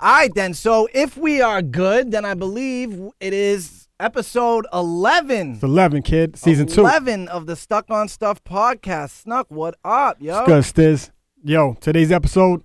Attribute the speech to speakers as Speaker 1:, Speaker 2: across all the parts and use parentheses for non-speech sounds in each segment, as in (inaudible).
Speaker 1: All right, then. So if we are good, then I believe it is episode 11.
Speaker 2: It's 11, kid. Season 2.
Speaker 1: 11 of the Stuck on Stuff podcast. Snuck, what up, yo?
Speaker 2: It's good, Stiz. Yo, today's episode,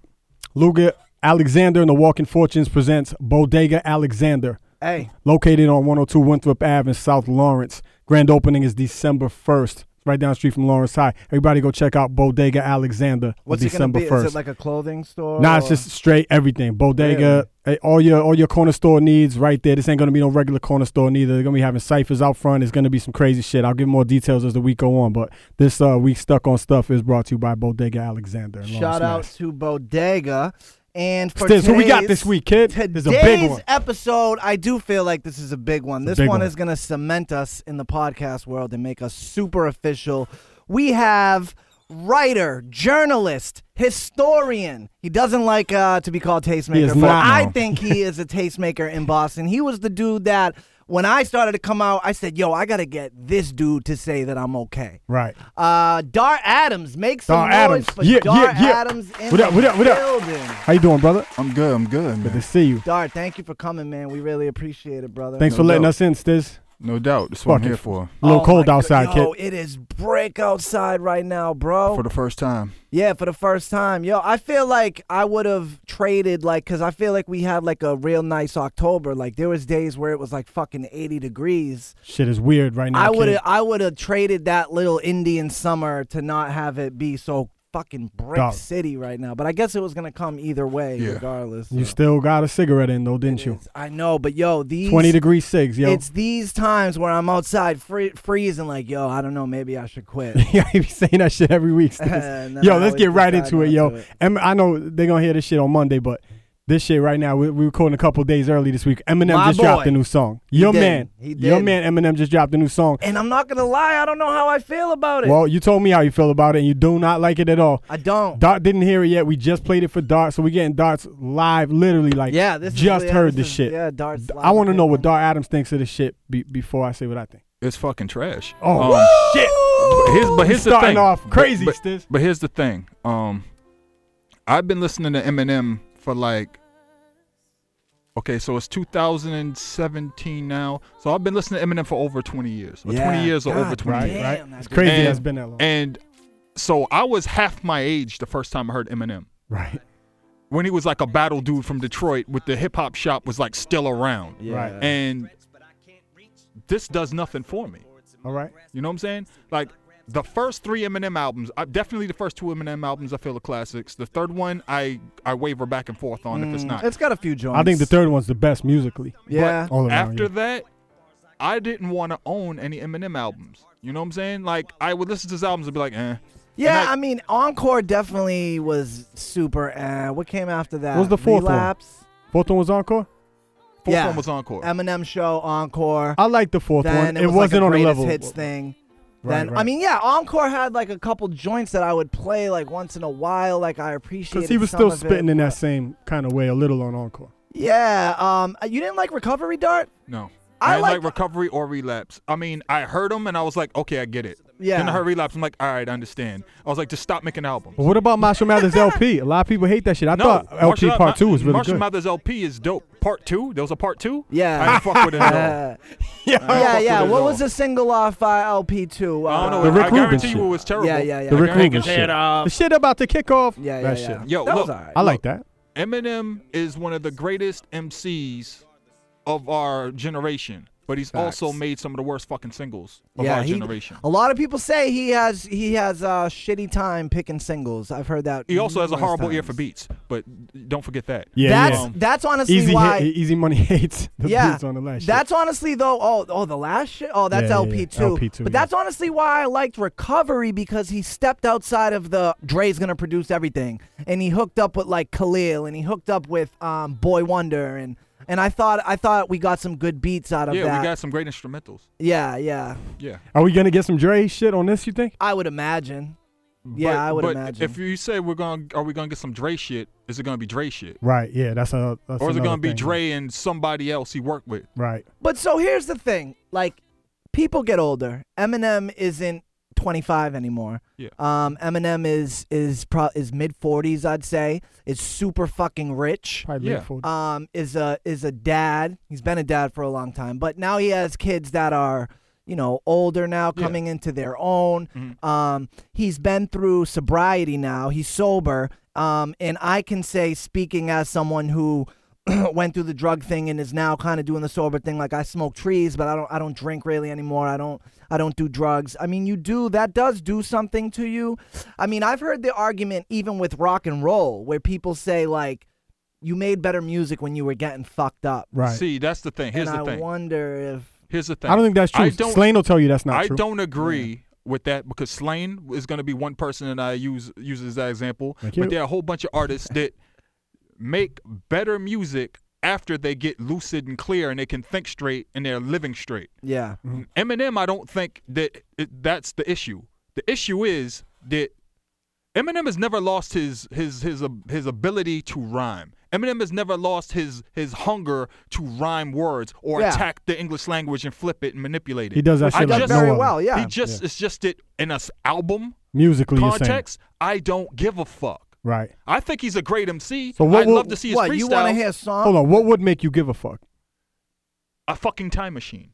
Speaker 2: Luga Alexander and the Walking Fortunes presents Bodega Alexander,
Speaker 1: Hey,
Speaker 2: located on 102 Winthrop Ave in South Lawrence. Grand opening is December 1st, right down the street from Lawrence High. Everybody go check out Bodega Alexander on
Speaker 1: what's
Speaker 2: December
Speaker 1: it gonna be?
Speaker 2: 1st.
Speaker 1: Is it like a clothing store?
Speaker 2: Nah, it's
Speaker 1: or-
Speaker 2: just straight everything. Bodega, eh, all your all your corner store needs right there. This ain't gonna be no regular corner store neither. They're gonna be having ciphers out front. It's gonna be some crazy shit. I'll give more details as the week go on. But this uh, week stuck on stuff is brought to you by Bodega Alexander. in
Speaker 1: shout out
Speaker 2: Lawrence,
Speaker 1: to Bodega. And for
Speaker 2: Mass. Stiz, who we got
Speaker 1: today's-
Speaker 2: this week, kid? This
Speaker 1: Today's
Speaker 2: is a big one.
Speaker 1: episode, I do feel like this is a big one.
Speaker 2: a
Speaker 1: This
Speaker 2: big
Speaker 1: one
Speaker 2: one.
Speaker 1: is going to cement us in the podcast world and make us super official. We have writer, journalist, historian. He doesn't like uh, to be called tastemaker.
Speaker 2: is
Speaker 1: but
Speaker 2: not,
Speaker 1: I
Speaker 2: no.
Speaker 1: think he is
Speaker 2: (laughs)
Speaker 1: a tastemaker in Boston. He was the dude that when I started to come out, I said, "Yo, I got to get this dude to say that I'm okay."
Speaker 2: Right.
Speaker 1: Uh, Dar Adams, make some
Speaker 2: Dar
Speaker 1: noise
Speaker 2: Adams.
Speaker 1: for
Speaker 2: Yeah,
Speaker 1: Dar
Speaker 2: yeah, yeah.
Speaker 1: Adams in
Speaker 2: What
Speaker 1: the
Speaker 2: up, what up, what up?
Speaker 1: building.
Speaker 2: How you doing, brother?
Speaker 3: I'm good. I'm good,
Speaker 2: Good to
Speaker 3: man.
Speaker 2: see you.
Speaker 1: Dar, thank you for coming, man. We really appreciate it, brother.
Speaker 2: Thanks for
Speaker 3: No
Speaker 2: letting
Speaker 3: doubt.
Speaker 2: us in, Stiz.
Speaker 3: No doubt. That's what I'm
Speaker 2: Fucking-
Speaker 3: here for.
Speaker 2: A little
Speaker 1: Oh
Speaker 2: cold
Speaker 1: my
Speaker 2: outside,
Speaker 1: God. Yo,
Speaker 2: kid.
Speaker 1: it is brick outside right now, bro.
Speaker 3: For the first time.
Speaker 1: yeah, for the first time. Yo, I feel like I would have traded, like, because I feel like we had, like, a real nice October. Like, there was days where it was, like, fucking 80 degrees.
Speaker 2: Shit is weird right now.
Speaker 1: I would
Speaker 2: kid.
Speaker 1: have I would have traded that little Indian summer to not have it be so fucking brick
Speaker 2: Dog.
Speaker 1: city right now. But I guess it was going to come either way,
Speaker 3: Yeah.
Speaker 1: regardless.
Speaker 2: You
Speaker 1: so.
Speaker 2: still got a cigarette in though, didn't
Speaker 1: It
Speaker 2: you?
Speaker 1: is- I know, but yo, these...
Speaker 2: Twenty degree six, yo.
Speaker 1: It's these times where I'm outside free- freezing, like, yo, I don't know, maybe I should quit.
Speaker 2: (laughs) Yeah, you be saying that shit every
Speaker 1: (laughs)
Speaker 2: week. Stiz.
Speaker 1: And then I
Speaker 2: yo, let's
Speaker 1: always
Speaker 2: get right
Speaker 1: decide
Speaker 2: into it,
Speaker 1: not
Speaker 2: yo.
Speaker 1: to it.
Speaker 2: Em- I know they're gonna hear this shit on Monday, but this shit right now, we, we recording a couple days early this week. Eminem
Speaker 1: My
Speaker 2: just dropped
Speaker 1: boy.
Speaker 2: a new song. Your
Speaker 1: did.
Speaker 2: man,
Speaker 1: He
Speaker 2: your
Speaker 1: did.
Speaker 2: man Eminem just dropped a new song.
Speaker 1: And I'm not gonna lie, I don't know how I feel about it.
Speaker 2: Well, you told me how you feel about it, and you do not like it at all.
Speaker 1: I don't.
Speaker 2: Dart didn't hear it yet. We just played it for Dart, so we getting Dart's live, literally like
Speaker 1: yeah, this is-
Speaker 2: just
Speaker 1: yeah,
Speaker 2: heard
Speaker 1: this
Speaker 2: this
Speaker 1: is-
Speaker 2: shit.
Speaker 1: Yeah, darts.
Speaker 2: I want to know what Dart Adams thinks of this shit be- before I say what I think.
Speaker 3: It's fucking trash.
Speaker 2: Oh, shit!
Speaker 3: Um, but here's, but
Speaker 2: You
Speaker 3: here's the
Speaker 2: starting
Speaker 3: thing.
Speaker 2: off crazy,
Speaker 3: But,
Speaker 2: Stiz.
Speaker 3: but, but here's the thing. Um, I've been listening to Eminem for like. Okay, so it's 2017 now. So I've been listening to Eminem for over 20 years. Or 20 years or over 20
Speaker 2: Right,
Speaker 3: years.
Speaker 2: right.
Speaker 1: Damn,
Speaker 2: It's
Speaker 1: that's
Speaker 2: crazy.
Speaker 3: good.
Speaker 2: that's been that long.
Speaker 3: And so I was half my age the first time I heard Eminem.
Speaker 2: right.
Speaker 3: When he was like a battle dude from Detroit with the hip hop shop was like still around.
Speaker 2: Right.
Speaker 3: and this does nothing for me.
Speaker 2: All right.
Speaker 3: You know what I'm saying? Like the first three Eminem albums, I, definitely the first two Eminem albums, I feel are classics. The third one, I I waver back and forth on
Speaker 2: Mm,
Speaker 3: if it's not.
Speaker 1: Mm, It's got a few joints.
Speaker 2: I think the third one's the best musically.
Speaker 1: Yeah.
Speaker 2: All around,
Speaker 3: After
Speaker 2: yeah.
Speaker 3: that, I didn't want to own any Eminem albums. You know what I'm saying? Like I would listen to his albums and be like, eh.
Speaker 1: yeah,
Speaker 3: and
Speaker 1: I
Speaker 3: I-
Speaker 1: mean, Encore definitely was super. Uh, what came after that?
Speaker 2: What was the fourth one?
Speaker 1: Relapse,
Speaker 2: Fourth one was encore.
Speaker 3: Fourth
Speaker 1: Yeah.
Speaker 3: one was Encore.
Speaker 1: Eminem show, Encore.
Speaker 2: I like the Ah, fourth
Speaker 1: then
Speaker 2: one.
Speaker 1: it, was like
Speaker 2: wasn't
Speaker 1: a
Speaker 2: on the
Speaker 1: greatest
Speaker 2: level.
Speaker 1: hits thing.
Speaker 2: Right,
Speaker 1: then I
Speaker 2: right.
Speaker 1: mean, yeah, Encore had like a couple joints that I would play like once in a while. Like I appreciated
Speaker 2: because he was
Speaker 1: some
Speaker 2: still
Speaker 1: of it,
Speaker 2: spitting in
Speaker 1: but-
Speaker 2: that same kind of way, a little on encore.
Speaker 1: Yeah. Um. You didn't like Recovery Dart?
Speaker 3: no.
Speaker 1: I
Speaker 3: I, didn't like,
Speaker 1: liked-
Speaker 3: recovery or relapse. I mean, I heard them and I was like, okay, I get it.
Speaker 1: Yeah.
Speaker 3: Then I heard relapse. I'm like, all right, I understand. I was like, just stop making albums.
Speaker 2: But what about Marshall
Speaker 3: (laughs)
Speaker 2: Mathers LP? A lot of people hate that shit. I thought LP
Speaker 3: Marshall-
Speaker 2: Part Two was really
Speaker 3: Marshall
Speaker 2: good.
Speaker 3: Mathers LP is dope. Part two? There was a part two?
Speaker 1: Yeah.
Speaker 3: (laughs) I didn't fuck with it
Speaker 2: (laughs)
Speaker 3: at all.
Speaker 1: Uh,
Speaker 3: I
Speaker 1: yeah,
Speaker 3: fuck
Speaker 1: yeah.
Speaker 3: with it
Speaker 1: What
Speaker 3: at
Speaker 1: was
Speaker 3: all.
Speaker 1: the single off uh, LP two? Uh,
Speaker 3: I don't know.
Speaker 2: The
Speaker 3: I
Speaker 2: Rick Rubin
Speaker 3: guarantee
Speaker 2: shit.
Speaker 3: you it was terrible.
Speaker 1: Yeah, yeah, yeah.
Speaker 2: the
Speaker 1: I
Speaker 2: Rick
Speaker 1: guarantee
Speaker 2: Regan
Speaker 4: Shut
Speaker 2: shit.
Speaker 4: up.
Speaker 3: uh,
Speaker 2: The shit about to kick off.
Speaker 1: Yeah, yeah,
Speaker 2: that
Speaker 1: yeah.
Speaker 2: shit.
Speaker 3: Yo,
Speaker 1: that was
Speaker 3: look.
Speaker 1: alright.
Speaker 2: I like that.
Speaker 3: Eminem is one of the greatest MCs of our generation, but he's also made some of the worst fucking singles of
Speaker 1: yeah,
Speaker 3: our
Speaker 1: he-
Speaker 3: generation.
Speaker 1: A lot of people say he has he has uh, shitty time picking singles. I've heard that.
Speaker 3: He also has a
Speaker 1: numerous
Speaker 3: horrible ear
Speaker 1: times.
Speaker 3: for beats, but don't forget that.
Speaker 2: Yeah,
Speaker 1: that's
Speaker 2: yeah.
Speaker 1: that's honestly
Speaker 2: Easy,
Speaker 1: why.
Speaker 2: hit, easy money (laughs) hates the
Speaker 1: yeah,
Speaker 2: beats on the last.
Speaker 1: that's honestly though. Oh, oh, the last shit. Oh, that's
Speaker 2: Yeah, yeah,
Speaker 1: LP
Speaker 2: yeah.
Speaker 1: two.
Speaker 2: LP2,
Speaker 1: but
Speaker 2: yeah.
Speaker 1: that's honestly why I liked Recovery because he stepped outside of the Dre's gonna produce everything, and he hooked up with like Khalil, and he hooked up with um, Boy Wonder, and and I thought I thought we got some good beats out of
Speaker 3: Yeah,
Speaker 1: that.
Speaker 3: we got some great instrumentals.
Speaker 1: yeah, yeah.
Speaker 3: Yeah.
Speaker 2: shit. Are we gonna get some Dre shit on this? You think?
Speaker 1: I would imagine. Yeah,
Speaker 3: But-
Speaker 1: I would
Speaker 3: but
Speaker 1: imagine.
Speaker 3: If you say we're going, to are we going to get some Dre shit? Is it going to be Dre shit?
Speaker 2: Right. Yeah. That's a. That's
Speaker 3: or is it
Speaker 2: another
Speaker 3: gonna be
Speaker 2: thing.
Speaker 3: Dre and somebody else he worked with?
Speaker 2: Right.
Speaker 1: But so here's the thing: like, people get older. Eminem isn't 25 anymore.
Speaker 3: Yeah.
Speaker 1: Um, Eminem is is pro- is mid 40s, I'd say. Is super fucking rich.
Speaker 2: Probably
Speaker 3: Yeah.
Speaker 2: late 40s.
Speaker 1: Um, is a is a dad. He's been a dad for a long time, but now he has kids that are you know older now,
Speaker 3: Yeah.
Speaker 1: coming into their own. Um, he's been through sobriety now. He's sober. Um, and I can say, speaking as someone who (clears throat) went through the drug thing and is now kind of doing the sober thing, like I smoke trees, but I don't. I don't drink really anymore. I don't. I don't do drugs. I mean, you do. That does do something to you. I mean, I've heard the argument even with rock and roll, where people say like, you made better music when you were getting fucked up.
Speaker 2: Right.
Speaker 3: See, that's the thing. Here's
Speaker 1: and
Speaker 3: the
Speaker 1: I
Speaker 3: thing.
Speaker 1: wonder if
Speaker 3: Here's the thing.
Speaker 2: I don't think that's true.
Speaker 3: I don't.
Speaker 2: Slane will tell you that's not
Speaker 3: I
Speaker 2: true.
Speaker 3: don't agree with that because Slane is going to be one person that I use uses as that example.
Speaker 2: Thank you.
Speaker 3: But there are a whole bunch of artists that make better music after they get lucid and clear and they can think straight and they're living straight.
Speaker 1: yeah,
Speaker 3: Eminem, I don't think that it, that's the issue. The issue is that Eminem has never lost his his his ab- his ability to rhyme. Eminem has never lost his his hunger to rhyme words or
Speaker 1: Yeah.
Speaker 3: attack the English language and flip it and manipulate it.
Speaker 2: He does that
Speaker 3: I
Speaker 2: shit like
Speaker 3: just-
Speaker 2: no
Speaker 1: very
Speaker 2: other.
Speaker 1: well. Yeah,
Speaker 3: He just it's just it in a s- album
Speaker 2: Musically, you're saying.
Speaker 3: context. I don't give a fuck.
Speaker 2: Right.
Speaker 3: I think he's a great MC.
Speaker 2: So what
Speaker 3: I'd
Speaker 2: will-
Speaker 3: love to see his
Speaker 1: what
Speaker 3: freestyle.
Speaker 1: you want to hear a
Speaker 3: Uh-huh.
Speaker 1: song?
Speaker 2: Hold on. What would make you give a fuck?
Speaker 3: a fucking time machine.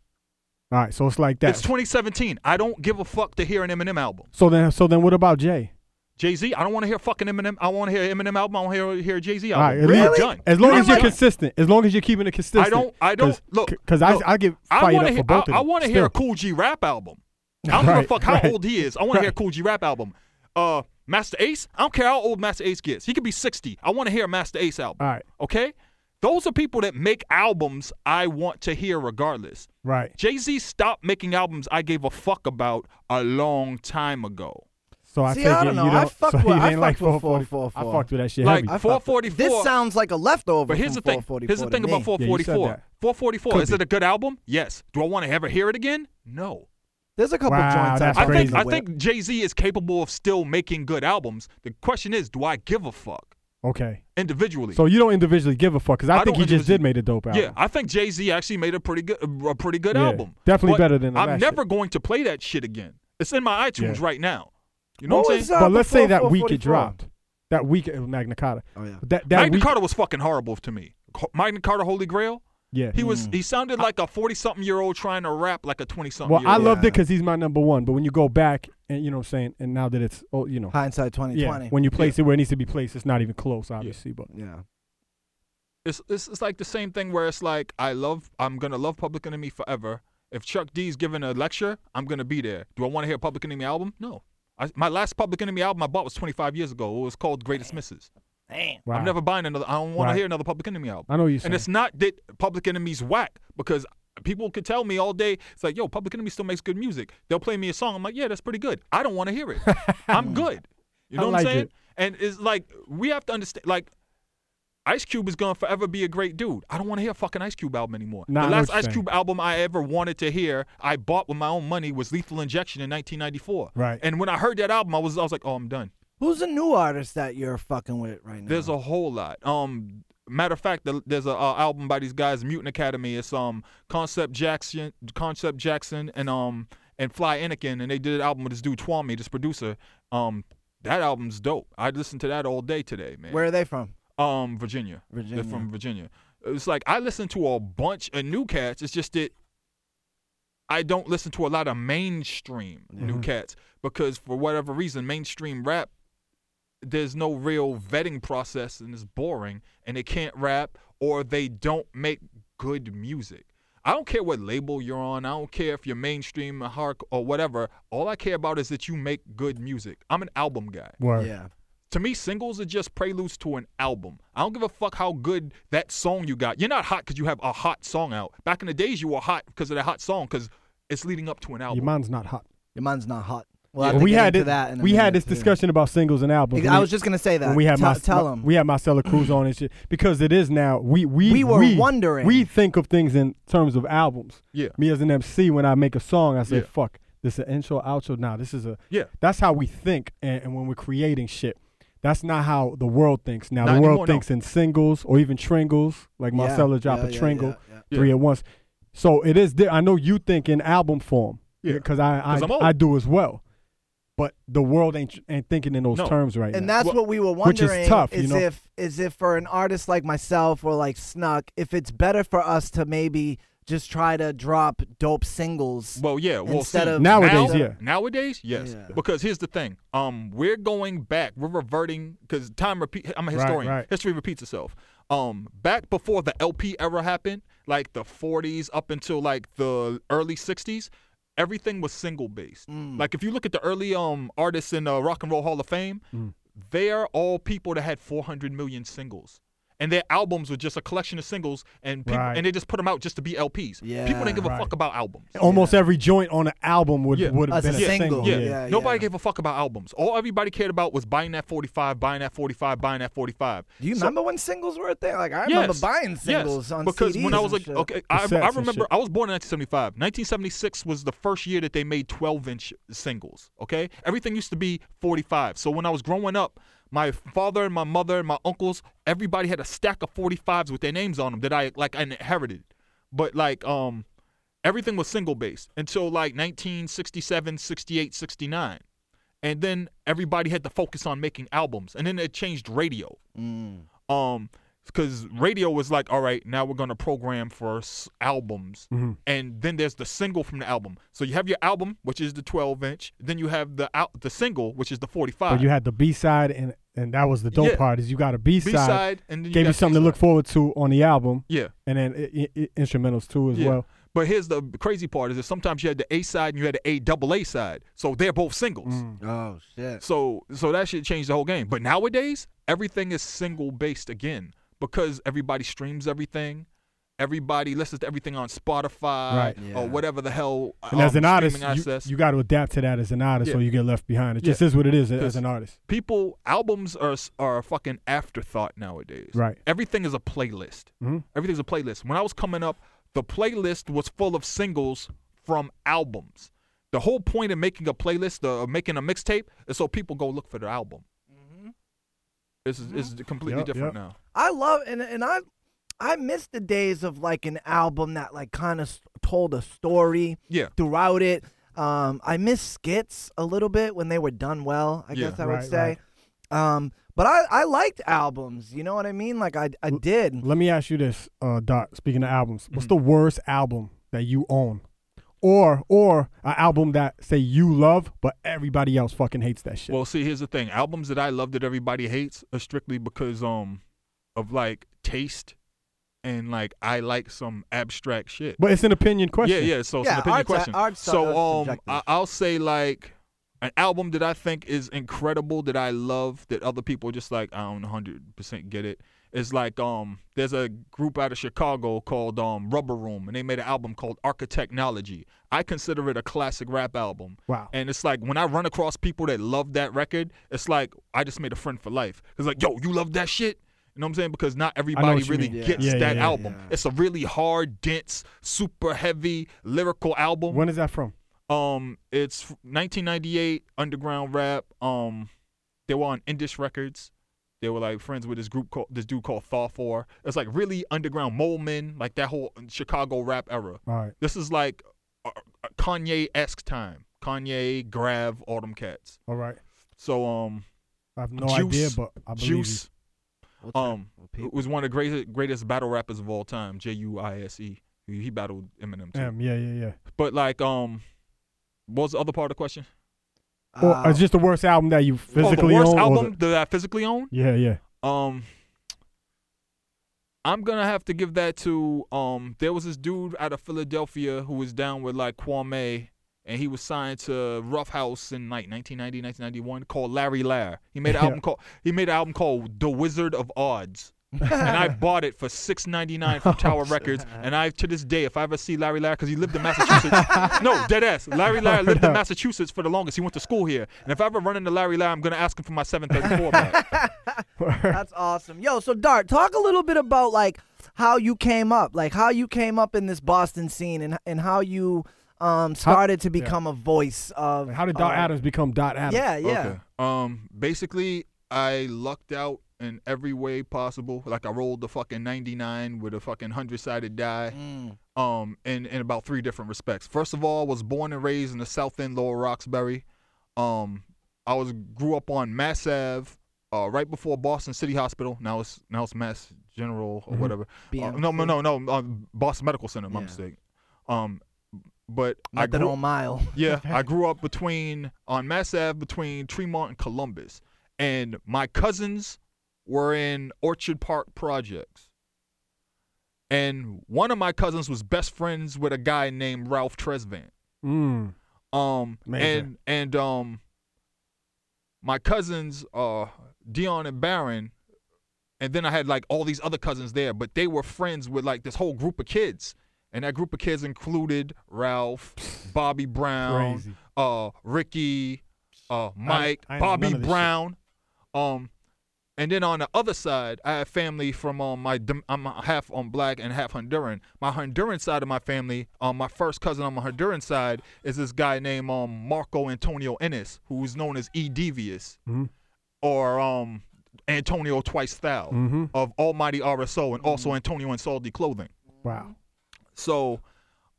Speaker 2: All right. So it's like that.
Speaker 3: It's 2017. I don't give a fuck to hear an Eminem album.
Speaker 2: so then, so then, what about Jay?
Speaker 3: Jay Z. I don't want to hear fucking Eminem. I want to hear Eminem album. I want to hear, hear Jay Z
Speaker 2: All right.
Speaker 3: album.
Speaker 2: At
Speaker 3: We're
Speaker 2: least-
Speaker 3: done.
Speaker 2: As long
Speaker 3: You
Speaker 2: as
Speaker 3: know
Speaker 2: you're
Speaker 3: what?
Speaker 2: consistent. As long as you're keeping it consistent.
Speaker 3: I don't. I don't look
Speaker 2: Because
Speaker 3: look,
Speaker 2: I, I get fired
Speaker 3: wanna
Speaker 2: up
Speaker 3: hear-
Speaker 2: for both
Speaker 3: I,
Speaker 2: of them.
Speaker 3: I want to hear a
Speaker 2: still.
Speaker 3: Cool G
Speaker 2: (laughs)
Speaker 3: rap album. I don't give a
Speaker 2: Right,
Speaker 3: fuck how
Speaker 2: right,
Speaker 3: old he is. I want to hear a Cool G rap album. Uh, Master Ace. I don't care how old Master Ace gets. He could be 60. I want to hear a Master Ace album.
Speaker 2: All right.
Speaker 3: Okay. Those are people that make albums I want to hear regardless.
Speaker 2: Right.
Speaker 3: Jay Z stopped making albums I gave a fuck about a long time ago.
Speaker 2: So I
Speaker 1: See,
Speaker 2: take
Speaker 1: I
Speaker 2: it
Speaker 1: don't know.
Speaker 2: you
Speaker 1: I
Speaker 2: don't.
Speaker 1: fucked
Speaker 2: (laughs) so
Speaker 1: with-
Speaker 2: you
Speaker 1: I
Speaker 2: didn't like
Speaker 1: fucked with
Speaker 2: 444. I
Speaker 1: 444.
Speaker 2: fucked with that shit.
Speaker 3: Like
Speaker 2: heavy.
Speaker 1: I fucked-
Speaker 3: 444.
Speaker 1: This sounds like a leftover.
Speaker 3: But here's the
Speaker 1: from
Speaker 3: thing.
Speaker 1: 444
Speaker 3: Here's the
Speaker 1: to
Speaker 3: thing
Speaker 1: me.
Speaker 2: Yeah,
Speaker 3: about
Speaker 2: you said
Speaker 3: 444.
Speaker 2: that.
Speaker 3: 444.
Speaker 2: Could
Speaker 3: is
Speaker 2: be.
Speaker 3: it a good album? Yes. Do I want to ever hear it again? No.
Speaker 1: There's a couple
Speaker 2: Wow,
Speaker 1: joints.
Speaker 2: that's
Speaker 1: I
Speaker 3: I
Speaker 1: fuck
Speaker 3: think
Speaker 2: crazy.
Speaker 1: with.
Speaker 3: I think Jay Z is capable of still making good albums. The question is, do I give a fuck
Speaker 2: Okay.
Speaker 3: individually?
Speaker 2: So you don't individually give a fuck because I,
Speaker 3: I
Speaker 2: think he
Speaker 3: don't
Speaker 2: just did
Speaker 3: individually-
Speaker 2: made a dope album.
Speaker 3: yeah, I think Jay Z actually made a pretty good a pretty good
Speaker 2: Yeah,
Speaker 3: album.
Speaker 2: definitely
Speaker 3: But
Speaker 2: better than the
Speaker 3: I'm
Speaker 2: last
Speaker 3: never going to play that shit again. It's in my iTunes
Speaker 2: Yeah.
Speaker 3: right now. You know what,
Speaker 1: What
Speaker 3: I'm
Speaker 1: was
Speaker 3: saying?
Speaker 1: up?
Speaker 2: But let's say that week it
Speaker 1: 444.
Speaker 2: dropped. That week it was Magna Carta.
Speaker 1: Oh, yeah.
Speaker 2: That that
Speaker 3: Magna
Speaker 2: week,
Speaker 3: Carta was fucking horrible to me. Co- Magna Carta Holy Grail.
Speaker 2: Yeah. Mm.
Speaker 3: He was he sounded like a 40 something year old trying to rap like a 20 something
Speaker 2: well,
Speaker 3: year
Speaker 2: I
Speaker 3: old.
Speaker 2: loved it
Speaker 1: Yeah.
Speaker 2: because he's my number one. But when you go back and you know what I'm saying, and now that it's oh you know
Speaker 1: Hindsight
Speaker 2: yeah,
Speaker 1: 2020.
Speaker 2: when you place it where it needs to be placed, it's not even close, obviously. But
Speaker 1: Yeah.
Speaker 3: it's, it's it's like the same thing where it's like I love I'm gonna love Public Enemy forever. If Chuck D's giving a lecture, I'm gonna be there. Do I want to hear a Public Enemy album? No. I, my last Public Enemy album I bought was 25 years ago. It was called Greatest Misses.
Speaker 2: wow.
Speaker 3: I'm never buying another. I don't want
Speaker 2: Right.
Speaker 3: to hear another Public Enemy album.
Speaker 2: I know what you're saying.
Speaker 3: And it's not that Public Enemy's whack because people could tell me all day, it's like, yo, Public Enemy still makes good music. They'll play me a song. I'm like, yeah, that's pretty good. I don't want
Speaker 2: (laughs)
Speaker 3: to hear it. I'm good. You
Speaker 2: I
Speaker 3: know what
Speaker 2: like
Speaker 3: I'm saying?
Speaker 2: it.
Speaker 3: And it's like, we have to understand, like, Ice Cube is gonna forever be a great dude. I don't want to hear a fucking Ice Cube album anymore.
Speaker 2: Nah, I
Speaker 3: the
Speaker 2: know
Speaker 3: last
Speaker 2: what you're
Speaker 3: Ice
Speaker 2: saying.
Speaker 3: Cube album I ever wanted to hear, I bought with my own money, was Lethal Injection in 1994.
Speaker 2: Right.
Speaker 3: And when I heard that album, I was I was like, oh, I'm done.
Speaker 1: Who's a new artist that you're fucking with right now?
Speaker 3: There's a whole lot. Um, matter of fact, the- there's a uh, album by these guys, Mutant Academy. It's um Concept Jackson, Concept Jackson, and um and Fly Anakin, and they did an album with this dude Twami, this producer. Um, that album's dope. I listened to that all day today, man.
Speaker 1: Where are they from?
Speaker 3: Um, Virginia.
Speaker 1: Virginia.
Speaker 3: They're from Virginia. It's like I listen to a bunch of new cats. It's just that I don't listen to a lot of mainstream new cats because for whatever reason, mainstream rap there's no real vetting process and it's boring and they can't rap or they don't make good music. I don't care what label you're on. I don't care if you're mainstream or hard or whatever. All I care about is that you make good music. I'm an album guy.
Speaker 2: Word.
Speaker 1: Yeah.
Speaker 3: To me, singles are just preludes to an album. I don't give a fuck how good that song you got. You're not hot because you have a hot song out. Back in the days, you were hot because of that hot song because it's leading up to an
Speaker 2: Your
Speaker 3: album.
Speaker 2: mind's not hot.
Speaker 1: Your mind's not hot. Well, I
Speaker 2: Well,
Speaker 1: have to
Speaker 2: we
Speaker 1: get
Speaker 2: had
Speaker 1: into
Speaker 2: it.
Speaker 1: that. In a
Speaker 2: we had
Speaker 1: minute,
Speaker 2: this
Speaker 1: too.
Speaker 2: discussion about singles and albums.
Speaker 1: I
Speaker 2: We-
Speaker 1: was just gonna say that.
Speaker 2: when we had
Speaker 1: tell,
Speaker 2: my
Speaker 1: tell
Speaker 2: my-
Speaker 1: them.
Speaker 2: we had Marcella Cruz on and shit because it is now we we
Speaker 1: We were wondering.
Speaker 2: we think of things in terms of albums.
Speaker 3: Yeah.
Speaker 2: Me as an MC, when I make a song, I say,
Speaker 3: Yeah.
Speaker 2: "Fuck, this is an intro, outro." Now this is a
Speaker 3: Yeah.
Speaker 2: That's how we think, and, and when we're creating shit, that's not how the world thinks. Now
Speaker 3: Not
Speaker 2: the
Speaker 3: anymore,
Speaker 2: world
Speaker 3: no.
Speaker 2: thinks in singles or even tringles, like
Speaker 1: Yeah,
Speaker 2: Marcella drop
Speaker 1: yeah,
Speaker 2: a
Speaker 1: yeah,
Speaker 2: tringle,
Speaker 1: yeah, yeah.
Speaker 3: yeah.
Speaker 2: three at once. So it is. There. I know you think in album form
Speaker 3: Yeah.
Speaker 2: because I I,
Speaker 3: I'm old.
Speaker 2: I do as well. But the world ain't ain't thinking in those
Speaker 3: No.
Speaker 2: terms right
Speaker 1: and
Speaker 2: now.
Speaker 1: that's
Speaker 3: Well,
Speaker 1: what we were
Speaker 2: which is
Speaker 1: wondering
Speaker 2: tough, you
Speaker 1: is
Speaker 2: know?
Speaker 1: if is if for an artist like myself or like Snuck, if it's better for us to maybe just try to drop dope singles.
Speaker 3: Well, yeah. Well,
Speaker 1: Instead
Speaker 3: see,
Speaker 1: of-
Speaker 2: Nowadays,
Speaker 3: now-
Speaker 2: yeah.
Speaker 3: Nowadays, yes.
Speaker 1: Yeah.
Speaker 3: Because here's the thing. Um, we're going back. We're reverting because time repeat. I'm a
Speaker 2: Right,
Speaker 3: historian.
Speaker 2: right.
Speaker 3: History repeats itself. Um, back before the LP era happened, like the 40s up until like the early 60s, everything was single based.
Speaker 1: Mm.
Speaker 3: Like if you look at the early um artists in the Rock and Roll Hall of Fame,
Speaker 2: Mm.
Speaker 3: they are all people that had 400 million singles. And their albums were just a collection of singles, and people,
Speaker 2: Right.
Speaker 3: and they just put them out just to be LPs. people
Speaker 1: Yeah.
Speaker 3: didn't give a
Speaker 2: Right.
Speaker 3: fuck about albums.
Speaker 2: Almost every joint on an album would
Speaker 3: Yeah.
Speaker 2: would have
Speaker 1: As
Speaker 2: been
Speaker 1: a
Speaker 2: a
Speaker 1: single,
Speaker 2: single.
Speaker 3: Yeah.
Speaker 1: Oh, yeah.
Speaker 3: Nobody gave a fuck about albums. All everybody cared about was buying that 45, buying that 45, buying that 45.
Speaker 1: Do you
Speaker 3: So-
Speaker 1: remember when singles were a thing? Like I remember
Speaker 3: Yes.
Speaker 1: buying
Speaker 3: Yes.
Speaker 1: singles on
Speaker 3: because
Speaker 1: CDs
Speaker 3: when I was
Speaker 1: and
Speaker 3: like,
Speaker 1: shit.
Speaker 3: okay, I,
Speaker 2: Cassettes
Speaker 3: I
Speaker 2: and
Speaker 3: remember
Speaker 2: shit.
Speaker 3: I was born in 1975. 1976 was the first year that they made 12 inch singles. Okay, everything used to be 45. So when I was growing up, my father and my mother and my uncles, everybody had a stack of 45s with their names on them that I like I inherited. But like um, everything was single based until like 1967, 68, 69. And then everybody had to focus on making albums, and then it changed radio um because radio was like all right now we're going to program for s- albums
Speaker 2: Mm-hmm.
Speaker 3: and then there's the single from the album so you have your album which is the 12 inch then you have the out the single which is the 45
Speaker 2: But you had the B side, and and that was the dope
Speaker 3: Yeah.
Speaker 2: part. Is you got a B side,
Speaker 3: b-side and then
Speaker 2: gave
Speaker 3: got
Speaker 2: you something to look
Speaker 3: C-side.
Speaker 2: forward to on the album,
Speaker 3: yeah
Speaker 2: and then i i- i- instrumentals too as
Speaker 3: yeah
Speaker 2: well.
Speaker 3: but here's the crazy part is that sometimes you had the a side and you had the a double a side so they're both singles
Speaker 2: Mm.
Speaker 1: Oh shit.
Speaker 3: So so that should change the whole game. But nowadays, everything is single based again because everybody streams everything. Everybody listens to everything on Spotify
Speaker 2: Right.
Speaker 1: Yeah.
Speaker 3: or whatever the hell.
Speaker 2: And as
Speaker 3: um,
Speaker 2: an artist,
Speaker 3: streaming
Speaker 2: you,
Speaker 3: access.
Speaker 2: you got to adapt to that as an artist,
Speaker 3: Yeah.
Speaker 2: or you get left behind. It just
Speaker 3: Yeah.
Speaker 2: is what it is
Speaker 3: Because-
Speaker 2: as an artist.
Speaker 3: people albums are s- are a fucking afterthought nowadays.
Speaker 2: Right.
Speaker 3: Everything is a playlist.
Speaker 2: Mhm.
Speaker 3: Everything's a playlist. When I was coming up, the playlist was full of singles from albums. The whole point of making a playlist, uh, making a mixtape, is so people go look for their album. This is it's completely
Speaker 2: Yep,
Speaker 3: different
Speaker 2: yep.
Speaker 3: now.
Speaker 1: I love and and I I miss the days of like an album that like kind of told a story
Speaker 3: Yeah.
Speaker 1: throughout it. Um, I miss skits a little bit when they were done well. I
Speaker 3: Yeah.
Speaker 1: guess I
Speaker 2: Right,
Speaker 1: would say. Um, but I, I liked albums. You know what I mean? Like I I did.
Speaker 2: Let me ask you this, uh, Doc. Speaking of albums, what's
Speaker 3: Mm-hmm.
Speaker 2: the worst album that you own, or or an album that say you love but everybody else fucking hates that shit?
Speaker 3: Well, see, here's the thing: albums that I love that everybody hates are strictly because um of like taste and like I like some abstract shit.
Speaker 2: but it's an opinion question.
Speaker 3: Yeah, yeah. So it's
Speaker 1: Yeah,
Speaker 3: an opinion
Speaker 1: art's-
Speaker 3: question.
Speaker 1: art's, uh,
Speaker 3: so um,
Speaker 1: subjective.
Speaker 3: I, I'll say like an album that I think is incredible that I love that other people just like I don't hundred percent get it. It's like um, there's a group out of Chicago called um Rubber Room, and they made an album called Architechnology. I consider it a classic rap album.
Speaker 2: Wow.
Speaker 3: And it's like when I run across people that love that record, it's like I just made a friend for life. It's like, yo, you love that shit. You know what I'm saying? Because not everybody
Speaker 2: what you
Speaker 3: really
Speaker 2: mean.
Speaker 1: Yeah.
Speaker 3: gets
Speaker 2: Yeah,
Speaker 3: that
Speaker 2: yeah, yeah.
Speaker 3: album.
Speaker 1: Yeah.
Speaker 3: It's a really hard, dense, super heavy lyrical album.
Speaker 2: When is that from?
Speaker 3: Um, it's 1998 underground rap. Um, they were on Indish Records. They were like friends with this group called this dude called Thaw Four. It's like really underground Moleman, like that whole Chicago rap era.
Speaker 2: All right.
Speaker 3: This is like Kanye esque time. Kanye, Grav, Autumn Cats.
Speaker 2: All right.
Speaker 3: So um,
Speaker 2: I have no
Speaker 3: Juice.
Speaker 2: idea, but I believe
Speaker 3: Juice
Speaker 1: What's
Speaker 3: um,
Speaker 1: that?
Speaker 3: it was one of the greatest greatest battle rappers of all time. J U I S E. He he battled Eminem too.
Speaker 2: you. Um, yeah, yeah, yeah.
Speaker 3: But like um, what was the other part of the question?
Speaker 2: Or
Speaker 1: Uh,
Speaker 2: it's just the worst album that you
Speaker 3: oh,
Speaker 2: physically
Speaker 3: the worst
Speaker 2: own. or the-
Speaker 3: album that I physically own.
Speaker 2: yeah, yeah. (laughs)
Speaker 3: Um, I'm gonna have to give that to um. There was this dude out of Philadelphia who was down with like Kwame, and he was signed to Rough House in like 1990, 1991, called Larry Lair. He made an
Speaker 2: Yeah.
Speaker 3: album called he made an album called The Wizard of Odds. and I bought it for six ninety nine from Tower Records. And I to this day, if I ever see Larry Larry, because he lived in Massachusetts, no dead ass. Larry Larry lived in Massachusetts for the longest. He went to school here. And if I ever run into Larry Larry, I'm gonna ask him for my seven thirty four back.
Speaker 1: That's awesome. Yo, so Dart, talk a little bit about like how you came up, like how you came up in this Boston scene and and how you um started to become a voice of
Speaker 2: How did Dot
Speaker 1: uh,
Speaker 2: Adams become Dot Adams?
Speaker 1: Yeah, yeah.
Speaker 3: Okay. Um, basically, I lucked out in every way possible. Like I rolled the fucking ninety nine with a fucking hundred sided die.
Speaker 1: Mm,
Speaker 3: um, in, in about three different respects. First of all, was born and raised in the South End, Lower Roxbury. Um, I was grew up on Mass Ave, uh, right before Boston City Hospital. Now it's now it's Mass General or
Speaker 1: Mm-hmm.
Speaker 2: Mhm.
Speaker 3: whatever. Uh,
Speaker 1: BMC.
Speaker 3: no, no, no, no. Uh, Boston Medical Center. My
Speaker 1: Yeah.
Speaker 3: mistake. Um, but I
Speaker 1: Not that
Speaker 3: grew,
Speaker 1: whole mile.
Speaker 3: yeah, I grew up between on Mass Ave between Tremont and Columbus, and my cousins were in Orchard Park projects. And one of my cousins was best friends with a guy named Ralph Tresvant.
Speaker 2: Mm.
Speaker 3: Um,
Speaker 2: Amazing.
Speaker 3: and and um, my cousins, uh, Dion and Baron, and then I had like all these other cousins there, but they were friends with like this whole group of kids, and that group of kids included Ralph, Bobby Brown,
Speaker 2: Crazy.
Speaker 3: uh, Ricky, uh, Mike,
Speaker 2: I know
Speaker 3: Bobby
Speaker 2: none of this
Speaker 3: Brown, um, and then on the other side, I have family from um, my dom- I'm half on black and half Honduran. My Honduran side of my family, um, my first cousin on my Honduran side is this guy named um Marco Antonio Ennis, who's known as E Devious,
Speaker 2: Mhm.
Speaker 3: or um Antonio Twice Thou
Speaker 2: Mm-hmm.
Speaker 3: of Almighty RSO, and also Antonio and Salty Clothing.
Speaker 2: Wow.
Speaker 3: So,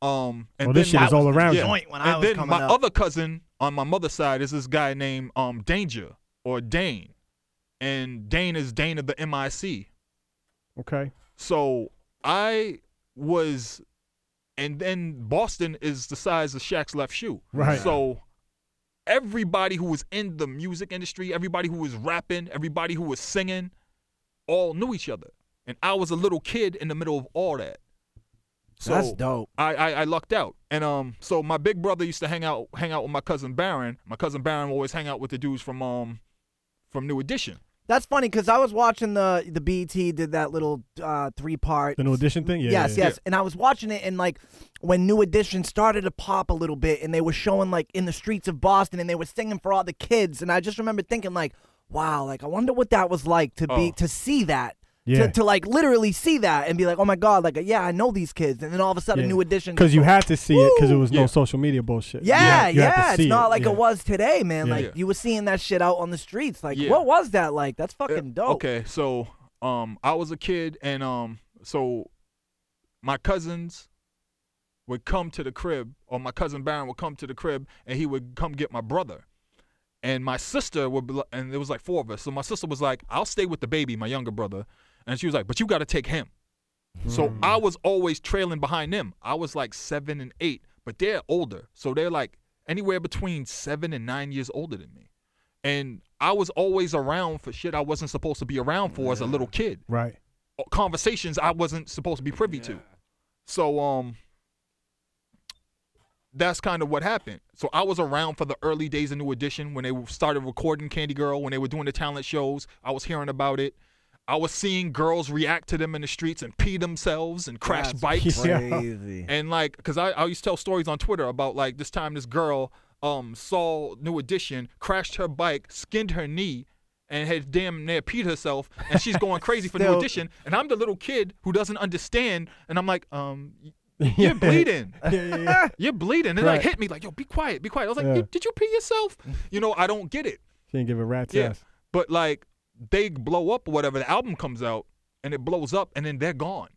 Speaker 3: um, and
Speaker 2: Well,
Speaker 3: then
Speaker 2: this shit
Speaker 3: my-
Speaker 2: is all around
Speaker 3: yeah.
Speaker 2: you.
Speaker 1: Joint when I
Speaker 3: and
Speaker 1: was
Speaker 3: then
Speaker 1: coming
Speaker 3: my
Speaker 1: up.
Speaker 3: other cousin on my mother's side is this guy named um Danger or Dane, and Dane is Dane of the MIC.
Speaker 2: Okay.
Speaker 3: So I was, and then Boston is the size of Shaq's left shoe.
Speaker 2: Right.
Speaker 3: So everybody who was in the music industry, everybody who was rapping, everybody who was singing, all knew each other, and I was a little kid in the middle of all that. So
Speaker 1: That's dope.
Speaker 3: I, I I lucked out, and um, so my big brother used to hang out hang out with my cousin Baron. My cousin Baron would always hang out with the dudes from um, from New Edition.
Speaker 1: That's funny because I was watching the the BT did that little uh, three part
Speaker 2: The new edition thing. Yeah.
Speaker 1: yes,
Speaker 2: yeah, yeah.
Speaker 1: yes. And I was watching it, and like when New Edition started to pop a little bit, and they were showing like in the streets of Boston, and they were singing for all the kids, and I just remember thinking like, wow, like I wonder what that was like to
Speaker 3: Oh.
Speaker 1: be to see that.
Speaker 2: Yeah.
Speaker 1: To, to like literally see that and be like, oh my god, like yeah, I know these kids, and then all of a sudden,
Speaker 2: Yeah.
Speaker 1: new edition.
Speaker 2: Because you had to see it because it was
Speaker 3: Yeah.
Speaker 2: no social media bullshit. You
Speaker 1: yeah,
Speaker 2: had-
Speaker 1: yeah,
Speaker 2: you had to see
Speaker 1: it's not like
Speaker 2: yeah.
Speaker 1: it was today, man.
Speaker 2: Yeah.
Speaker 1: Like
Speaker 3: Yeah.
Speaker 1: you were seeing that shit out on the streets. Like,
Speaker 3: Yeah.
Speaker 1: what was that like? That's fucking
Speaker 3: Uh,
Speaker 1: dope.
Speaker 3: Okay, so um, I was a kid, and um, so my cousins would come to the crib, or my cousin Baron would come to the crib, and he would come get my brother, and my sister would, be, li- and there was like four of us. So my sister was like, "I'll stay with the baby, my younger brother," and she was like, "But you got to take him." So I was always trailing behind them. I was like seven and eight, but they're older, so they're like anywhere between seven and nine years older than me and I was always around for shit I wasn't supposed to be around for as a little kid. Uh,
Speaker 2: Right.
Speaker 3: Conversations I wasn't supposed to be privy to. So um that's kind of what happened. So I was around for the early days of New Edition when they started recording Candy Girl, when they were doing the talent shows. I was hearing about it. I was seeing girls react to them in the streets and pee themselves and crash
Speaker 1: That's
Speaker 2: (laughs)
Speaker 3: bikes.
Speaker 2: Yeah.
Speaker 1: Crazy.
Speaker 3: And like, cause I, I used to tell stories on Twitter about like this time this girl um saw New Edition, crashed her bike, skinned her knee, and had damn near peed herself, and she's
Speaker 2: (laughs)
Speaker 3: going crazy for New
Speaker 1: Still-
Speaker 3: Edition, and I'm the little kid who doesn't understand, and I'm like,
Speaker 2: (laughs)
Speaker 3: um, y- you're bleeding.
Speaker 2: yeah, yeah, yeah.
Speaker 3: You're bleeding. And it
Speaker 2: Right.
Speaker 3: like hit me like, yo, be quiet, be quiet. I was like,
Speaker 2: Yeah.
Speaker 3: "You- did you pee
Speaker 2: (laughs)
Speaker 3: yourself? You know, I don't get it.
Speaker 2: She didn't give a rat's
Speaker 3: Yeah.
Speaker 2: ass.
Speaker 3: But like they blow up or whatever, the album comes out and it blows up and then they're gone.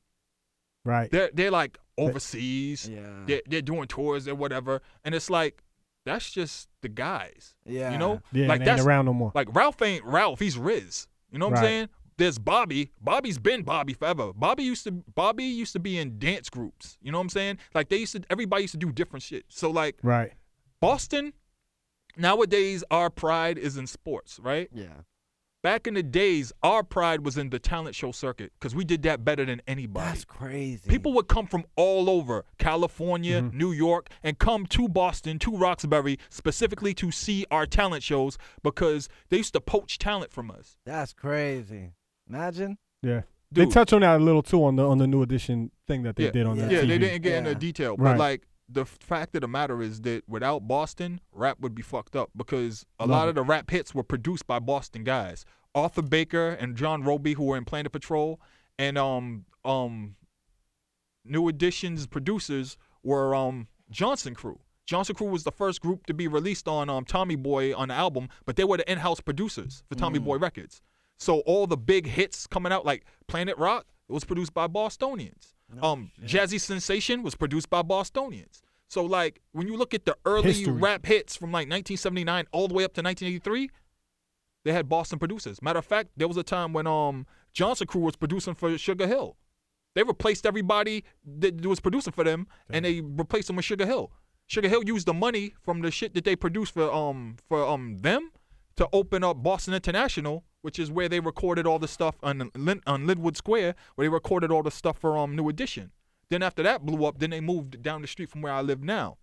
Speaker 2: Right.
Speaker 3: They're they're like overseas
Speaker 1: yeah.
Speaker 3: they're, they're doing tours or whatever and it's like that's just the guys
Speaker 1: Yeah.
Speaker 3: you know
Speaker 2: Yeah.
Speaker 3: like
Speaker 2: and they ain't
Speaker 3: that's
Speaker 2: around no more.
Speaker 3: like ralph ain't ralph he's riz you know what
Speaker 2: Right.
Speaker 3: i'm saying there's bobby bobby's been bobby forever bobby used to bobby used to be in dance groups you know what i'm saying like they used to everybody used to do different shit so like
Speaker 2: Right.
Speaker 3: boston nowadays our pride is in sports right
Speaker 4: Yeah.
Speaker 3: back in the days our pride was in the talent show circuit because we did that better than anybody
Speaker 1: That's crazy.
Speaker 3: People would come from all over California, New York, and come to Boston, to Roxbury, specifically to see our talent shows because they used to poach talent from us.
Speaker 1: That's crazy. Imagine.
Speaker 2: Yeah. They
Speaker 3: Dude.
Speaker 2: touch on that a little too on the on the new edition thing that they
Speaker 3: yeah,
Speaker 2: did on
Speaker 3: yeah.
Speaker 2: that.
Speaker 3: Yeah,
Speaker 2: TV.
Speaker 3: they didn't get into
Speaker 1: Yeah.
Speaker 3: detail,
Speaker 2: Right.
Speaker 3: but like the f- fact of the matter is that without Boston, rap would be fucked up because a
Speaker 2: Love
Speaker 3: lot
Speaker 2: it.
Speaker 3: of the rap hits were produced by Boston guys, Arthur Baker and John Roby, who were in Planet Patrol, and um um New Edition's producers were um Johnson Crew. Johnson Crew was the first group to be released on um, Tommy Boy on the album, but they were the in-house producers for Tommy Boy Records. So all the big hits coming out, like Planet Rock, was produced by Bostonians. um, Jazzy Sensation was produced by Bostonians. So like when you look at the early
Speaker 2: History.
Speaker 3: rap hits from like 1979 all the way up to 1983, they had Boston producers. Matter of fact, there was a time when um Johnson Crew was producing for Sugar Hill. They replaced everybody that was producing for them, and they replaced them with Sugar Hill. Sugar Hill used the money from the shit that they produced for um for um them to open up Boston International, which is where they recorded all the stuff on Lin- on Linwood Square, where they recorded all the stuff for um New Edition. Then after that blew up, then they moved down the street from where I live now.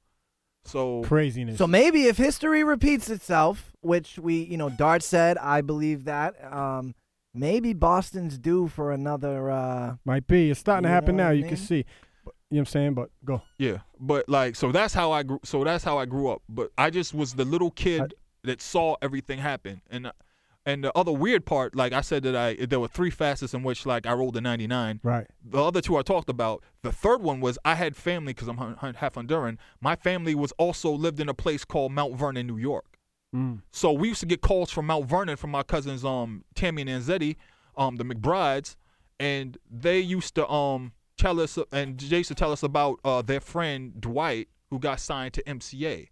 Speaker 3: So
Speaker 2: Craziness.
Speaker 1: So maybe if history repeats itself, which we, you know, Dart said, I believe that. Um, maybe Boston's due for another. Uh,
Speaker 2: Might be. It's starting to
Speaker 1: You
Speaker 2: happen
Speaker 1: know
Speaker 2: now.
Speaker 1: what I
Speaker 2: You can
Speaker 1: mean?
Speaker 2: see. But, you know what I'm saying? But go.
Speaker 3: Yeah, but like, so that's how I grew. So that's how I grew up. But I just was the little kid that saw everything happen. And uh, and the other weird part, like I said, that I there were three facets in which like I rolled a ninety nine.
Speaker 2: Right.
Speaker 3: The other two I talked about. The third one was I had family because I'm hun- hun- half Honduran. My family was also lived in a place called Mount Vernon, New York.
Speaker 2: Mm.
Speaker 3: So we used to get calls from Mount Vernon from my cousins, um, Tammy and Anzetti, um, the McBrides, and they used to um tell us and they used to tell us about uh their friend Dwight who got signed to MCA.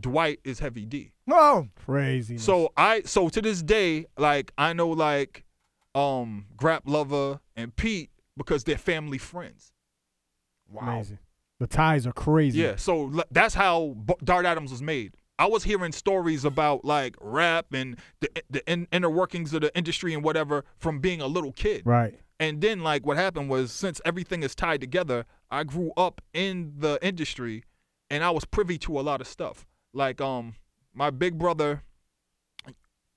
Speaker 3: Dwight is Heavy D.
Speaker 1: no.
Speaker 2: Craziness.
Speaker 3: So I so to this day, like I know like um Grap Lover and Pete because they're family friends.
Speaker 2: Amazing. The ties are crazy.
Speaker 3: Yeah, so l- that's how B- Dart Adams was made. I was hearing stories about like rap and the the in, inner workings of the industry and whatever from being a little kid.
Speaker 2: Right.
Speaker 3: And then like what happened was since everything is tied together, I grew up in the industry and I was privy to a lot of stuff. Like um my big brother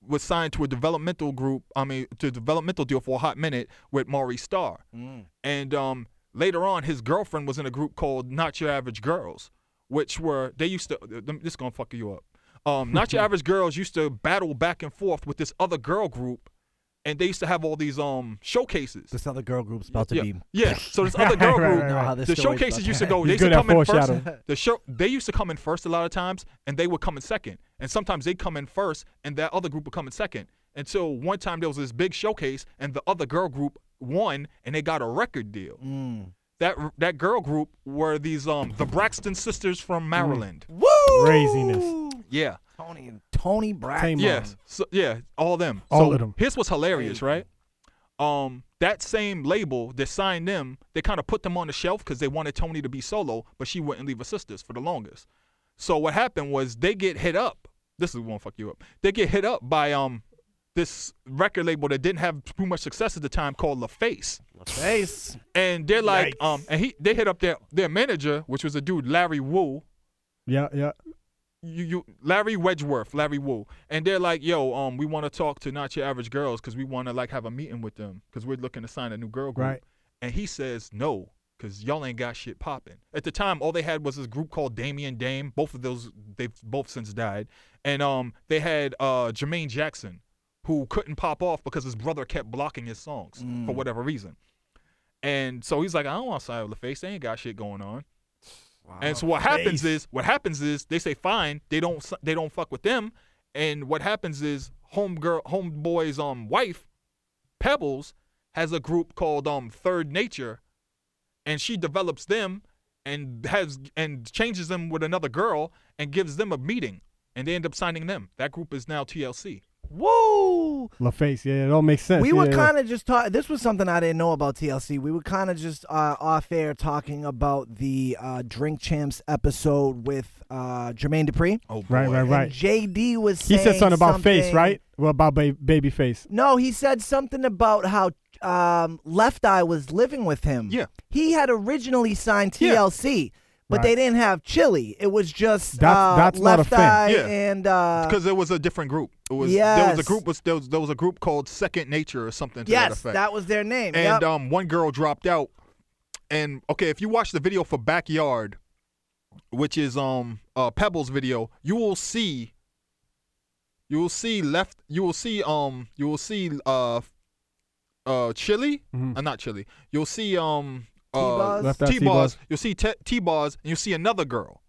Speaker 3: was signed to a developmental group, I mean to a developmental deal for a hot minute with Maury Starr.
Speaker 1: Mm.
Speaker 3: And um, later on, his girlfriend was in a group called Not Your Average Girls, which were they used to. th- th- This gonna fuck you up.
Speaker 2: (laughs)
Speaker 3: Um, Not Your Average Girls used to battle back and forth with this other girl group, and they used to have all these um showcases.
Speaker 1: This other girl group's about to
Speaker 3: yeah,
Speaker 1: be.
Speaker 3: yeah. So this
Speaker 2: (laughs)
Speaker 3: other girl
Speaker 2: Right, right,
Speaker 3: group,
Speaker 2: right.
Speaker 1: know how this
Speaker 3: the
Speaker 1: story's about
Speaker 3: showcases used to go.
Speaker 2: He's
Speaker 3: They used to
Speaker 2: good at
Speaker 3: come in first.
Speaker 2: foreshadowing.
Speaker 3: The show they used to come in first a lot of times, and they would come in second. And sometimes they come in first, and that other group would come in second. Until one time there was this big showcase, and the other girl group won, and they got a record deal.
Speaker 1: Mm.
Speaker 3: That that girl group were these um the Braxton sisters from Maryland.
Speaker 1: Woo!
Speaker 2: Craziness.
Speaker 3: Mm. Yeah.
Speaker 1: Tony and Tony Braxton.
Speaker 2: Tame
Speaker 3: Yes. So, yeah. All them.
Speaker 2: All
Speaker 3: so
Speaker 2: of them.
Speaker 3: His was hilarious, right? Um, that same label that signed them, they kind of put them on the shelf because they wanted Tony to be solo, but she wouldn't leave her sisters for the longest. So what happened was they get hit up. This is gonna fuck you up. They get hit up by um this record label that didn't have too much success at the time called La Face.
Speaker 1: Face.
Speaker 3: And they're like, um, and he they hit up their their manager, which was a dude, Larry Wu,
Speaker 2: Yeah. Yeah.
Speaker 3: you, you Larry Wedgeworth, Larry Wu, and they're like, "Yo, um, we want to talk to not your average girls because we want to like have a meeting with them because we're looking to sign a new girl group."
Speaker 2: Right.
Speaker 3: And he says, "No, because y'all ain't got shit popping." At the time, all they had was this group called Damien Dame. Both of those, they've both since died, and um, they had uh Jermaine Jackson, who couldn't pop off because his brother kept blocking his songs for whatever reason. And so he's like, I don't want to side with LaFace. They ain't got shit going on. And so what happens is, what happens is they say fine, they don't s- they don't fuck with them, and what happens is homegirl homeboy's um wife, Pebbles, has a group called um Third Nature, and she develops them and has and changes them with another girl and gives them a meeting, and they end up signing them. That group is now TLC.
Speaker 1: Woo!
Speaker 2: LaFace. Yeah. It all makes (laughs) sense.
Speaker 1: We
Speaker 2: yeah,
Speaker 1: were
Speaker 2: yeah.
Speaker 1: kind of just talking. This was something I didn't know about TLC. We were kind of just uh, off air talking about the uh, Drink Champs episode with uh, Jermaine Dupri.
Speaker 3: Oh
Speaker 2: Right, boy. right, right.
Speaker 1: And JD was
Speaker 2: He
Speaker 1: saying
Speaker 2: said something about face,
Speaker 1: something-
Speaker 2: right? Well, about ba- baby face.
Speaker 1: No, he said something about how um, Left Eye was living with him.
Speaker 3: Yeah.
Speaker 1: He had originally signed
Speaker 3: Yeah.
Speaker 1: TLC, but
Speaker 2: Right.
Speaker 1: they didn't have Chili. It was just
Speaker 2: That's-
Speaker 1: uh,
Speaker 2: that's not a
Speaker 1: Left
Speaker 2: thing.
Speaker 1: Eye
Speaker 3: Yeah.
Speaker 1: and. Uh,
Speaker 3: Because there was a different group. It was there was a
Speaker 1: Yes.
Speaker 3: group was there, was there was a group called Second Nature or something to that
Speaker 1: yes,
Speaker 3: effect.
Speaker 1: that, was their name.
Speaker 3: and
Speaker 1: Yep.
Speaker 3: um, one girl dropped out. And okay, if you watch the video for Backyard, which is um uh, Pebbles' video, you will see. You will see left. You will see um. You will see uh. Uh, Chili, uh, not Chili. You'll see um. Uh,
Speaker 1: T-Boz?
Speaker 2: Left out
Speaker 3: T bars.
Speaker 2: T-Boz.
Speaker 3: You'll see T bars, and you'll see another girl.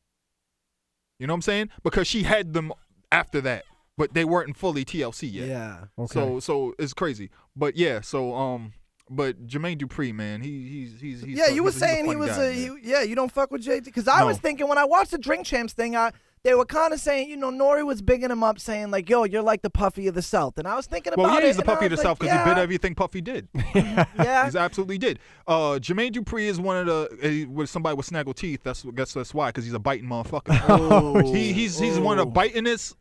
Speaker 3: You know what I'm saying? Because she had them after that, but they weren't fully TLC yet.
Speaker 1: yeah.
Speaker 2: Okay.
Speaker 3: So so it's crazy. But yeah, so um but Jermaine Dupree, man, he he's he's, he's
Speaker 1: yeah,
Speaker 3: so-
Speaker 1: you were
Speaker 3: he's a- he's
Speaker 1: saying he
Speaker 3: funny
Speaker 1: was
Speaker 3: guy,
Speaker 1: a
Speaker 3: man.
Speaker 1: you, yeah. You don't fuck with JT because I
Speaker 3: No.
Speaker 1: was thinking when I watched the Drink Champs thing, I they were kind of saying you know Nori was bigging him up, saying like yo, you're like the Puffy of the South, and I was thinking
Speaker 3: well,
Speaker 1: about
Speaker 3: yeah,
Speaker 1: it.
Speaker 3: he's the
Speaker 1: and I
Speaker 3: puppy
Speaker 1: was
Speaker 3: himself
Speaker 1: like,
Speaker 3: because he bit
Speaker 1: yeah,
Speaker 3: everything Puffy did.
Speaker 1: Yeah,
Speaker 3: (laughs) He's absolutely did. Uh, Jermaine Dupree is one of the uh, with somebody with snaggle teeth. That's guess that's why because he's a biting
Speaker 1: (laughs)
Speaker 3: motherfucker.
Speaker 1: Oh,
Speaker 3: he, he's he's one of
Speaker 1: oh.
Speaker 3: the bitingest,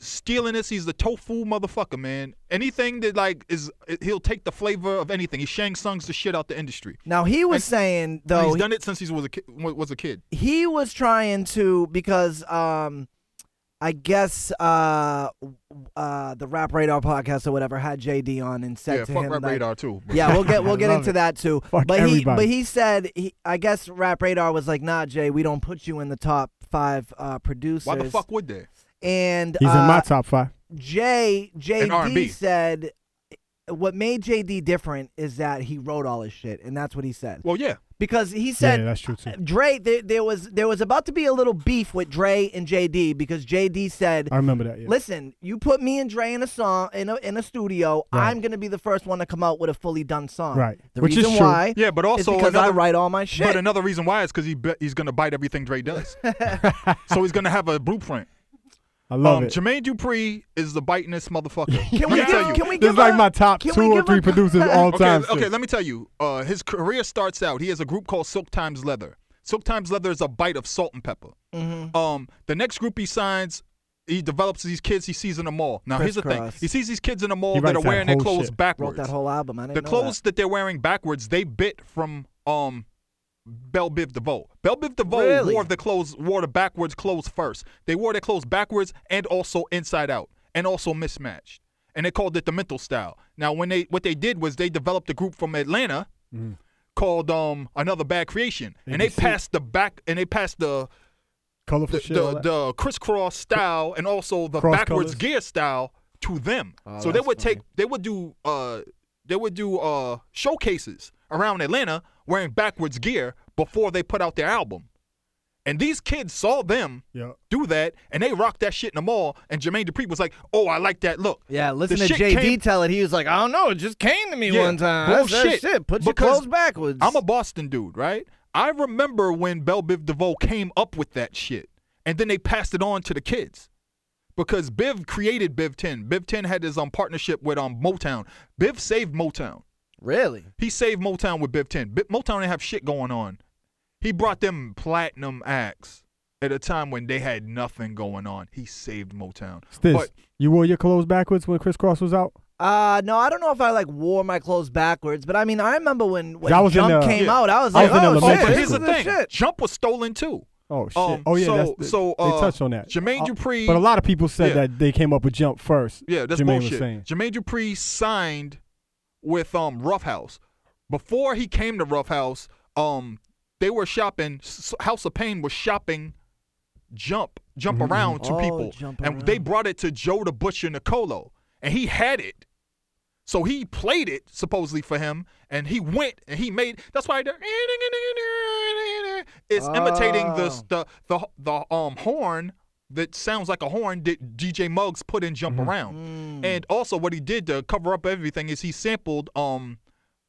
Speaker 3: stealingest. He's the tofu motherfucker, man. Anything that like is he'll take the flavor of anything. He Shang Tsung's the shit out the industry.
Speaker 1: Now he was
Speaker 3: And-
Speaker 1: saying
Speaker 3: And
Speaker 1: though
Speaker 3: he's done it since he was a kid. Was a kid.
Speaker 1: he was trying to because um I guess uh uh the Rap Radar podcast or whatever had JD on and said
Speaker 3: yeah,
Speaker 1: to
Speaker 3: fuck
Speaker 1: him
Speaker 3: Rap
Speaker 1: like,
Speaker 3: Radar too. bro.
Speaker 1: yeah, we'll get we'll get
Speaker 2: Love
Speaker 1: into
Speaker 2: it.
Speaker 1: that too.
Speaker 2: Fuck
Speaker 1: but he
Speaker 2: everybody.
Speaker 1: but he said he I guess Rap Radar was like, "Nah, Jay, we don't put you in the top 5 uh producers."
Speaker 3: Why the fuck would they?
Speaker 1: And
Speaker 2: He's
Speaker 1: uh,
Speaker 2: in my top five.
Speaker 1: Jay
Speaker 3: And
Speaker 1: JD
Speaker 3: R&B.
Speaker 1: said what made JD different is that he wrote all his shit, and that's what he said.
Speaker 3: Well, yeah.
Speaker 1: Because he
Speaker 2: Yeah,
Speaker 1: said uh,
Speaker 2: that's true too.
Speaker 1: Dre, there, there was there was about to be a little beef with Dre and JD because JD said,
Speaker 2: I remember that. Yeah.
Speaker 1: "Listen, you put me and Dre in a song in a in a studio.
Speaker 2: Right.
Speaker 1: I'm gonna be the first one to come out with a fully done song.
Speaker 2: Right.
Speaker 1: The
Speaker 2: Which is
Speaker 1: reason
Speaker 2: true.
Speaker 1: why,
Speaker 3: Yeah, but
Speaker 1: is
Speaker 3: also
Speaker 1: because I
Speaker 3: another,
Speaker 1: write all my shit.
Speaker 3: But another reason why is because he be, he's gonna bite everything Dre
Speaker 1: (laughs)
Speaker 3: does. so he's gonna have a blueprint.
Speaker 2: I love
Speaker 3: um,
Speaker 2: it.
Speaker 3: Jermaine Dupree is the bitingest motherfucker.
Speaker 1: (laughs) Can we
Speaker 3: Let me
Speaker 1: give-
Speaker 3: tell you.
Speaker 1: can we
Speaker 2: this
Speaker 1: give
Speaker 2: is like
Speaker 1: a-
Speaker 2: my top
Speaker 1: can
Speaker 2: two
Speaker 1: we
Speaker 2: or
Speaker 1: give a-
Speaker 2: three producers all
Speaker 3: (laughs) okay,
Speaker 2: time.
Speaker 3: okay.
Speaker 2: shit.
Speaker 3: Let me tell you. Uh, his career starts out. He has a group called Silk Times Leather. Silk Times Leather is a bite of salt and pepper.
Speaker 1: Mm-hmm.
Speaker 3: Um, the next group he signs. He develops these kids he sees in the mall. Now here's the thing:
Speaker 1: Crisscross.
Speaker 3: he sees these kids in the mall
Speaker 2: He
Speaker 3: that are
Speaker 2: writes that
Speaker 3: wearing their
Speaker 2: whole
Speaker 3: clothes
Speaker 2: shit.
Speaker 1: wrote
Speaker 3: backwards.
Speaker 1: that whole album. I didn't
Speaker 3: the
Speaker 1: know
Speaker 3: clothes that. they're wearing backwards, they bit from um Belle Biv DeVoe. Belle Biv DeVoe
Speaker 1: Really?
Speaker 3: wore the clothes, wore the backwards clothes first. They wore their clothes backwards and also inside out, and also mismatched. And they called it the mental style. Now, when they what they did was they developed a group from Atlanta
Speaker 1: Mm-hmm.
Speaker 3: called um another bad creation, and they
Speaker 2: ABC.
Speaker 3: passed the back and they passed the
Speaker 2: Colorful
Speaker 3: the,
Speaker 2: shit. all
Speaker 3: the,
Speaker 2: that.
Speaker 3: the crisscross style and also the
Speaker 2: Cross colours.
Speaker 3: backwards gear style to them.
Speaker 1: Oh,
Speaker 3: so they
Speaker 1: that's
Speaker 3: would
Speaker 1: funny.
Speaker 3: take they would do uh they would do uh showcases around Atlanta wearing backwards gear before they put out their album. And these kids saw them
Speaker 2: Yeah.
Speaker 3: do that and they rocked that shit in the mall and Jermaine Dupri was like, "Oh, I like that look."
Speaker 1: Yeah, listen
Speaker 3: The
Speaker 1: to
Speaker 3: shit
Speaker 1: JD
Speaker 3: came-
Speaker 1: tell it. He was like, I don't know, it just came to me
Speaker 3: Yeah,
Speaker 1: one time. That's- that's
Speaker 3: bullshit.
Speaker 1: shit. Put your
Speaker 3: Because
Speaker 1: clothes backwards.
Speaker 3: I'm a Boston dude, right? I remember when Belle Biv DeVoe came up with that shit, and then they passed it on to the kids. Because Biv created Biv 10. Biv 10 had his um, partnership with um, Motown. Biv saved Motown.
Speaker 1: really.
Speaker 3: He saved Motown with Biv 10. Bi- Motown didn't have shit going on. He brought them platinum acts at a time when they had nothing going on. He saved Motown.
Speaker 2: It's this.
Speaker 3: But
Speaker 2: you wore your clothes backwards when Chris Cross was out.
Speaker 1: Uh no, I don't know if I like wore my clothes backwards, but I mean I remember when, when
Speaker 2: I was in
Speaker 1: Jump
Speaker 2: the-
Speaker 1: came
Speaker 3: Yeah.
Speaker 1: out, I was
Speaker 2: I
Speaker 1: like,
Speaker 2: was in
Speaker 1: oh,
Speaker 2: elementary
Speaker 1: shit,
Speaker 3: oh, but
Speaker 2: shit,
Speaker 3: here's the
Speaker 1: this is
Speaker 3: thing.
Speaker 1: shit.
Speaker 3: Jump was stolen too.
Speaker 2: Oh shit.
Speaker 3: Um,
Speaker 2: oh yeah.
Speaker 3: so-
Speaker 2: that's the,
Speaker 3: so,
Speaker 2: they
Speaker 3: uh,
Speaker 2: touched on that.
Speaker 3: Jermaine
Speaker 2: Uh,
Speaker 3: Dupri-
Speaker 2: But a lot of people said
Speaker 3: Yeah.
Speaker 2: that they came up with Jump first.
Speaker 3: Yeah, that's
Speaker 2: Jermaine was
Speaker 3: bullshit. (laughs)
Speaker 2: saying.
Speaker 3: Jermaine Dupri signed with um Rough House. Before he came to Rough House, um they were shopping. S- House of Pain was shopping. Jump, jump
Speaker 2: Mm-hmm.
Speaker 3: around to
Speaker 1: Oh,
Speaker 3: people,
Speaker 1: Jump
Speaker 3: and they
Speaker 1: Around.
Speaker 3: brought it to Joe the Butcher Nicolo, and he had it. So he played it supposedly for him, and he went and he made. That's why they're- it's imitating the,
Speaker 1: Oh.
Speaker 3: the the the um horn that sounds like a horn that DJ Muggs put in "Jump
Speaker 1: Mm-hmm.
Speaker 3: Around."
Speaker 1: Mm.
Speaker 3: And also, what he did to cover up everything is he sampled um,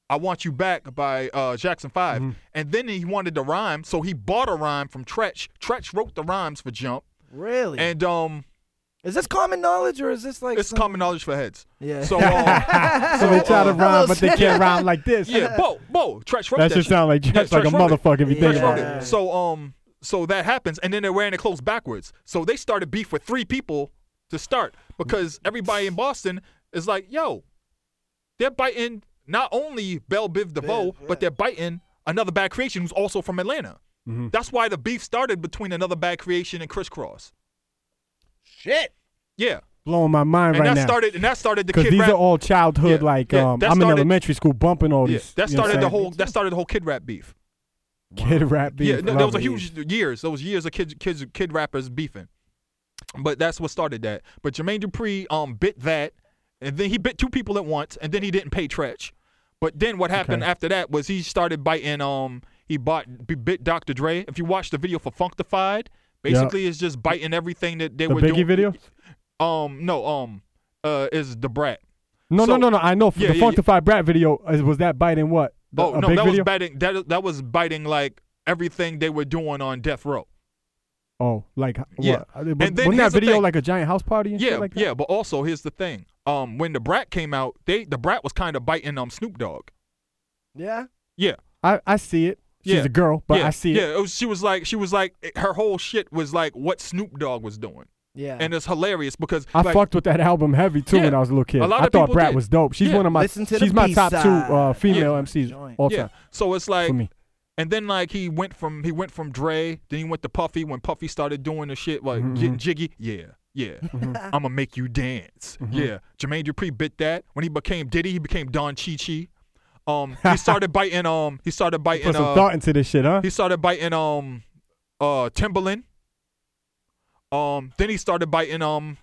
Speaker 3: "I Want You Back" by uh, Jackson 5
Speaker 1: Mm-hmm.
Speaker 3: and then he wanted to rhyme, so he bought a rhyme from Tretch. Tretch wrote the rhymes for "Jump,"
Speaker 1: Really?
Speaker 3: and um,
Speaker 1: is this common knowledge or is this like
Speaker 3: it's
Speaker 1: some-
Speaker 3: common knowledge for heads.
Speaker 1: Yeah. (laughs)
Speaker 3: So, um,
Speaker 2: So they try to
Speaker 3: uh,
Speaker 2: rhyme, but they
Speaker 3: (laughs)
Speaker 2: can't rhyme like this.
Speaker 3: yeah, Bo, Bo, Tretch
Speaker 2: (laughs) That
Speaker 3: wrote that.
Speaker 2: should
Speaker 3: shit.
Speaker 2: sound like just
Speaker 3: Yeah,
Speaker 2: like a
Speaker 3: Tretch wrote it.
Speaker 2: motherfucker if you think
Speaker 3: Tretch wrote
Speaker 2: about
Speaker 1: Yeah.
Speaker 2: it.
Speaker 3: it. So um, so that happens, and then they're wearing their clothes backwards. So they started beef with three people to start because everybody in Boston is like, yo, they're biting not only Belle Biv DeVoe, but they're biting another bad creation who's also from Atlanta.
Speaker 2: Mm-hmm.
Speaker 3: That's why the beef started between another bad creation and crisscross.
Speaker 1: shit.
Speaker 3: Yeah,
Speaker 2: Blowing my mind
Speaker 3: and
Speaker 2: right
Speaker 3: that
Speaker 2: now.
Speaker 3: started, and that started the
Speaker 2: Because
Speaker 3: kid
Speaker 2: these
Speaker 3: rap.
Speaker 2: are all childhood,
Speaker 3: Yeah,
Speaker 2: like
Speaker 3: yeah,
Speaker 2: um,
Speaker 3: that
Speaker 2: I'm in
Speaker 3: started-
Speaker 2: elementary school bumping all
Speaker 3: yeah,
Speaker 2: these.
Speaker 3: that
Speaker 2: you know what I'm
Speaker 3: started the
Speaker 2: saying?
Speaker 3: whole. That started the whole kid rap beef.
Speaker 2: (laughs) kid rap beef.
Speaker 3: Yeah, no, there
Speaker 2: love
Speaker 3: was a
Speaker 2: it.
Speaker 3: huge years. There was years of kids, kids, kid rappers beefing, but that's what started that. But Jermaine Dupri um bit that, and then he bit two people at once, and then he didn't pay Tretch. But then what happened
Speaker 2: Okay.
Speaker 3: after that was he started biting. Um, he bought b- bit Dr. Dre. If you watch the video for Functified, basically it's just biting everything that they
Speaker 2: The
Speaker 3: were
Speaker 2: Biggie
Speaker 3: doing.
Speaker 2: video.
Speaker 3: Um, no, um, uh, is the brat.
Speaker 2: No,
Speaker 3: So-
Speaker 2: no, no, no. I know. For
Speaker 3: Yeah,
Speaker 2: the
Speaker 3: yeah, yeah.
Speaker 2: Funkified Brat video uh, was that biting what? The-
Speaker 3: oh
Speaker 2: a
Speaker 3: no,
Speaker 2: big
Speaker 3: that
Speaker 2: video?
Speaker 3: was biting. That that was biting like everything they were doing on death row.
Speaker 2: Oh, like
Speaker 3: Yeah.
Speaker 2: What? And wasn't
Speaker 3: then
Speaker 2: that
Speaker 3: here's the
Speaker 2: video
Speaker 3: thing.
Speaker 2: like a giant house party? And
Speaker 3: Yeah,
Speaker 2: shit like that?
Speaker 3: yeah. But also, here's the thing. Um, when the brat came out, they the brat was kind of biting um Snoop Dogg.
Speaker 1: Yeah.
Speaker 3: Yeah,
Speaker 2: I, I see it. She's
Speaker 3: Yeah.
Speaker 2: a girl, but
Speaker 3: yeah,
Speaker 2: I see it.
Speaker 3: Yeah, it was, she was like, she was like, it- her whole shit was like what Snoop Dogg was doing,
Speaker 1: Yeah. (laughs)
Speaker 3: and it's hilarious because
Speaker 2: I
Speaker 3: like,
Speaker 2: fucked with that album heavy too
Speaker 3: Yeah.
Speaker 2: when I was a little kid.
Speaker 3: A lot
Speaker 2: I
Speaker 3: of
Speaker 2: thought
Speaker 3: people
Speaker 2: Brat
Speaker 3: did.
Speaker 2: was dope. She's
Speaker 3: Yeah.
Speaker 2: one of my
Speaker 1: Listen to the
Speaker 2: she's my top two
Speaker 1: B-side.
Speaker 2: uh, female
Speaker 3: Yeah.
Speaker 2: MCs
Speaker 1: Joint.
Speaker 2: all
Speaker 3: yeah.
Speaker 2: time
Speaker 3: So it's
Speaker 2: for
Speaker 3: like,
Speaker 2: me.
Speaker 3: and then like he went from he went from Dre, then he went to Puffy. When Puffy started doing the shit like
Speaker 2: Mm-hmm,
Speaker 3: getting jiggy, yeah, yeah, I'ma make you dance.
Speaker 2: Mm-hmm.
Speaker 3: Yeah, Jermaine Dupri bit that. When he became Diddy, he became Don Chi Chi. Um,
Speaker 2: (laughs)
Speaker 3: he started biting. Um, he started biting.
Speaker 2: Put some
Speaker 3: uh,
Speaker 2: thought into this shit, huh?
Speaker 3: He started biting um uh Timberland. Um then he started biting um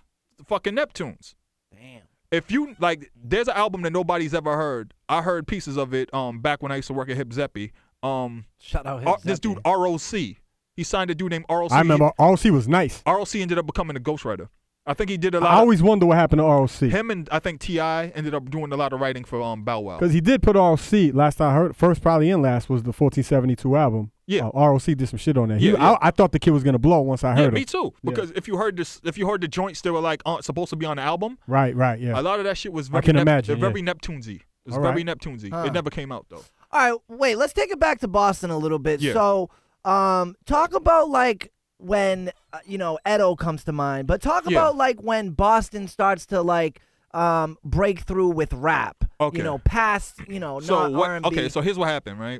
Speaker 3: fucking Neptunes.
Speaker 1: Damn.
Speaker 3: If you like there's an album that nobody's ever heard. I heard pieces of it um back when I used to work at Hip Zeppy. Um
Speaker 1: Shout out.
Speaker 3: R-
Speaker 1: Hip
Speaker 3: this
Speaker 1: Zeppy.
Speaker 3: dude uh, ROC. He signed a dude named ROC.
Speaker 2: I remember ROC was nice.
Speaker 3: ROC ended up becoming a ghostwriter. I think he did a lot
Speaker 2: I always wonder what happened to ROC.
Speaker 3: of, him and I think TI ended up doing a lot of writing for um Bow Wow.
Speaker 2: Because he did put ROC last I heard, first probably in last was the 1472 album.
Speaker 3: Yeah.
Speaker 2: uh, ROC did some shit on that. He-
Speaker 3: Yeah, yeah.
Speaker 2: I, I thought the kid was gonna blow once I
Speaker 3: Yeah,
Speaker 2: heard
Speaker 3: me
Speaker 2: him.
Speaker 3: too.
Speaker 2: Yeah.
Speaker 3: Because if you heard this if you heard the joints that were like aren't supposed to be on the album,
Speaker 2: Right, right, yeah.
Speaker 3: A lot of that shit was very,
Speaker 2: can
Speaker 3: Nep-
Speaker 2: imagine,
Speaker 3: uh, very Neptunesy. It was
Speaker 2: All
Speaker 3: very
Speaker 2: right.
Speaker 3: Neptunesy.
Speaker 1: Huh.
Speaker 3: It never came out though.
Speaker 1: All right, wait. Let's take it back to Boston a little bit.
Speaker 3: Yeah.
Speaker 1: So, um, talk about like when uh, you know Edo comes to mind, but talk
Speaker 3: Yeah.
Speaker 1: about like when Boston starts to like um break through with rap.
Speaker 3: Okay.
Speaker 1: You know, past you know
Speaker 3: So
Speaker 1: not
Speaker 3: what?
Speaker 1: R&B.
Speaker 3: Okay, so here's what happened, right?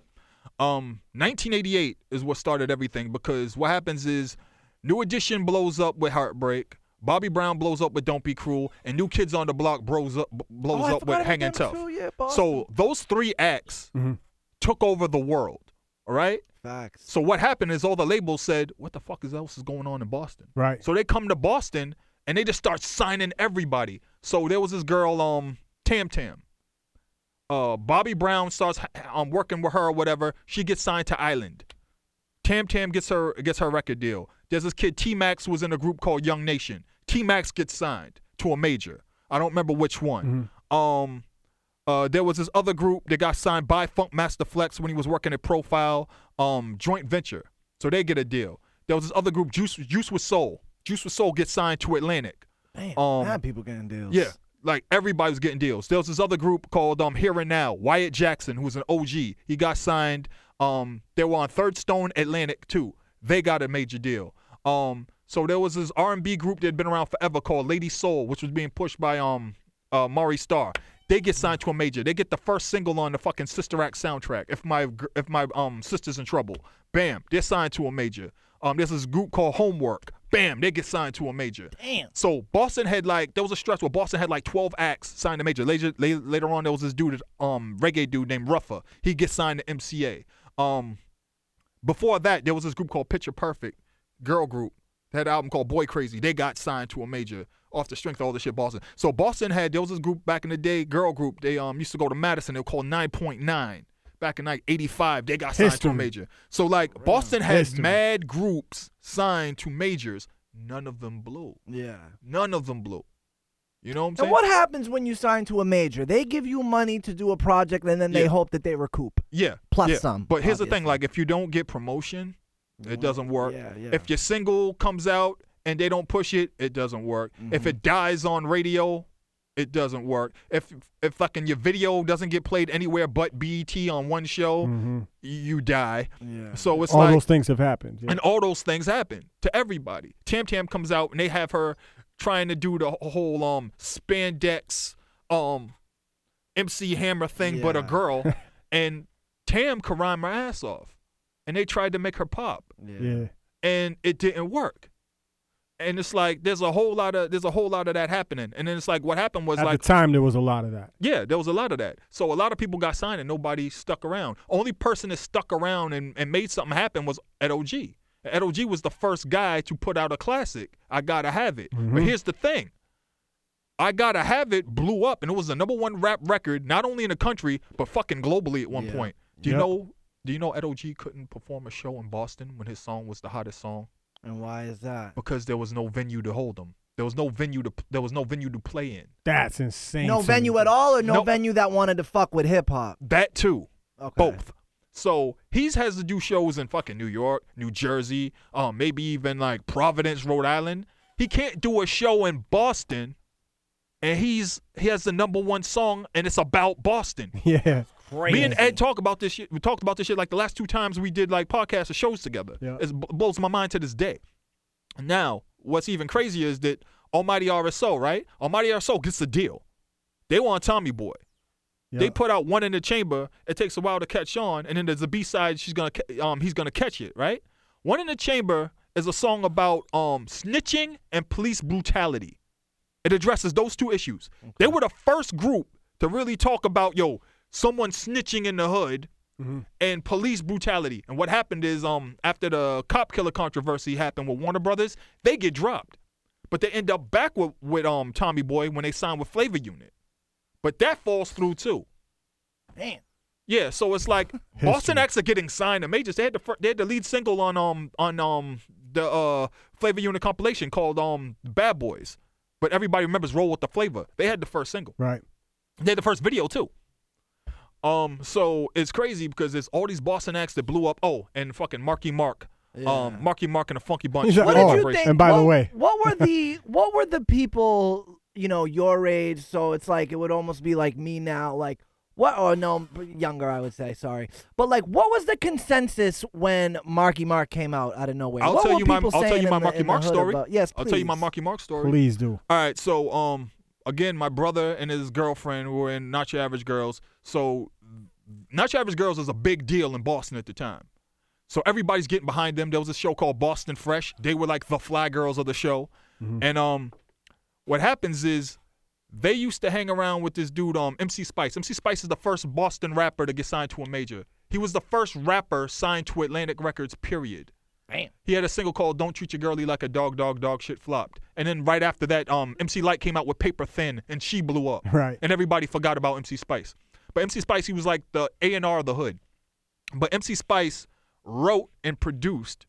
Speaker 3: Um, 1988 is what started everything because what happens is New Edition blows up with Heartbreak, Bobby Brown blows up with Don't Be Cruel, and New Kids on the Block blows up
Speaker 1: Oh,
Speaker 3: blows
Speaker 1: I
Speaker 3: up
Speaker 1: forgot
Speaker 3: with
Speaker 1: about
Speaker 3: Hanging
Speaker 1: them
Speaker 3: Tough.
Speaker 1: too, yeah, Boston.
Speaker 3: So those three acts
Speaker 2: Mhm.
Speaker 3: took over the world. All right.
Speaker 1: facts.
Speaker 3: So what happened is all the labels said, "What the fuck is else is going on in Boston?"
Speaker 2: Right.
Speaker 3: So they come to Boston and they just start signing everybody. So there was this girl, um, Tam Tam. Uh, Bobby Brown starts um working with her or whatever. She gets signed to Island. Tam Tam gets her gets her record deal. There's this kid T Max was in a group called Young Nation. T Max gets signed to a major. I don't remember which one. Um, uh, there was this other group that got signed by Funk Master Flex when he was working at Profile um, Joint Venture. So they get a deal. There was this other group, Juice Juice with Soul. Juice with Soul gets signed to Atlantic.
Speaker 1: Man,
Speaker 3: um,
Speaker 1: mad people getting deals.
Speaker 3: Yeah. Like everybody was getting deals. There was this other group called um Here and Now, Wyatt Jackson, who's an OG. He got signed. Um, they were on Third Stone Atlantic too. They got a major deal. Um, so there was this R and B group that had been around forever called Lady Soul, which was being pushed by um uh Mari Starr. They get signed to a major. They get the first single on the fucking Sister Act soundtrack. If my gr- if my um sister's in trouble, bam, they're signed to a major. Um, there's this group called Homework. Bam, they get signed to a major.
Speaker 1: Damn.
Speaker 3: So Boston had like there was a stretch where Boston had like 12 acts signed to major. Later, later, later on, there was this dude, um, reggae dude named Ruffa. He gets signed to MCA. Um, before that, there was this group called Picture Perfect, girl group. They had an album called Boy Crazy. They got signed to a major off the strength of all this shit Boston. So Boston had there was this group back in the day, girl group. They um used to go to Madison. They were called 9.9. Back in like 85, they got signed to
Speaker 2: History.
Speaker 3: a major. So like Boston had
Speaker 2: History.
Speaker 3: mad groups signed to majors. None of them blew.
Speaker 1: Yeah.
Speaker 3: None of them blew. You know what I'm saying?
Speaker 1: And what happens when you sign to a major? They give you money to do a project, and then they
Speaker 3: Yeah.
Speaker 1: hope that they recoup.
Speaker 3: yeah.
Speaker 1: Plus
Speaker 3: yeah.
Speaker 1: some,
Speaker 3: But here's the thing:
Speaker 1: obviously. Mm-hmm.
Speaker 3: like, if you don't get promotion, it doesn't work.
Speaker 1: yeah, yeah.
Speaker 3: If your single comes out and they don't push it, it doesn't work. If
Speaker 1: Mm-hmm.
Speaker 3: it dies on radio, it doesn't work. If if fucking your video doesn't get played anywhere but BET on one show, you die.
Speaker 1: Mm. Yeah.
Speaker 3: So it's
Speaker 2: Mm-hmm. all
Speaker 3: like
Speaker 2: those things have happened. yeah.
Speaker 3: And all those things happen to everybody. Tam Tam comes out and they have her trying to do the whole um spandex um MC Hammer thing, but a
Speaker 1: Yeah.
Speaker 3: girl. and Tam could rhyme her ass off. And they tried to make her pop.
Speaker 2: yeah.
Speaker 3: And it didn't work. And it's like there's a whole lot of there's a whole lot of that happening. And then it's like what happened was
Speaker 2: At
Speaker 3: like
Speaker 2: the time, there was a lot of that.
Speaker 3: yeah, there was a lot of that. So a lot of people got signed and nobody stuck around. Only person that stuck around and, and made something happen was Ed OG. Ed OG was the first guy to put out a classic. I gotta have it. But here's the thing. I gotta have it blew up and it was the number one rap record, not only in the country, but fucking globally at one
Speaker 1: Yeah.
Speaker 3: point. Do you
Speaker 2: Yep.
Speaker 3: know do you know Ed OG couldn't perform a show in Boston when his song was the hottest song?
Speaker 1: And why is that?
Speaker 3: Because there was no venue to hold him. There was no venue to there was no venue to play in.
Speaker 2: That's insane.
Speaker 1: No
Speaker 2: to
Speaker 1: venue
Speaker 2: me.
Speaker 1: at all, or no,
Speaker 3: No.
Speaker 1: venue that wanted to fuck with hip hop.
Speaker 3: That too.
Speaker 1: Okay.
Speaker 3: both. So he's has to do shows in fucking New York, New Jersey, um, maybe even like Providence, Rhode Island. He can't do a show in Boston, and he's he has the number one song, and it's about Boston.
Speaker 2: (laughs) Yeah.
Speaker 1: Crazy.
Speaker 3: Me and Ed talk about this shit. We talked about this shit like the last two times we did like podcasts or shows together.
Speaker 2: Yeah.
Speaker 3: It b- blows my mind to this day. Now, what's even crazier is that Almighty RSO, right? Almighty RSO gets the deal. They want Tommy Boy.
Speaker 2: yeah.
Speaker 3: They put out one in the chamber. It takes a while to catch on, and then there's a B side. She's gonna, ca- um, he's gonna catch it, right? One in the chamber is a song about um snitching and police brutality. It addresses those two issues. They were the first group to really talk about yo someone snitching in the hood
Speaker 2: Mhm.
Speaker 3: and police brutality. And what happened is um after the cop killer controversy happened with Warner Brothers, they get dropped, but they end up back with with um Tommy Boy when they sign with Flavor Unit. But that falls through too.
Speaker 1: Man.
Speaker 3: Yeah, so
Speaker 1: (laughs)
Speaker 3: it's like Boston
Speaker 2: History.
Speaker 3: X are getting signed to majors. They had the fir- they had the lead single on um on um the uh Flavor Unit compilation called um Bad Boys, but everybody remembers Roll with the Flavor. They had the first single.
Speaker 2: Right.
Speaker 3: They had the first video too. Um, so it's crazy because there's all these Boston acts that blew up. Oh, and fucking Marky Mark,
Speaker 1: Yeah.
Speaker 3: um Marky Mark and the Funky Bunch.
Speaker 2: He's like,
Speaker 1: What
Speaker 3: had a
Speaker 2: oh,
Speaker 1: did you
Speaker 3: break.
Speaker 1: think?
Speaker 2: And by the
Speaker 1: what,
Speaker 2: way-
Speaker 1: what were the what were the people you know your age? So it's like it would almost be like me now, like what? Or no, younger I would say. Sorry, but like what was the consensus when Marky Mark came out out of nowhere?
Speaker 3: I'll
Speaker 1: What
Speaker 3: tell
Speaker 1: were
Speaker 3: you my-
Speaker 1: people
Speaker 3: I'll tell
Speaker 1: saying
Speaker 3: you my
Speaker 1: in the-
Speaker 3: Marky
Speaker 1: in the
Speaker 3: Mark
Speaker 1: hood
Speaker 3: story.
Speaker 1: about- yes, please.
Speaker 3: I'll tell you my Marky Mark story.
Speaker 2: Please do.
Speaker 3: All right, so um, again, my brother and his girlfriend were in Not Your Average Girls. So, Not Your Average Girls is a big deal in Boston at the time. So everybody's getting behind them. There was a show called Boston Fresh. They were like the fly girls of the show. And um, what happens is they used to hang around with this dude, um, MC Spice. MC Spice is the first Boston rapper to get signed to a major. He was the first rapper signed to Atlantic Records. Period.
Speaker 1: Man.
Speaker 3: He had a single called "Don't Treat Your Girlie Like a Dog." Dog. Dog. Shit flopped. And then right after that, um, MC Light came out with "Paper Thin," and she blew up.
Speaker 2: Right.
Speaker 3: And everybody forgot about MC Spice. But MC Spice, he was like the A and R of the hood. But MC Spice wrote and produced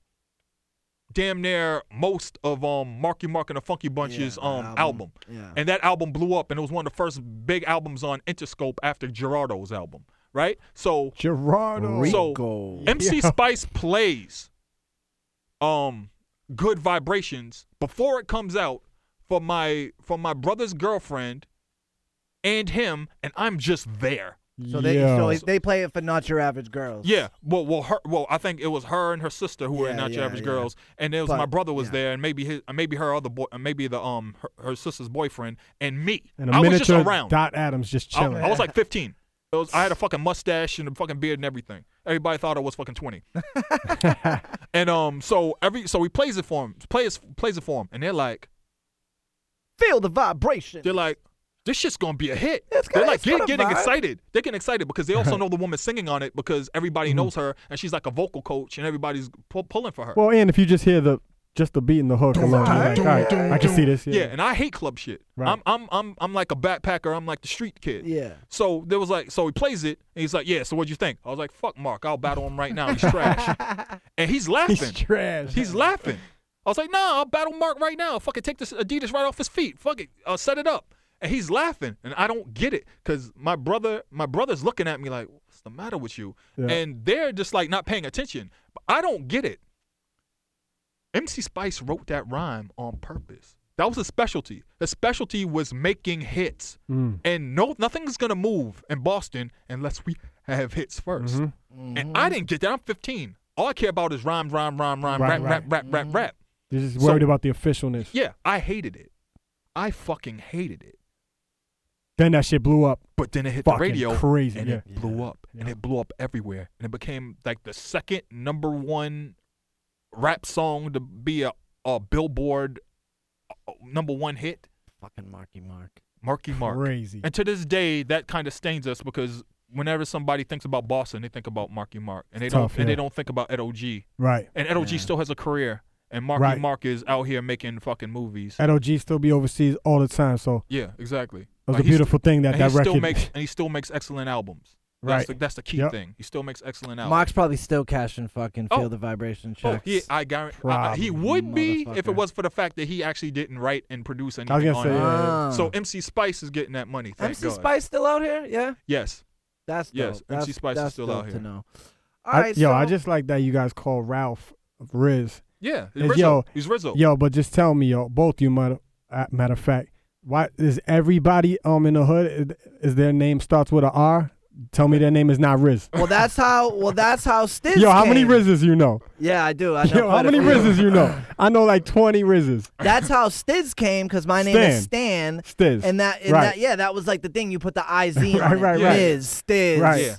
Speaker 3: damn near most of um Marky Mark and the Funky Bunch's
Speaker 1: Yeah,
Speaker 3: um
Speaker 1: album.
Speaker 3: album.
Speaker 1: Yeah.
Speaker 3: And that album blew up, and it was one of the first big albums on Interscope after Gerardo's album. Right. So
Speaker 2: Gerardo.
Speaker 3: So-
Speaker 1: Rico.
Speaker 3: MC
Speaker 2: Yeah.
Speaker 3: Spice plays um good vibrations before it comes out for my for my brother's girlfriend and him and I'm just there.
Speaker 1: So they
Speaker 2: Yo.
Speaker 1: so they play it for not your average girls.
Speaker 3: Yeah. Well well her well I think it was her and her sister who were in
Speaker 1: Yeah,
Speaker 3: Not Your
Speaker 1: yeah,
Speaker 3: Average
Speaker 1: yeah.
Speaker 3: Girls and it was
Speaker 1: But-
Speaker 3: my brother was
Speaker 1: yeah.
Speaker 3: there and maybe his maybe her other boy maybe the um her, her sister's boyfriend and me.
Speaker 2: And a
Speaker 3: I was just
Speaker 2: miniature
Speaker 3: around.
Speaker 2: Dot Adams just
Speaker 3: I,
Speaker 2: chilling.
Speaker 3: I
Speaker 1: (laughs)
Speaker 3: was like 15. It was, I had a fucking mustache and a fucking beard and everything. Everybody thought I was
Speaker 1: (laughs)
Speaker 3: fucking 20. and um, so every so he plays it for him, plays plays it for him, and they're like,
Speaker 1: Feel the vibration.
Speaker 3: they're like, this shit's gonna be a hit.
Speaker 1: It's gonna-
Speaker 3: they're
Speaker 1: it's
Speaker 3: like
Speaker 1: gonna
Speaker 3: getting
Speaker 1: vibe.
Speaker 3: excited. They're getting excited because
Speaker 1: (laughs)
Speaker 3: they also know the woman singing on it because everybody
Speaker 1: Mm-hmm.
Speaker 3: knows her and she's like a vocal coach and everybody's pu- pulling for her.
Speaker 2: Well, and if you just hear the just the beat and the hook alone, you're like, all right, I can see this.
Speaker 3: yeah.
Speaker 2: Yeah.
Speaker 3: and I hate club shit.
Speaker 2: Right.
Speaker 3: I'm I'm I'm I'm like a backpacker. I'm like the street kid.
Speaker 1: yeah.
Speaker 3: So there was like, so he plays it, and he's like, "Yeah." So what'd you think? I was like, "Fuck, Mark, I'll battle him right
Speaker 2: (laughs)
Speaker 3: now. He's trash." and
Speaker 2: (laughs)
Speaker 3: he's
Speaker 2: He's
Speaker 3: laughing.
Speaker 2: trash.
Speaker 3: He's laughing. I was like, "Nah, I'll battle Mark right now. Fucking take this Adidas right off his feet. Fuck it, I'll set it up." And he's laughing, and I don't get it because my brother, my brother's looking at me like, "What's the matter with you?"
Speaker 2: Yeah.
Speaker 3: And they're just like not paying attention. But I don't get it. MC Spice wrote that rhyme on purpose. That was his specialty. His specialty was making hits
Speaker 2: Mm.
Speaker 3: and no nothing's gonna move in Boston unless we have hits 1st
Speaker 2: Mhm.
Speaker 1: Mm-hmm.
Speaker 3: And I didn't get that. I'm 15. All I care about is rhyme, rhyme, rhyme, rhyme,
Speaker 2: Right,
Speaker 3: rap,
Speaker 2: right.
Speaker 3: rap, rap, rap, rap.
Speaker 2: They're just
Speaker 3: So-
Speaker 2: worried about the officialness.
Speaker 3: Yeah, I hated it. I fucking hated it.
Speaker 2: Then that shit blew up.
Speaker 3: But then it hit
Speaker 2: Fucking
Speaker 3: the radio,
Speaker 2: crazy,
Speaker 3: and it
Speaker 1: yeah.
Speaker 3: blew up, and
Speaker 2: Yeah.
Speaker 3: it blew up everywhere, and it became like the second number one rap song to be a, a Billboard uh, number one hit.
Speaker 1: Fucking Marky Mark.
Speaker 3: Marky Mark.
Speaker 2: Crazy.
Speaker 3: And to this day, that kind of stains us because whenever somebody thinks about Boston, they think about Marky Mark, and they
Speaker 2: It's
Speaker 3: don't
Speaker 2: tough,
Speaker 3: and
Speaker 2: yeah.
Speaker 3: they don't think about Ed OG.
Speaker 2: Right.
Speaker 3: And Ed OG
Speaker 1: Yeah.
Speaker 3: still has a career, and Marky
Speaker 2: Right.
Speaker 3: Mark is out here making fucking movies.
Speaker 2: At OG still be overseas all the time, so
Speaker 3: yeah, exactly.
Speaker 2: it was
Speaker 3: Like,
Speaker 2: a
Speaker 3: he's-
Speaker 2: beautiful thing that
Speaker 3: and
Speaker 2: that
Speaker 3: he still
Speaker 2: (laughs) record.
Speaker 3: makes and he still makes excellent albums. That's
Speaker 2: Right.
Speaker 3: the, that's the key
Speaker 2: Yep.
Speaker 3: thing. He still makes excellent albums.
Speaker 1: Mark's probably still cashing fucking
Speaker 3: Oh.
Speaker 1: feel the vibration
Speaker 3: Oh,
Speaker 1: checks.
Speaker 3: yeah, I guarantee I- I- he
Speaker 2: Probably,
Speaker 3: would be if it
Speaker 1: motherfucker.
Speaker 3: was for the fact that he actually didn't write and produce anything.
Speaker 2: I was gonna
Speaker 3: on
Speaker 2: say,
Speaker 3: it.
Speaker 2: yeah.
Speaker 1: Ah.
Speaker 3: So MC Spice is getting that money. Thank
Speaker 1: MC
Speaker 3: God.
Speaker 1: Spice still out here? Yeah,
Speaker 3: Yes.
Speaker 1: that's dope.
Speaker 3: Yes, MC
Speaker 1: That's-
Speaker 3: Spice is
Speaker 1: that's
Speaker 3: still out
Speaker 1: dope
Speaker 3: here.
Speaker 1: To know. All
Speaker 2: I,
Speaker 1: right,
Speaker 2: yo,
Speaker 1: so,
Speaker 2: I just like that you guys call Ralph Riz.
Speaker 3: Yeah.
Speaker 2: Is-
Speaker 3: Rizzo.
Speaker 2: yo,
Speaker 3: He's Rizzo.
Speaker 2: Yo, but just tell me, yo, both you matter uh, matter of fact, why is everybody um in the hood is, is their name starts with a R? Tell me their name is not Riz.
Speaker 1: (laughs) well, that's how. Well, that's how Stiz.
Speaker 2: Yo, how many
Speaker 1: came.
Speaker 2: Rizzes you know?
Speaker 1: Yeah, I do. I know
Speaker 2: Yo, how
Speaker 1: quite a
Speaker 2: many
Speaker 1: few.
Speaker 2: Rizzes you
Speaker 3: (laughs)
Speaker 2: know? I know like twenty Rizzes.
Speaker 1: That's how Stiz came because my name is Stan,
Speaker 2: Stiz. (laughs)
Speaker 1: and that, and
Speaker 2: Right.
Speaker 1: that, yeah, that was like the thing. You put the I
Speaker 2: (laughs)
Speaker 1: Z on
Speaker 2: Right,
Speaker 1: it.
Speaker 2: right,
Speaker 3: right.
Speaker 1: Riz, Stiz.
Speaker 2: Right.
Speaker 3: Yeah.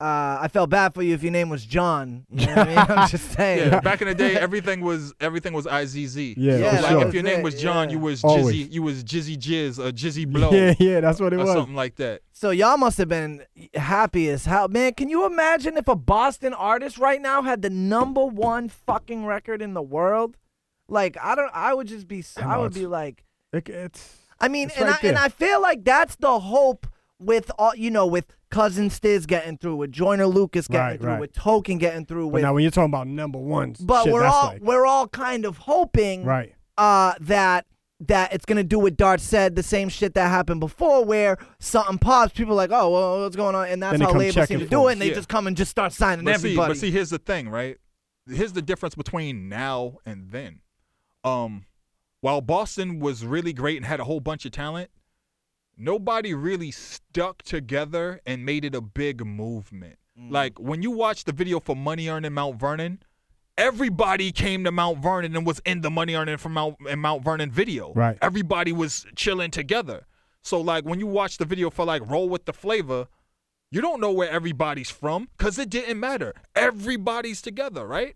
Speaker 1: Uh, I felt bad for you if your name was John. You know
Speaker 2: (laughs)
Speaker 1: what I mean? I'm just saying.
Speaker 3: Yeah, back in the day, everything was everything was IZZ.
Speaker 1: Yeah,
Speaker 2: Yeah,
Speaker 3: So,
Speaker 1: that
Speaker 3: like
Speaker 1: was
Speaker 3: if your
Speaker 1: it,
Speaker 3: name was John,
Speaker 1: yeah.
Speaker 3: you was
Speaker 2: Always.
Speaker 3: Jizzy, you was Jizzy Jizz
Speaker 2: (laughs)
Speaker 3: or Jizzy Blow
Speaker 2: Yeah, yeah, that's what it
Speaker 3: or
Speaker 2: was.
Speaker 3: something like that.
Speaker 1: So y'all must have been happy as hell, man. Can you imagine if a Boston artist right now had the number one fucking record in the world? Like I don't, I would just be, so-
Speaker 2: I
Speaker 1: I
Speaker 2: know,
Speaker 1: would
Speaker 2: it's-
Speaker 1: be like,
Speaker 2: It- it's
Speaker 1: I mean,
Speaker 2: It's
Speaker 1: and
Speaker 2: right
Speaker 1: I and
Speaker 2: there.
Speaker 1: I feel like that's the hope with all, you know, with cousin Stiz getting through, with Joyner Lucas getting
Speaker 2: Right,
Speaker 1: through,
Speaker 2: right.
Speaker 1: with Token getting through,
Speaker 2: but
Speaker 1: with.
Speaker 2: now when you're talking about number one,
Speaker 1: but
Speaker 2: shit,
Speaker 1: we're
Speaker 2: that's
Speaker 1: all
Speaker 2: like-
Speaker 1: we're all kind of hoping
Speaker 2: right.
Speaker 1: uh, that that it's gonna do what Dart said, the same shit that happened before, where something pops, people are like, oh, well, what's going on? And that's
Speaker 2: Then they
Speaker 1: how
Speaker 2: come
Speaker 1: labels
Speaker 2: checking
Speaker 1: seem to
Speaker 2: for
Speaker 1: do
Speaker 2: us.
Speaker 1: it, and they
Speaker 3: Yeah.
Speaker 1: just come and just start signing
Speaker 3: But see,
Speaker 1: everybody.
Speaker 3: but see, here's the thing, right? Here's the difference between now and then. Um, while Boston was really great and had a whole bunch of talent, nobody really stuck together and made it a big movement. Like when you watch the video for Money Earning Mount Vernon, everybody came to Mount Vernon and was in the Money Earning from Mount and Mount Vernon video.
Speaker 2: Right.
Speaker 3: Everybody was chilling together. So like when you watch the video for like Roll with the Flavor, you don't know where everybody's from because it didn't matter. Everybody's together, right?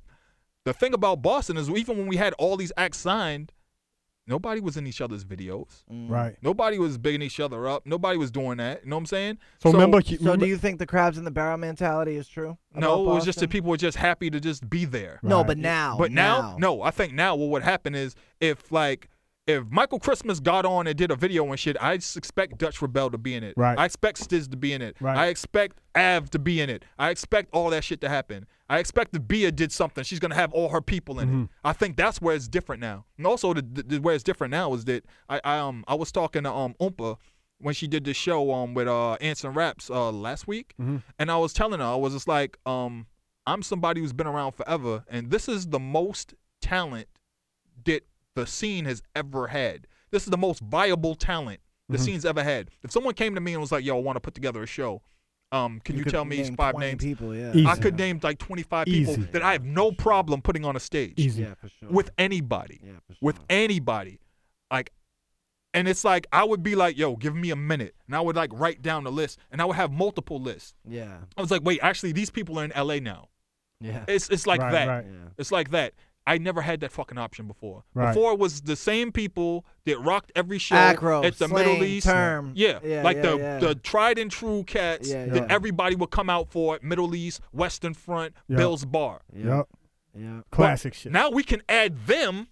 Speaker 3: The thing about Boston is even when we had all these acts signed, nobody was in each other's videos.
Speaker 2: Mm.
Speaker 1: Mm.
Speaker 2: Right.
Speaker 3: Nobody was bigging each other up. Nobody was doing that. You know what I'm saying?
Speaker 2: So, remember,
Speaker 1: so do you think the crabs in the barrel mentality is true?
Speaker 3: No, it was just that
Speaker 1: the
Speaker 3: people were just happy to just be there.
Speaker 1: No,
Speaker 2: Right.
Speaker 1: but now.
Speaker 3: But now, no, I think now what would happen is if like if Michael Christmas got on and did a video and shit, I s- expect Dutch Rebel to be in it.
Speaker 2: Right.
Speaker 3: I expect Stiz to be in it.
Speaker 2: Right.
Speaker 3: I expect Av to be in it. I expect all that shit to happen. I expect the Bia did something. She's gonna have all her people in
Speaker 2: Mm-hmm.
Speaker 3: it. I think that's where it's different now. And also, the, the, the- where it's different now is that I, I um I was talking to um Oompa when she did the show um with uh Anson Raps uh last week,
Speaker 2: Mm-hmm.
Speaker 3: and I was telling her I was just like um I'm somebody who's been around forever, and this is the most talent that the scene has ever had. This is the most viable talent the scene's ever had. If someone came to me and was like, "Yo, I want to put together a show," um, can you,
Speaker 1: could
Speaker 3: tell me
Speaker 1: name
Speaker 3: five
Speaker 1: 20
Speaker 3: names?
Speaker 1: People, yeah.
Speaker 2: Easy.
Speaker 3: I could name like 25 people
Speaker 2: Easy.
Speaker 3: that I have no problem putting on a stage
Speaker 2: easy.
Speaker 1: Yeah, for sure.
Speaker 3: with anybody,
Speaker 1: yeah, for sure.
Speaker 3: with anybody, like. And it's like I would be like, "Yo, give me a minute," and I would like write down the list, and I would have multiple lists.
Speaker 1: yeah,
Speaker 3: I was like, "Wait, actually, these people are in LA now."
Speaker 1: yeah,
Speaker 3: It's it's like
Speaker 2: Right,
Speaker 3: that.
Speaker 2: right.
Speaker 1: yeah.
Speaker 3: It's like that. I never had that fucking option before.
Speaker 2: Right.
Speaker 3: Before it was the same people that rocked every show
Speaker 1: Acro,
Speaker 3: at the
Speaker 1: slang,
Speaker 3: Middle East.
Speaker 1: term.
Speaker 3: Yeah.
Speaker 1: Yeah,
Speaker 3: like
Speaker 1: yeah,
Speaker 3: the
Speaker 1: yeah.
Speaker 3: the tried and true cats
Speaker 1: Yeah,
Speaker 3: that
Speaker 1: yeah.
Speaker 3: everybody would come out for at Middle East, Western Front,
Speaker 2: Yeah.
Speaker 3: Bill's Bar.
Speaker 2: Yep.
Speaker 1: yeah.
Speaker 2: Classic shit.
Speaker 3: Now we can add them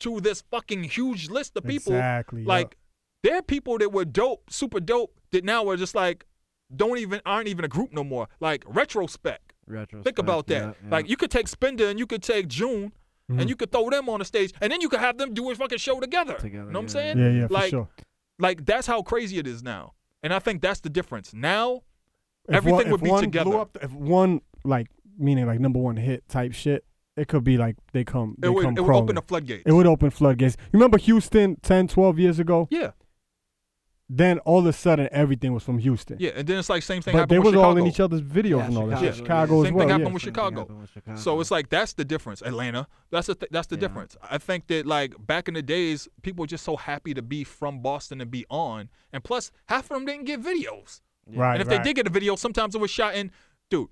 Speaker 3: to this fucking huge list of people.
Speaker 2: Exactly, yeah.
Speaker 3: Like there are people that were dope, super dope, that now are just like don't even aren't even a group no more. Like retrospect.
Speaker 1: Retrospect,
Speaker 3: Think about that.
Speaker 1: yeah,
Speaker 3: Like
Speaker 1: yeah.
Speaker 3: you could take Spender and you could take June
Speaker 2: Mm-hmm.
Speaker 3: and you could throw them on the stage and then you could have them do a fucking show together. you
Speaker 1: Together,
Speaker 3: know what I'm
Speaker 1: yeah.
Speaker 3: saying?
Speaker 2: yeah, yeah, for
Speaker 3: like,
Speaker 2: sure.
Speaker 3: Like that's how crazy it is now. And I think that's the difference. Now
Speaker 2: If
Speaker 3: everything
Speaker 2: if
Speaker 3: would be
Speaker 2: one
Speaker 3: together.
Speaker 2: Blew up, if one like meaning like number one hit type shit, it could be like they come. They
Speaker 3: it would
Speaker 2: come
Speaker 3: it would
Speaker 2: crawling.
Speaker 3: open the floodgates.
Speaker 2: It would open floodgates. Remember Houston 10, 12 years ago?
Speaker 3: yeah.
Speaker 2: Then all of a sudden everything was from Houston.
Speaker 3: Yeah. And then it's like same thing
Speaker 2: but they
Speaker 3: happened
Speaker 2: was
Speaker 3: with Chicago.
Speaker 2: all in each other's videos and all that. shit. Chicago
Speaker 3: yeah.
Speaker 2: as
Speaker 3: Same
Speaker 2: well.
Speaker 3: thing
Speaker 2: yeah.
Speaker 3: happened with Chicago. So it's like that's the difference. Atlanta. That's the th- that's the
Speaker 1: Yeah.
Speaker 3: difference. I think that like back in the days, people were just so happy to be from Boston and be on. And plus, half of them didn't get videos.
Speaker 2: Right.
Speaker 3: and if
Speaker 2: right.
Speaker 3: they did get a video, sometimes it was shot in. Dude,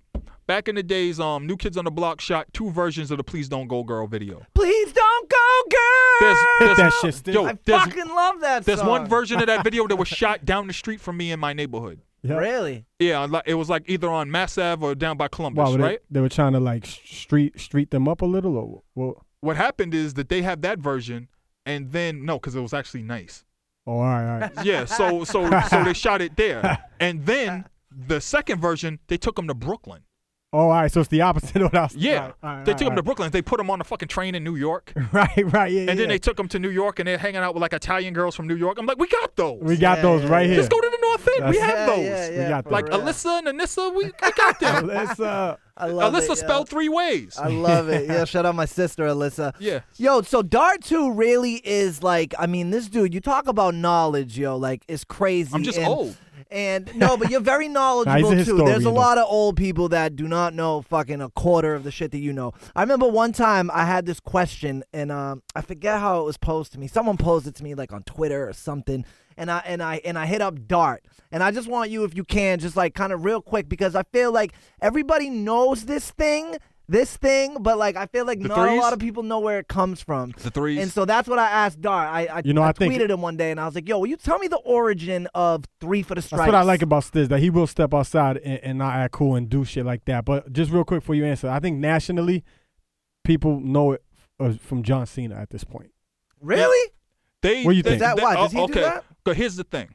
Speaker 3: back in the days, um, New Kids on the Block shot two versions of the "Please Don't Go Girl" video.
Speaker 1: Please don't go, girl.
Speaker 2: (laughs)
Speaker 3: There's, there's,
Speaker 2: that shit still.
Speaker 3: Yo,
Speaker 1: I
Speaker 3: there's,
Speaker 1: fucking love that
Speaker 3: there's
Speaker 1: song.
Speaker 3: one
Speaker 2: (laughs)
Speaker 3: version of that video that was shot down the street from me in my neighborhood.
Speaker 2: Yeah.
Speaker 1: Really?
Speaker 3: Yeah, I li- it was like either on Mass Ave or down by Columbus,
Speaker 2: Wow, they,
Speaker 3: right?
Speaker 2: they were trying to like s- street street them up a little, or well,
Speaker 3: What happened is that they had that version, and then no, because it was actually nice. (laughs)
Speaker 2: oh, all right, all right. (laughs)
Speaker 3: Yeah, so so so they shot it there, and then the second version, they took him to Brooklyn.
Speaker 2: Oh, all right. So it's the opposite of what I was.
Speaker 3: Yeah,
Speaker 2: all right, all right,
Speaker 3: they
Speaker 2: all
Speaker 3: took him to
Speaker 2: right.
Speaker 3: Brooklyn. They put him on a fucking train in New York, and
Speaker 2: right, (laughs) right. Yeah,
Speaker 3: then
Speaker 2: yeah.
Speaker 3: they took him to New York, and they're hanging out with like Italian girls from New York. I'm like, we got those.
Speaker 2: we got
Speaker 1: Yeah,
Speaker 2: those
Speaker 1: yeah,
Speaker 2: right
Speaker 1: yeah.
Speaker 2: here.
Speaker 3: Just go to the North End. We
Speaker 2: That's-
Speaker 3: have
Speaker 1: Yeah,
Speaker 3: those.
Speaker 1: yeah,
Speaker 2: We
Speaker 1: yeah,
Speaker 2: got
Speaker 1: for
Speaker 3: Like
Speaker 1: real.
Speaker 3: Alyssa and Anissa,
Speaker 1: (laughs)
Speaker 3: we, we got them.
Speaker 2: Let's uh.
Speaker 1: I love
Speaker 3: Alyssa
Speaker 1: it, yeah.
Speaker 3: spelled three ways.
Speaker 1: I love
Speaker 2: (laughs)
Speaker 1: it. Yeah, shout out my sister Alyssa.
Speaker 3: yeah.
Speaker 1: Yo, so Dart 2 really is like, I mean, this dude, you talk about knowledge, yo, like it's crazy.
Speaker 3: I'm just
Speaker 1: and,
Speaker 3: old.
Speaker 1: And no, but you're
Speaker 3: (laughs)
Speaker 1: very
Speaker 2: Nah, he's
Speaker 1: knowledgeable too.
Speaker 2: a
Speaker 1: There's a
Speaker 2: historian.
Speaker 1: lot of old people that do not know fucking a quarter of the shit that you know. I remember one time I had this question and um, I forget how it was posed to me. Someone posed it to me like on Twitter or something. And I and I and I hit up Dart. And I just want you if you can just like kind of real quick because I feel like everybody knows this thing, this thing, but like I feel like
Speaker 3: The
Speaker 1: not a
Speaker 3: threes?
Speaker 1: lot of people know where it comes from.
Speaker 3: The threes.
Speaker 1: And so that's what I asked Dar. I, I,
Speaker 2: You know,
Speaker 1: I,
Speaker 2: I think-
Speaker 1: tweeted him one day and I was like, yo, will you tell me the origin of Three for the Stripes?
Speaker 2: That's what I like about Stiz, that he will step outside and, and not act cool and do shit like that. But just real quick for you answer, I think nationally, people know it uh, from John Cena at this point.
Speaker 1: Really?
Speaker 3: They,
Speaker 2: What do you
Speaker 3: they-
Speaker 2: think?
Speaker 1: Is that
Speaker 3: they-
Speaker 1: why?
Speaker 3: oh,
Speaker 1: Does he do
Speaker 3: okay.
Speaker 1: that?
Speaker 3: 'Cause here's the thing.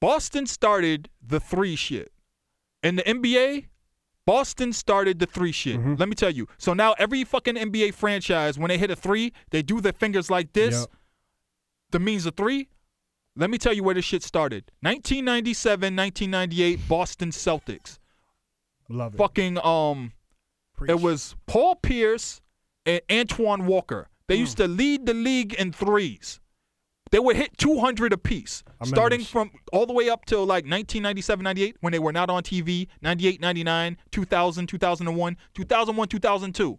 Speaker 3: Boston started the three shit. In the NBA, Boston started the three shit.
Speaker 1: Mm-hmm.
Speaker 2: Mhm.
Speaker 3: Let me tell you. So now every fucking NBA franchise, when they hit a three, they do their fingers like this.
Speaker 2: Yep.
Speaker 3: The means of three. Let me tell you where this shit started. 1997, 1998, Boston Celtics.
Speaker 2: Love it.
Speaker 3: Fucking um, it was Paul Pierce and Antoine Walker. They used to lead the league in threes. They would hit 200 apiece,
Speaker 2: remember
Speaker 3: starting
Speaker 2: this.
Speaker 3: from all the way up till like 1997, 98, when they were not on TV, 98, 99, 2000, 2001, 2001, 2002.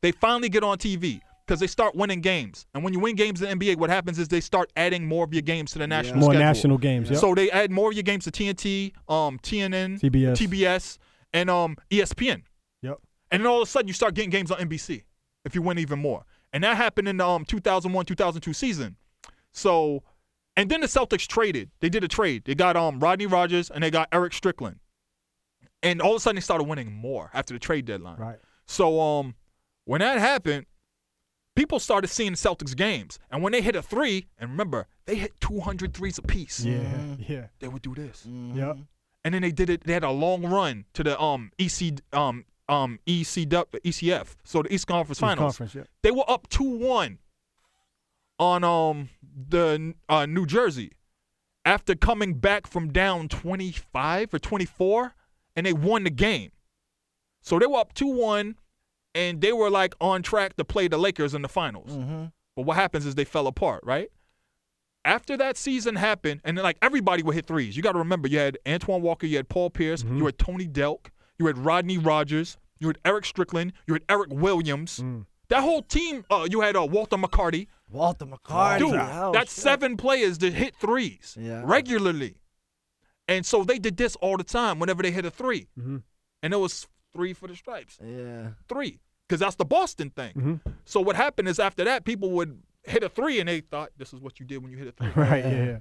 Speaker 3: They finally get on TV because they start winning games. And when you win games in the NBA, what happens is they start adding more of your games to the national
Speaker 2: More
Speaker 3: schedule.
Speaker 2: national games. Yep.
Speaker 3: So they add more of your games to TNT, um, TNN,
Speaker 2: TBS.
Speaker 3: TBS, and um, ESPN.
Speaker 2: yep.
Speaker 3: And then all of a sudden, you start getting games on NBC if you win even more. And that happened in the um, 2001 2002 season. So, and then the Celtics traded. They did a trade. They got um, Rodney Rogers and they got Eric Strickland. And all of a sudden, they started winning more after the trade deadline.
Speaker 2: Right.
Speaker 3: So, um, when that happened, people started seeing the Celtics games. And when they hit a three, and remember, they hit 200 threes apiece.
Speaker 2: Yeah. Yeah.
Speaker 3: They would do this
Speaker 2: Yep.
Speaker 3: and then they did it. They had a long run to the um EC um um EC ECF, so the East Conference
Speaker 2: Finals.
Speaker 3: Finals.
Speaker 2: Conference. Yep.
Speaker 3: They were up two one on um the uh, New Jersey after coming back from down twenty five or twenty four, and they won the game. So they were up two one, and they were like on track to play the Lakers in the finals.
Speaker 1: Mhm.
Speaker 3: But what happens is they fell apart, right? After that season happened, and then like everybody would hit threes. You got to remember, you had Antoine Walker, you had Paul Pierce, you had Tony Delk, you had Rodney Rogers, you had Eric Strickland, you had Eric Williams.
Speaker 2: Mm. Mm-hmm.
Speaker 3: That whole team, uh, you had uh, Walter McCarty.
Speaker 1: Walter McCarty.
Speaker 3: Dude,
Speaker 1: oh,
Speaker 3: that's
Speaker 1: shit.
Speaker 3: seven players that hit threes
Speaker 1: Yeah.
Speaker 3: regularly. And so they did this all the time whenever they hit a 3
Speaker 2: Mm-hmm.
Speaker 3: And it was three for the stripes
Speaker 1: Yeah.
Speaker 3: three because that's the Boston thing.
Speaker 2: Mm-hmm.
Speaker 3: So what happened is after that, people would hit a three and they thought this is what you did when you hit a three,
Speaker 2: (laughs) Right. Yeah.
Speaker 3: (laughs)
Speaker 2: yeah.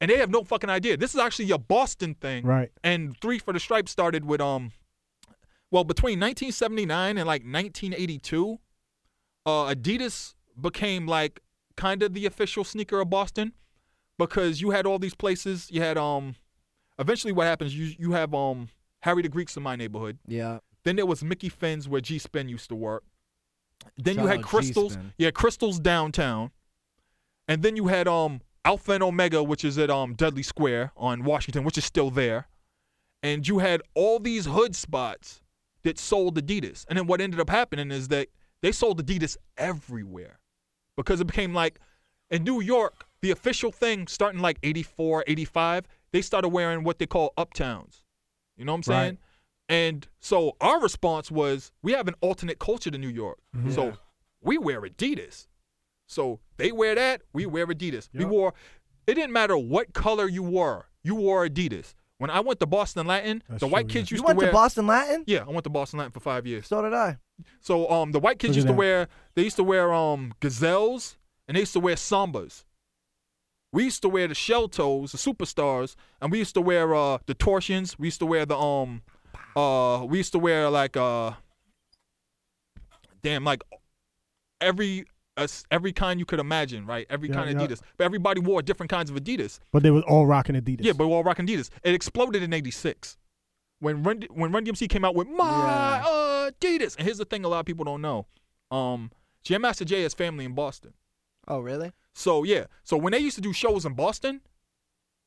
Speaker 3: and they have no fucking idea. This is actually a Boston thing,
Speaker 2: Right.
Speaker 3: And three for the stripes started with um, well between 1979 and like 1982, uh, Adidas became like kind of the official sneaker of Boston because you had all these places. You had um, eventually what happens you you have um Harry the Greeks in my neighborhood.
Speaker 1: Yeah.
Speaker 3: Then there was Mickey Finn's where G Spin used to work. Then
Speaker 1: Shout
Speaker 3: you had
Speaker 1: out
Speaker 3: Crystals.
Speaker 1: G-Spin.
Speaker 3: Yeah, Crystals downtown. And then you had um Alpha and Omega, which is at um Dudley Square on Washington, which is still there. And you had all these hood spots that sold Adidas. And then what ended up happening is that they sold Adidas everywhere because it became like in New York, the official thing starting like 84, 85, they started wearing what they call uptowns. You know what I'm
Speaker 2: Right.
Speaker 3: saying? And so our response was we have an alternate culture to New York.
Speaker 2: Mm-hmm.
Speaker 3: So we wear Adidas. So they wear that, we wear Adidas. We
Speaker 2: Yup.
Speaker 3: wore it didn't matter what color you wore, you wore Adidas. When I went to Boston Latin,
Speaker 2: That's
Speaker 3: the white
Speaker 2: true, yeah.
Speaker 3: kids
Speaker 1: You
Speaker 3: used
Speaker 1: went
Speaker 3: to wear
Speaker 1: to Boston Latin?
Speaker 3: Yeah, I went to Boston Latin for five years.
Speaker 1: So did I.
Speaker 3: So um the white kids
Speaker 2: Look at
Speaker 3: used to
Speaker 2: that.
Speaker 3: wear they used to wear um gazelles and they used to wear sambas. We used to wear the shell toes, the superstars, and we used to wear uh the torsions. We used to wear the um uh we used to wear like uh damn like every uh, every kind you could imagine, right? Every
Speaker 2: Yeah,
Speaker 3: kind of
Speaker 2: yeah.
Speaker 3: Adidas. But everybody wore different kinds of Adidas.
Speaker 2: But they were all rocking Adidas.
Speaker 3: Yeah, but we all rocking Adidas. It exploded in '86. when Run when Run DMC came out with my uh Adidas. And here's the thing: a lot of people don't know. Um, Jam Master Jay has family in Boston.
Speaker 1: Oh, really?
Speaker 3: So yeah, so when they used to do shows in Boston,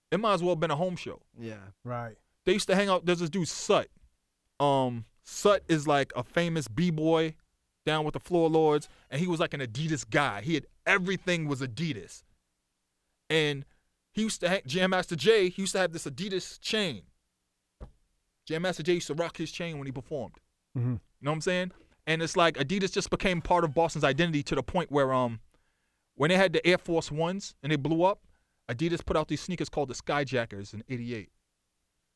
Speaker 3: it might as well have been a home show.
Speaker 1: Yeah.
Speaker 2: Right.
Speaker 3: They used to hang out. There's this dude Sut. Um, Sut is like a famous b boy down with the Floor Lords, and he was like an Adidas guy. He had everything was Adidas, and he used to ha- Jam Master Jay. He used to have this Adidas chain. Jam Master Jay used to rock his chain when he performed.
Speaker 2: Mm-hmm.
Speaker 3: You know what I'm saying? And it's like Adidas just became part of Boston's identity to the point where um when they had the Air Force Ones and they blew up, Adidas put out these sneakers called the Skyjackers in '88.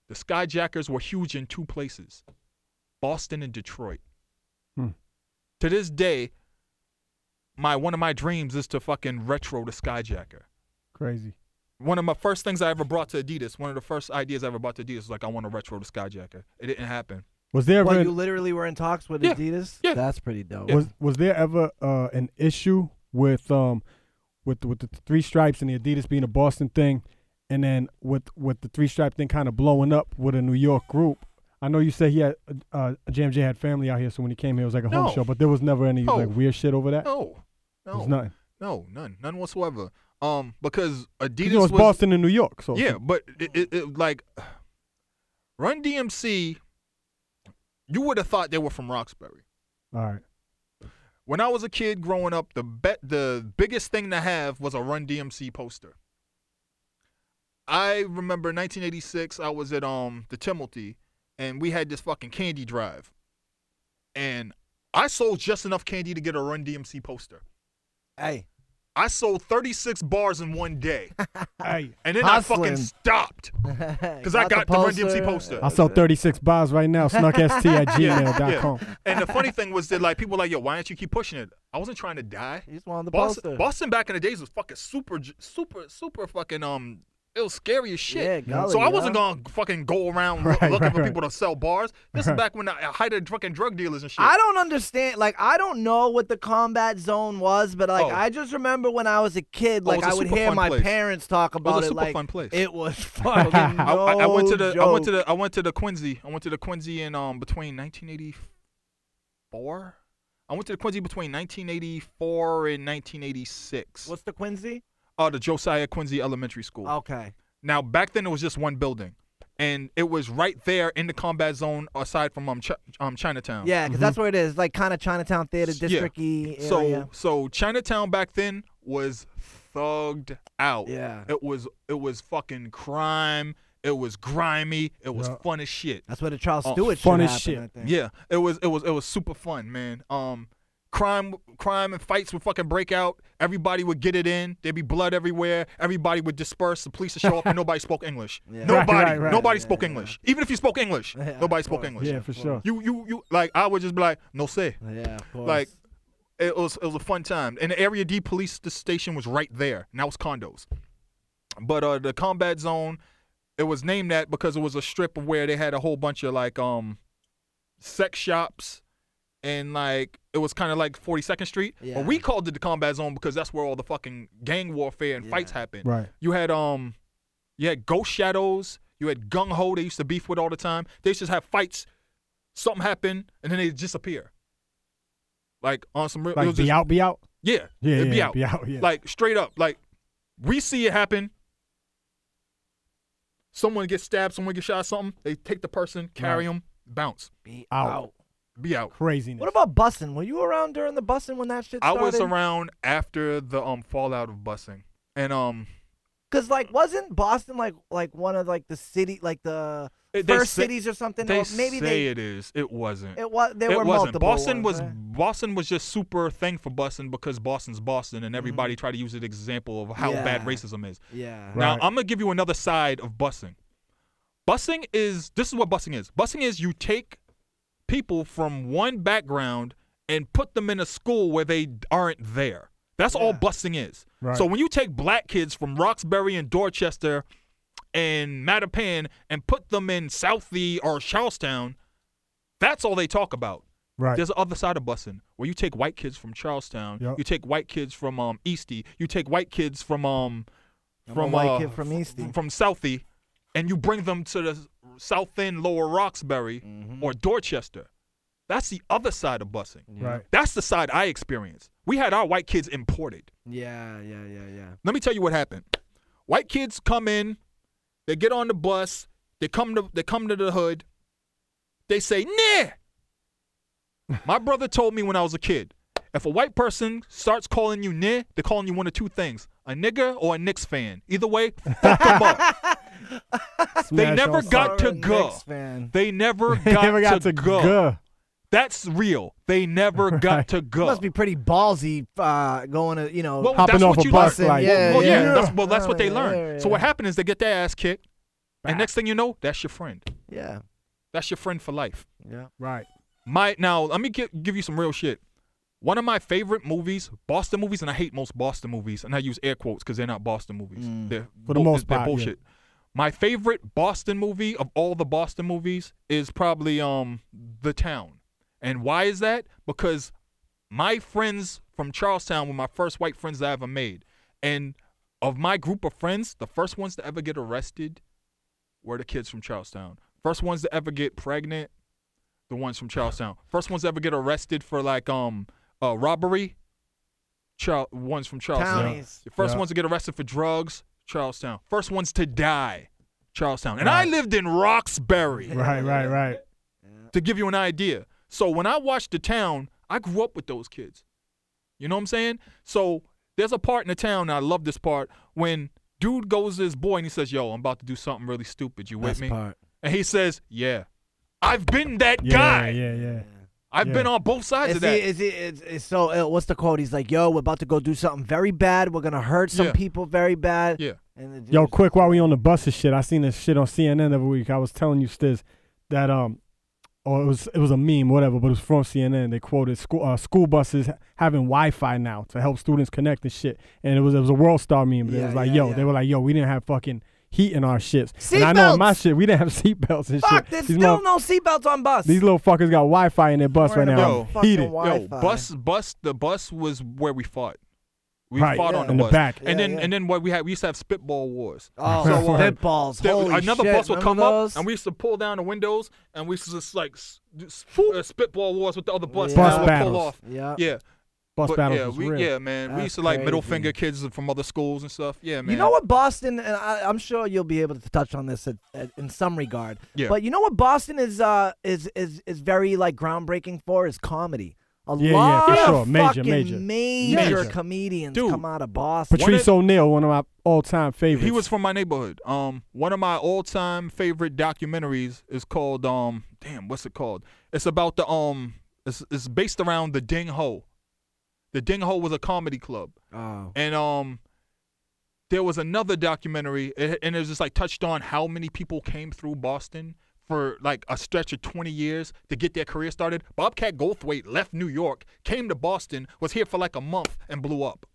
Speaker 3: The Skyjackers were huge in two places, Boston and Detroit.
Speaker 2: Hmm.
Speaker 3: To this day, my one of my dreams is to fucking retro the Skyjacker.
Speaker 2: Crazy.
Speaker 3: One of my first things I ever brought to Adidas, one of the first ideas I ever brought to Adidas was like, I want to retro the Skyjacker. It didn't happen.
Speaker 2: Was there
Speaker 1: What,
Speaker 2: ever
Speaker 1: you literally were in talks with
Speaker 3: Yeah,
Speaker 1: Adidas?
Speaker 3: yeah.
Speaker 1: That's pretty dope.
Speaker 2: was was there ever uh, an issue with um with with the three stripes and the Adidas being a Boston thing, and then with with the three stripe thing kind of blowing up with a New York group? I know you said he had uh, Jam J had family out here, so when he came here, it was like a
Speaker 3: No.
Speaker 2: home show. But there was never any
Speaker 3: No.
Speaker 2: like weird shit over that.
Speaker 3: No,
Speaker 2: It was
Speaker 3: no,
Speaker 2: nothing.
Speaker 3: no, none, none whatsoever. Um, because
Speaker 2: 'Cause,
Speaker 3: Adidas
Speaker 2: you know, it's
Speaker 3: was
Speaker 2: Boston and New York, so
Speaker 3: yeah, but it, it, it like Run DMC. You would have thought they were from Roxbury.
Speaker 2: All right.
Speaker 3: When I was a kid growing up, the bet the biggest thing to have was a Run DMC poster. I remember 1986. I was at um the Timothy, and we had this fucking candy drive, and I sold just enough candy to get a Run DMC poster.
Speaker 1: Hey, (laughs)
Speaker 3: I sold 36 bars in one day,
Speaker 2: Hey,
Speaker 3: and then I
Speaker 1: Hustling.
Speaker 3: fucking stopped.
Speaker 1: because
Speaker 3: I got the Run DMC poster.
Speaker 2: I sell 36 bars right now. Snuckst at
Speaker 3: Uh, (laughs) Yeah,
Speaker 2: gmail.com.
Speaker 3: And the funny thing was that like people were like, yo, why don't you keep pushing it? I wasn't trying to die.
Speaker 1: He's one of the
Speaker 3: Boston,
Speaker 1: poster.
Speaker 3: Boston back in the days was fucking super, j- super, super fucking um, it was scary as shit.
Speaker 1: Yeah, golly,
Speaker 3: so I wasn't
Speaker 1: huh?
Speaker 3: gonna fucking go around
Speaker 2: Right,
Speaker 3: loo- looking
Speaker 2: right,
Speaker 3: for
Speaker 2: right.
Speaker 3: people to sell bars. This
Speaker 2: Right.
Speaker 3: is back when I I hired fucking drug dealers and shit.
Speaker 1: I don't understand. Like, I don't know what the combat zone was, but like,
Speaker 3: Oh.
Speaker 1: I just remember when I was a kid,
Speaker 3: Oh,
Speaker 1: like
Speaker 3: it's a
Speaker 1: I would
Speaker 3: super
Speaker 1: hear
Speaker 3: fun
Speaker 1: my
Speaker 3: place.
Speaker 1: parents talk
Speaker 3: it
Speaker 1: about
Speaker 3: was
Speaker 1: it.
Speaker 3: a super
Speaker 1: like,
Speaker 3: fun place.
Speaker 1: it was fucking.
Speaker 3: (laughs) I, I- I went to
Speaker 1: no
Speaker 3: the, I went to
Speaker 1: joke.
Speaker 3: the, I went to the Quincy, I went to the Quincy in um between 1984. I went to the Quincy between 1984 and 1986.
Speaker 1: What's the Quincy?
Speaker 3: uh, the Josiah Quincy Elementary School.
Speaker 1: Okay.
Speaker 3: Now back then it was just one building, and it was right there in the combat zone, aside from um, Ch- um Chinatown.
Speaker 1: Yeah, because that's where it is. Like kind of Chinatown theater
Speaker 3: Yeah.
Speaker 1: district y
Speaker 3: So
Speaker 1: area.
Speaker 3: so Chinatown back then was thugged out.
Speaker 1: Yeah.
Speaker 3: It was it was fucking crime. It was grimy. It was
Speaker 2: Yeah.
Speaker 3: fun as shit.
Speaker 1: That's where the Charles
Speaker 3: Oh,
Speaker 1: Stewart shit
Speaker 2: fun as
Speaker 1: happened,
Speaker 2: shit.
Speaker 1: I think.
Speaker 3: Yeah. It was it was it was super fun, man. Um. Crime, crime, and fights would fucking break out. Everybody would get it in. There'd be blood everywhere. Everybody would disperse. The police would show
Speaker 1: (laughs)
Speaker 3: up, and nobody spoke English.
Speaker 1: Yeah.
Speaker 2: Right,
Speaker 3: Nobody,
Speaker 2: right, right.
Speaker 3: nobody
Speaker 1: Yeah,
Speaker 3: spoke
Speaker 1: yeah.
Speaker 3: English. Even if you spoke
Speaker 1: (laughs) (laughs)
Speaker 3: English,
Speaker 1: Yeah, of
Speaker 3: nobody spoke
Speaker 1: course.
Speaker 3: English.
Speaker 2: Yeah, for sure.
Speaker 3: You you you like I would just be like, no say.
Speaker 1: Yeah, of course.
Speaker 3: Like it was it was a fun time. And the area D police the station was right there. Now it's condos. But uh the combat zone, it was named that because it was a strip of where they had a whole bunch of like um sex shops and like it was kind of like 42nd Street.
Speaker 1: Yeah.
Speaker 3: But we called it the combat zone because that's where all the fucking gang warfare and
Speaker 1: Yeah.
Speaker 3: fights happened.
Speaker 2: Right.
Speaker 3: You had um, you had Ghost Shadows. You had Gung Ho. They used to beef with all the time. They used to have fights. Something happened, and then they disappear. Like on some real, it
Speaker 2: Like,
Speaker 3: was
Speaker 2: be
Speaker 3: just-
Speaker 2: out, be out.
Speaker 3: yeah,
Speaker 2: Yeah,
Speaker 3: it'd
Speaker 2: yeah,
Speaker 3: be out,
Speaker 2: Be out, yeah.
Speaker 3: like straight up, like we see it happen. Someone gets stabbed, someone gets shot, something. They take the person, carry them, bounce,
Speaker 1: Be
Speaker 2: out.
Speaker 3: be out.
Speaker 2: craziness.
Speaker 1: What about busing? Were you around during the busing when that shit
Speaker 3: I
Speaker 1: started?
Speaker 3: was around after the um fallout of busing, and um
Speaker 1: Cause like wasn't Boston like like one of like the city like the
Speaker 3: it- they
Speaker 1: first
Speaker 3: say-
Speaker 1: cities or something?
Speaker 3: They
Speaker 1: or maybe
Speaker 3: say
Speaker 1: they
Speaker 3: it is. It wasn't.
Speaker 1: it was there
Speaker 3: it
Speaker 1: were
Speaker 3: wasn't.
Speaker 1: multiple. ones,
Speaker 3: Boston was
Speaker 1: right?
Speaker 3: Boston was just super thing for Boston because Boston's Boston, and everybody tried to use an example of how bad
Speaker 1: Mm-hmm. Yeah.
Speaker 3: racism is.
Speaker 1: yeah.
Speaker 2: Right.
Speaker 3: Now I'm gonna give you another side of busing. Busing is this is what busing is. Busing is you take people from one background and put them in a school where they aren't there. That's all
Speaker 1: Yeah.
Speaker 3: busing is.
Speaker 2: Right.
Speaker 3: So when you take black kids from Roxbury and Dorchester and Mattapan and put them in Southie or Charlestown, that's all they talk about.
Speaker 2: right.
Speaker 3: There's the other side of busing where you take white kids from Charlestown,
Speaker 2: Yep.
Speaker 3: you take white kids from um Eastie, you take white kids from um
Speaker 1: I'm a
Speaker 3: from
Speaker 1: white
Speaker 3: uh,
Speaker 1: kid from
Speaker 3: f-
Speaker 1: Eastie.
Speaker 3: from Southie, and you bring them to the South End, Lower Roxbury,
Speaker 1: Mm-hmm.
Speaker 3: or Dorchester. That's the other side of busing.
Speaker 2: Right.
Speaker 3: That's the side I experienced. We had our white kids imported.
Speaker 4: Yeah, yeah, yeah, yeah.
Speaker 3: Let me tell you what happened. White kids come in, they get on the bus, they come to they come to the hood, they say, nah. My brother told me when I was a kid, if a white person starts calling you nah, they're calling you one of two things. A nigga or a Knicks fan. Either way, fuck them up. They
Speaker 2: Smash
Speaker 3: never
Speaker 2: on
Speaker 3: got
Speaker 1: Or
Speaker 3: to
Speaker 1: a
Speaker 3: go.
Speaker 1: Knicks fan.
Speaker 3: They never
Speaker 2: (laughs) They
Speaker 3: got,
Speaker 2: never got to
Speaker 3: go.
Speaker 2: go.
Speaker 3: That's real. They never got
Speaker 2: Right.
Speaker 3: to go.
Speaker 1: Must be pretty ballsy uh, going to you know.
Speaker 3: Well,
Speaker 2: Hopping
Speaker 3: that's
Speaker 2: off
Speaker 3: what
Speaker 2: a
Speaker 3: you
Speaker 2: bus,
Speaker 3: learn.
Speaker 2: like,
Speaker 1: Yeah,
Speaker 3: well,
Speaker 1: yeah.
Speaker 2: (laughs)
Speaker 3: oh, that's, well, that's what they
Speaker 1: Yeah,
Speaker 3: learn.
Speaker 1: yeah,
Speaker 3: So what
Speaker 1: yeah.
Speaker 3: happened is they get their ass kicked, and next thing you know, that's your friend.
Speaker 1: yeah.
Speaker 3: That's your friend for life.
Speaker 4: Yeah.
Speaker 2: Right.
Speaker 3: My now, let me give, give you some real shit. One of my favorite movies, Boston movies, and I hate most Boston movies, and I use air quotes because they're not Boston movies. They're
Speaker 2: Mm. For the most
Speaker 3: they're
Speaker 2: part, yeah.
Speaker 3: bullshit. My favorite Boston movie of all the Boston movies is probably um The Town. And why is that? Because my friends from Charlestown were my first white friends that I ever made. And of my group of friends, the first ones to ever get arrested were the kids from Charlestown. First ones to ever get pregnant, the ones from Charlestown. First ones to ever get arrested for like um uh robbery, Char- ones from Charlestown.
Speaker 1: Counties.
Speaker 3: The first
Speaker 2: Yeah.
Speaker 3: ones to get arrested for drugs, Charlestown. First ones to die, Charlestown. And I lived in Roxbury
Speaker 2: Right. Right. Right.
Speaker 3: to give you an idea. So when I watched The Town, I grew up with those kids. You know what I'm saying? So there's a part in The Town, and I love this part, when dude goes to his boy and he says, Yo, I'm about to do something really stupid. You with
Speaker 4: That's
Speaker 3: me?
Speaker 4: part.
Speaker 3: And he says, Yeah. I've been that
Speaker 2: Yeah.
Speaker 3: guy.
Speaker 2: Yeah. Yeah.
Speaker 3: I've
Speaker 2: yeah.
Speaker 3: been on both sides
Speaker 1: Is
Speaker 3: of
Speaker 1: he,
Speaker 3: that.
Speaker 1: is he, is, is so ill. What's the quote? He's like, "Yo, we're about to go do something very bad. We're gonna hurt some
Speaker 3: Yeah.
Speaker 1: people very bad."
Speaker 3: yeah.
Speaker 1: And the dude's
Speaker 2: Yo, quick, while we on the bus and shit, I seen this shit on CNN every week. I was telling you, Stiz, that um, or it was it was a meme, whatever, but it was from CNN. They quoted school uh, school buses ha- having Wi-Fi now to help students connect and shit. And it was it was a world star meme. But it
Speaker 1: Yeah,
Speaker 2: was like,
Speaker 1: yeah,
Speaker 2: yo,
Speaker 1: yeah.
Speaker 2: they were like, yo, we didn't have fucking heat in our ships. and I know in my
Speaker 1: Seatbelts!
Speaker 2: shit, we didn't have (laughs) seatbelts and
Speaker 1: Fuck,
Speaker 2: shit.
Speaker 1: there's
Speaker 2: These
Speaker 1: still
Speaker 2: motherf-
Speaker 1: no seatbelts on bus.
Speaker 2: these little fuckers got Wi-Fi in their bus right
Speaker 1: Worrying
Speaker 2: now.
Speaker 3: about
Speaker 1: fucking
Speaker 2: Heated.
Speaker 3: Yo,
Speaker 1: Wi-Fi.
Speaker 3: bus, bus, the bus was where we fought. We
Speaker 2: Right,
Speaker 3: fought
Speaker 1: yeah.
Speaker 3: on the
Speaker 2: in the
Speaker 3: bus.
Speaker 2: back.
Speaker 1: Yeah,
Speaker 3: And then
Speaker 1: yeah.
Speaker 3: and then what we had, we used to have spitball wars.
Speaker 2: (laughs)
Speaker 1: oh,
Speaker 2: So, uh,
Speaker 1: spitballs.
Speaker 3: There-
Speaker 1: Holy
Speaker 3: another
Speaker 1: shit.
Speaker 3: bus would
Speaker 1: Remember
Speaker 3: come
Speaker 1: those?
Speaker 3: up, and we used to pull down the windows, and we used to just like s- do s- uh, spitball wars with the other bus.
Speaker 1: Yeah.
Speaker 3: and
Speaker 1: Bus
Speaker 3: I would
Speaker 2: battles.
Speaker 3: Pull off.
Speaker 1: Yeah.
Speaker 3: Yeah,
Speaker 2: Bus
Speaker 3: but
Speaker 2: battles
Speaker 3: yeah,
Speaker 2: was
Speaker 3: we,
Speaker 2: real.
Speaker 3: yeah, man. we
Speaker 1: That's
Speaker 3: used to like middle
Speaker 1: crazy.
Speaker 3: finger kids from other schools and stuff. Yeah, man.
Speaker 1: You know what Boston, and I, I'm sure you'll be able to touch on this at, at, in some regard.
Speaker 3: Yeah.
Speaker 1: But you know what Boston is uh is is is very like groundbreaking for is comedy. A
Speaker 2: Yeah, yeah,
Speaker 1: lot
Speaker 2: for sure.
Speaker 1: of
Speaker 2: Major,
Speaker 1: fucking
Speaker 2: major.
Speaker 1: major
Speaker 3: Major.
Speaker 1: comedians
Speaker 3: Dude.
Speaker 1: come out of Boston.
Speaker 3: One of-
Speaker 2: Patrice O'Neill, one of my all-time favorites.
Speaker 3: He was from my neighborhood. Um, one of my all-time favorite documentaries is called um, damn, what's it called? It's about the um, it's, it's based around the Ding Ho. The Ding Ho was a comedy club.
Speaker 4: Oh.
Speaker 3: and um there was another documentary a- and it was just like touched on how many people came through boston for like a stretch of 20 years to get their career started bobcat goldthwait left new york came to boston was here for like a month and blew up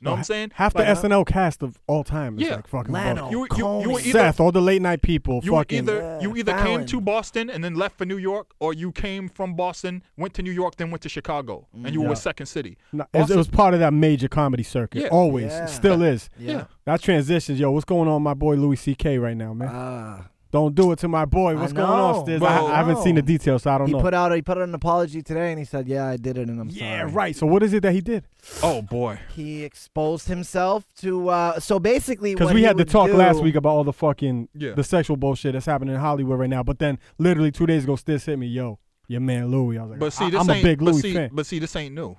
Speaker 3: know what i'm saying
Speaker 2: Half the
Speaker 3: Like, uh,
Speaker 2: SNL cast of all time is
Speaker 3: Yeah.
Speaker 2: like fucking
Speaker 1: Lano,
Speaker 2: Buffy.
Speaker 3: You- you- you
Speaker 1: Comey.
Speaker 3: were either-
Speaker 2: Seth, all the late night people.
Speaker 3: you
Speaker 2: fucking
Speaker 3: either you
Speaker 1: Yeah,
Speaker 3: either came
Speaker 1: Fallon.
Speaker 3: to Boston and then left for New York, or you came from Boston, went to New York, then went to Chicago, and you
Speaker 2: Yeah.
Speaker 3: were second city.
Speaker 2: No, it's- it was part of that major comedy circuit.
Speaker 3: Yeah.
Speaker 2: Always,
Speaker 1: Yeah.
Speaker 2: It still is.
Speaker 3: yeah.
Speaker 2: That transitions, yo. What's going on, my boy Louis C.K. right now,
Speaker 1: Uh,
Speaker 2: man?
Speaker 4: Ah.
Speaker 2: don't do it to my boy.
Speaker 1: I
Speaker 2: What's going on,
Speaker 1: know.
Speaker 2: Stiz?
Speaker 3: Bro,
Speaker 2: I, I haven't seen the
Speaker 1: no.
Speaker 2: details, so I don't
Speaker 1: he
Speaker 2: know.
Speaker 1: put out he put out an apology today, and he said, "Yeah, I did it, and I'm
Speaker 2: yeah,
Speaker 1: sorry."
Speaker 2: right. So what is it that he did?
Speaker 3: Oh boy.
Speaker 1: He exposed himself to. Uh, so basically,
Speaker 2: Because
Speaker 1: what
Speaker 2: we
Speaker 1: he
Speaker 2: had the
Speaker 1: would
Speaker 2: talk
Speaker 1: do-
Speaker 2: last week about all the fucking
Speaker 3: Yeah.
Speaker 2: the sexual bullshit that's happening in Hollywood right now. But then, literally two days ago, Stiz hit me, yo, your man Louis. I was like,
Speaker 3: But see,
Speaker 2: I-
Speaker 3: this
Speaker 2: I'm
Speaker 3: ain't.
Speaker 2: a big
Speaker 3: but
Speaker 2: Louis
Speaker 3: see,
Speaker 2: fan.
Speaker 3: but see, this ain't new.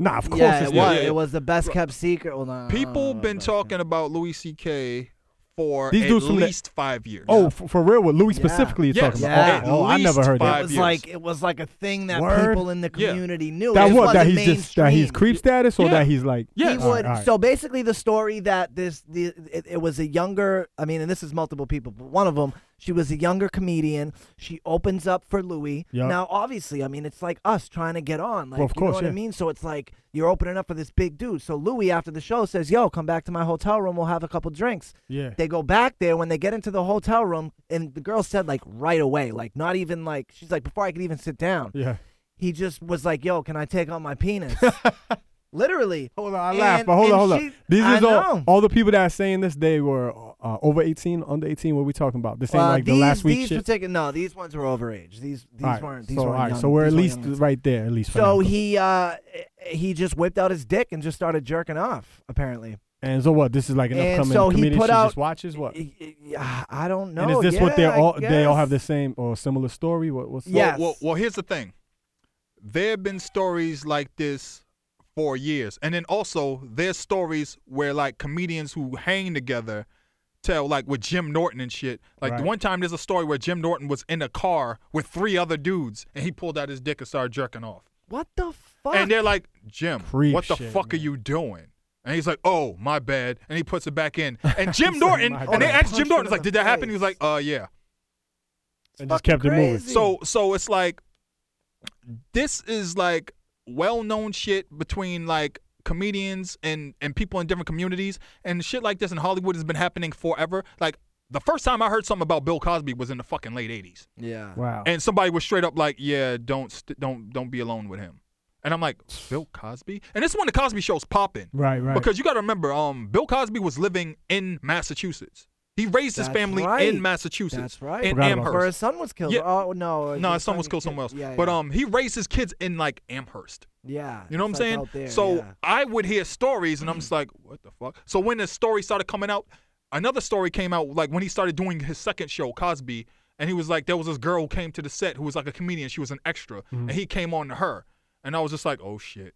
Speaker 2: Nah, of course
Speaker 1: Yeah,
Speaker 2: it's
Speaker 1: it was.
Speaker 3: not.
Speaker 2: not.
Speaker 3: Yeah, yeah.
Speaker 1: It was the best kept secret. Well, no,
Speaker 3: People
Speaker 1: no,
Speaker 3: been
Speaker 1: no.
Speaker 3: talking about Louis C.K. for
Speaker 2: These
Speaker 3: at
Speaker 2: dudes from the-
Speaker 3: least five years.
Speaker 2: Oh, for, for real? With Louis
Speaker 1: Yeah.
Speaker 2: specifically, you're
Speaker 3: Yes.
Speaker 2: talking
Speaker 1: Yeah.
Speaker 2: about? Oh, oh, I
Speaker 3: At
Speaker 2: never
Speaker 3: least
Speaker 2: heard
Speaker 1: It
Speaker 2: that.
Speaker 3: five
Speaker 1: was
Speaker 3: years.
Speaker 1: like it was like a thing that
Speaker 2: Word?
Speaker 1: people in the
Speaker 3: Yeah.
Speaker 1: community knew.
Speaker 2: That
Speaker 1: It
Speaker 2: what? That
Speaker 1: wasn't
Speaker 2: he's just that he's
Speaker 1: mainstream.
Speaker 2: creep status, or
Speaker 3: Yeah.
Speaker 2: that he's like
Speaker 3: Yeah.
Speaker 1: He
Speaker 2: All right,
Speaker 1: would.
Speaker 2: all right.
Speaker 1: So basically, the story that this the it, it was a younger. I mean, and this is multiple people, but one of them, she was a younger comedian. She opens up for Louis.
Speaker 2: Yup.
Speaker 1: Now, obviously, I mean, it's like us trying to get on. Like,
Speaker 2: Well, of
Speaker 1: you know
Speaker 2: course,
Speaker 1: what I
Speaker 2: yeah.
Speaker 1: mean. So it's like you're opening up for this big dude. So Louis, after the show, says, "Yo, come back to my hotel room. We'll have a couple drinks."
Speaker 2: yeah,
Speaker 1: They go back there when they get into the hotel room, and the girl said like right away, like not even like she's like before I could even sit down
Speaker 2: yeah. (laughs)
Speaker 1: he just was like, "Yo, can I take out my penis?" Literally.
Speaker 2: Hold on, I
Speaker 1: And-
Speaker 2: laughed, but hold on,
Speaker 1: and
Speaker 2: hold
Speaker 1: she-
Speaker 2: on. These
Speaker 1: I
Speaker 2: is all,
Speaker 1: know.
Speaker 2: all the people that are saying this. They were uh, over eighteen, under eighteen. What we talking about? This ain't
Speaker 1: Uh,
Speaker 2: like
Speaker 1: these,
Speaker 2: the last week
Speaker 1: these
Speaker 2: shit.
Speaker 1: particular no, these ones were overage. These these
Speaker 2: All right,
Speaker 1: weren't. These
Speaker 2: so,
Speaker 1: were
Speaker 2: all right,
Speaker 1: young,
Speaker 2: so we're at
Speaker 1: these were
Speaker 2: least
Speaker 1: young ones.
Speaker 2: right there, at least. For
Speaker 1: So
Speaker 2: now.
Speaker 1: he uh he just whipped out his dick and just started jerking off. Apparently,
Speaker 2: and so what? This is like an
Speaker 1: and
Speaker 2: upcoming
Speaker 1: so he
Speaker 2: comedian.
Speaker 1: put
Speaker 2: she
Speaker 1: out-
Speaker 2: just watches what?
Speaker 1: I- I I don't know.
Speaker 2: and is this
Speaker 1: yeah,
Speaker 2: what they
Speaker 1: I
Speaker 2: all they all
Speaker 1: guess.
Speaker 2: have the same or similar story? What, what's
Speaker 1: Yeah.
Speaker 3: Well, well,
Speaker 1: Yes.
Speaker 3: well, here's the thing. There have been stories like this for years, and then also there's stories where like comedians who hang together tell like with Jim Norton and shit. Like the
Speaker 2: Right.
Speaker 3: one time there's a story where Jim Norton was in a car with three other dudes, and he pulled out his dick and started jerking off.
Speaker 1: What the fuck?
Speaker 3: And they're like, Jim,
Speaker 2: Creep
Speaker 3: what the
Speaker 2: shit,
Speaker 3: fuck are
Speaker 2: man.
Speaker 3: you doing? And he's like, "Oh, my bad," and he puts it
Speaker 2: (laughs)
Speaker 3: back in. And Jim
Speaker 2: said,
Speaker 3: Norton,
Speaker 2: "My
Speaker 3: and they
Speaker 2: bad."
Speaker 3: asked Jim
Speaker 1: Punched him in
Speaker 3: Norton, it's like,
Speaker 1: the
Speaker 3: "Did that happen?" He was
Speaker 1: face.
Speaker 3: like, "Uh, yeah."
Speaker 1: fucking
Speaker 2: and just kept it moving.
Speaker 1: crazy.
Speaker 3: So so it's like this is like well known shit between like comedians and and people in different communities and shit like this in Hollywood has been happening forever. Like the first time I heard something about Bill Cosby was in the fucking late '80s,
Speaker 4: Yeah.
Speaker 2: Wow.
Speaker 3: and somebody was straight up like, "Yeah, don't st- don't don't be alone with him." And I'm like, Bill Cosby, and this is when the Cosby Show's popping
Speaker 2: right, right.
Speaker 3: because you got to remember, um, Bill Cosby was living in Massachusetts. He raised his
Speaker 1: That's
Speaker 3: family
Speaker 1: right.
Speaker 3: in Massachusetts.
Speaker 1: That's right.
Speaker 3: In
Speaker 2: Forgot about
Speaker 3: Amherst.
Speaker 1: Where his son was killed.
Speaker 3: Yeah.
Speaker 1: Oh no.
Speaker 3: No, his son
Speaker 1: son
Speaker 3: was killed somewhere else.
Speaker 1: Yeah,
Speaker 3: But
Speaker 1: yeah.
Speaker 3: um, he raised his kids in like Amherst.
Speaker 1: Yeah.
Speaker 3: You know what
Speaker 1: it's
Speaker 3: I'm
Speaker 1: like
Speaker 3: saying?
Speaker 1: out there,
Speaker 3: so
Speaker 1: yeah.
Speaker 3: I would hear stories, and I'm just like, what the fuck? So when the story started coming out, another story came out like when he started doing his second show, Cosby, and he was like, there was this girl who came to the set who was like a comedian. She was an extra,
Speaker 1: Mm-hmm.
Speaker 3: and he came on to her, and I was just like, oh shit.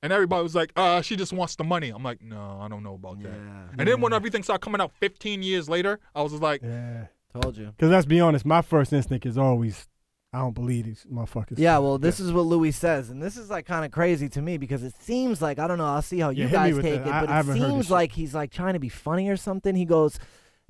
Speaker 3: And everybody was like, uh, she just wants the money. I'm like, no, I don't know about that.
Speaker 4: Yeah.
Speaker 3: And
Speaker 1: Mm.
Speaker 3: then when everything started coming out 15 years later, I was just like,
Speaker 2: yeah.
Speaker 1: Mm-hmm.
Speaker 4: Told you.
Speaker 2: Because let's be honest, my first instinct is always, I don't believe these motherfuckers.
Speaker 1: Yeah, well, this is what Louis says, and this is like kind of crazy to me because it seems like I don't know. I'll see how
Speaker 2: Yeah,
Speaker 1: you
Speaker 2: hit me
Speaker 1: guys
Speaker 2: with
Speaker 1: take
Speaker 2: that.
Speaker 1: it,
Speaker 2: I-
Speaker 1: but
Speaker 2: I
Speaker 1: it
Speaker 2: haven't heard this
Speaker 1: seems
Speaker 2: shit.
Speaker 1: like he's like trying to be funny or something. He goes,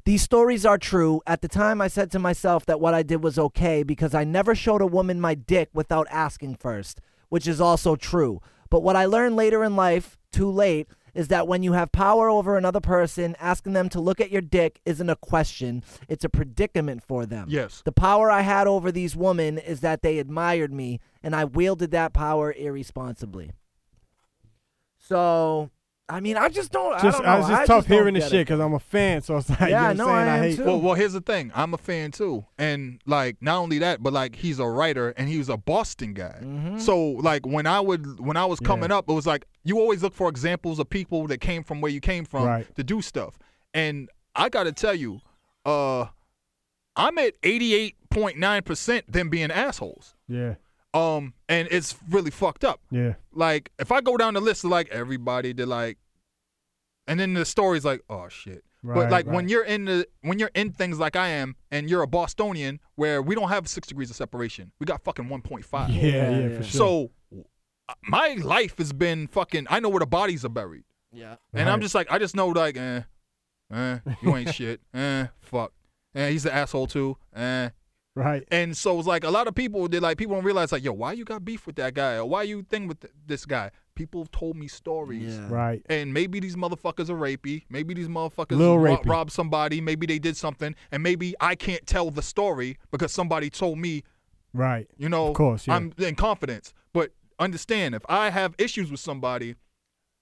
Speaker 1: "These stories are true." At the time, I said to myself that what I did was okay because I never showed a woman my dick without asking first, which is also true. But what I learned later in life, too late, is that when you have power over another person, asking them to look at your dick isn't a question; it's a predicament for them.
Speaker 3: yes.
Speaker 1: The power I had over these women is that they admired me, and I wielded that power irresponsibly. So, I mean, I just don't. I
Speaker 2: Just,
Speaker 1: don't
Speaker 2: I,
Speaker 1: know.
Speaker 2: was just
Speaker 1: I
Speaker 2: tough
Speaker 1: don't
Speaker 2: hearing this
Speaker 1: get
Speaker 2: shit
Speaker 1: it.
Speaker 2: because I'm a fan. So it's (laughs) like,
Speaker 1: Yeah,
Speaker 2: you know
Speaker 1: no,
Speaker 2: what I'm saying?
Speaker 1: I
Speaker 2: I,
Speaker 1: am
Speaker 2: hate
Speaker 1: too.
Speaker 3: Well, well, here's the thing. I'm a fan too, and like not only that, but like he's a writer and he was a Boston guy. So like when I would when I was coming up, it was like you always look for examples of people that came from where you came from
Speaker 2: Right.
Speaker 3: to do stuff. And I gotta tell you, uh, I'm at 88.9 percent them being assholes.
Speaker 2: Yeah,
Speaker 3: Um, and it's really fucked up
Speaker 2: yeah.
Speaker 3: like if I go down the list of like everybody to like and then the story's like, oh shit. but
Speaker 2: Right,
Speaker 3: like when
Speaker 2: right.
Speaker 3: you're in the when you're in things like I am and you're a Bostonian where we don't have six degrees of separation. We got fucking one point
Speaker 2: Yeah,
Speaker 3: five.
Speaker 2: yeah,
Speaker 4: yeah, yeah.
Speaker 2: for sure.
Speaker 3: Uh, So uh, my life has been fucking I know where the bodies are buried.
Speaker 4: Yeah.
Speaker 3: And I'm
Speaker 2: Right.
Speaker 3: just like, I just know, like, eh, eh, you ain't (laughs) shit, eh, fuck, eh, he's an asshole too, eh.
Speaker 2: right.
Speaker 3: And so it's like a lot of people did, like, people don't realize, like, yo, why you got beef with that guy, or why you thing with th- this guy? People have told me stories.
Speaker 4: Yeah.
Speaker 2: Right.
Speaker 3: And maybe these motherfuckers are rapey. Maybe these motherfuckers
Speaker 2: Lil
Speaker 3: ro-
Speaker 2: rapey.
Speaker 3: robbed somebody. Maybe they did something. And maybe I can't tell the story because somebody told me
Speaker 2: Right.
Speaker 3: you know,
Speaker 2: Of course, yeah.
Speaker 3: I'm in confidence. But understand, if I have issues with somebody,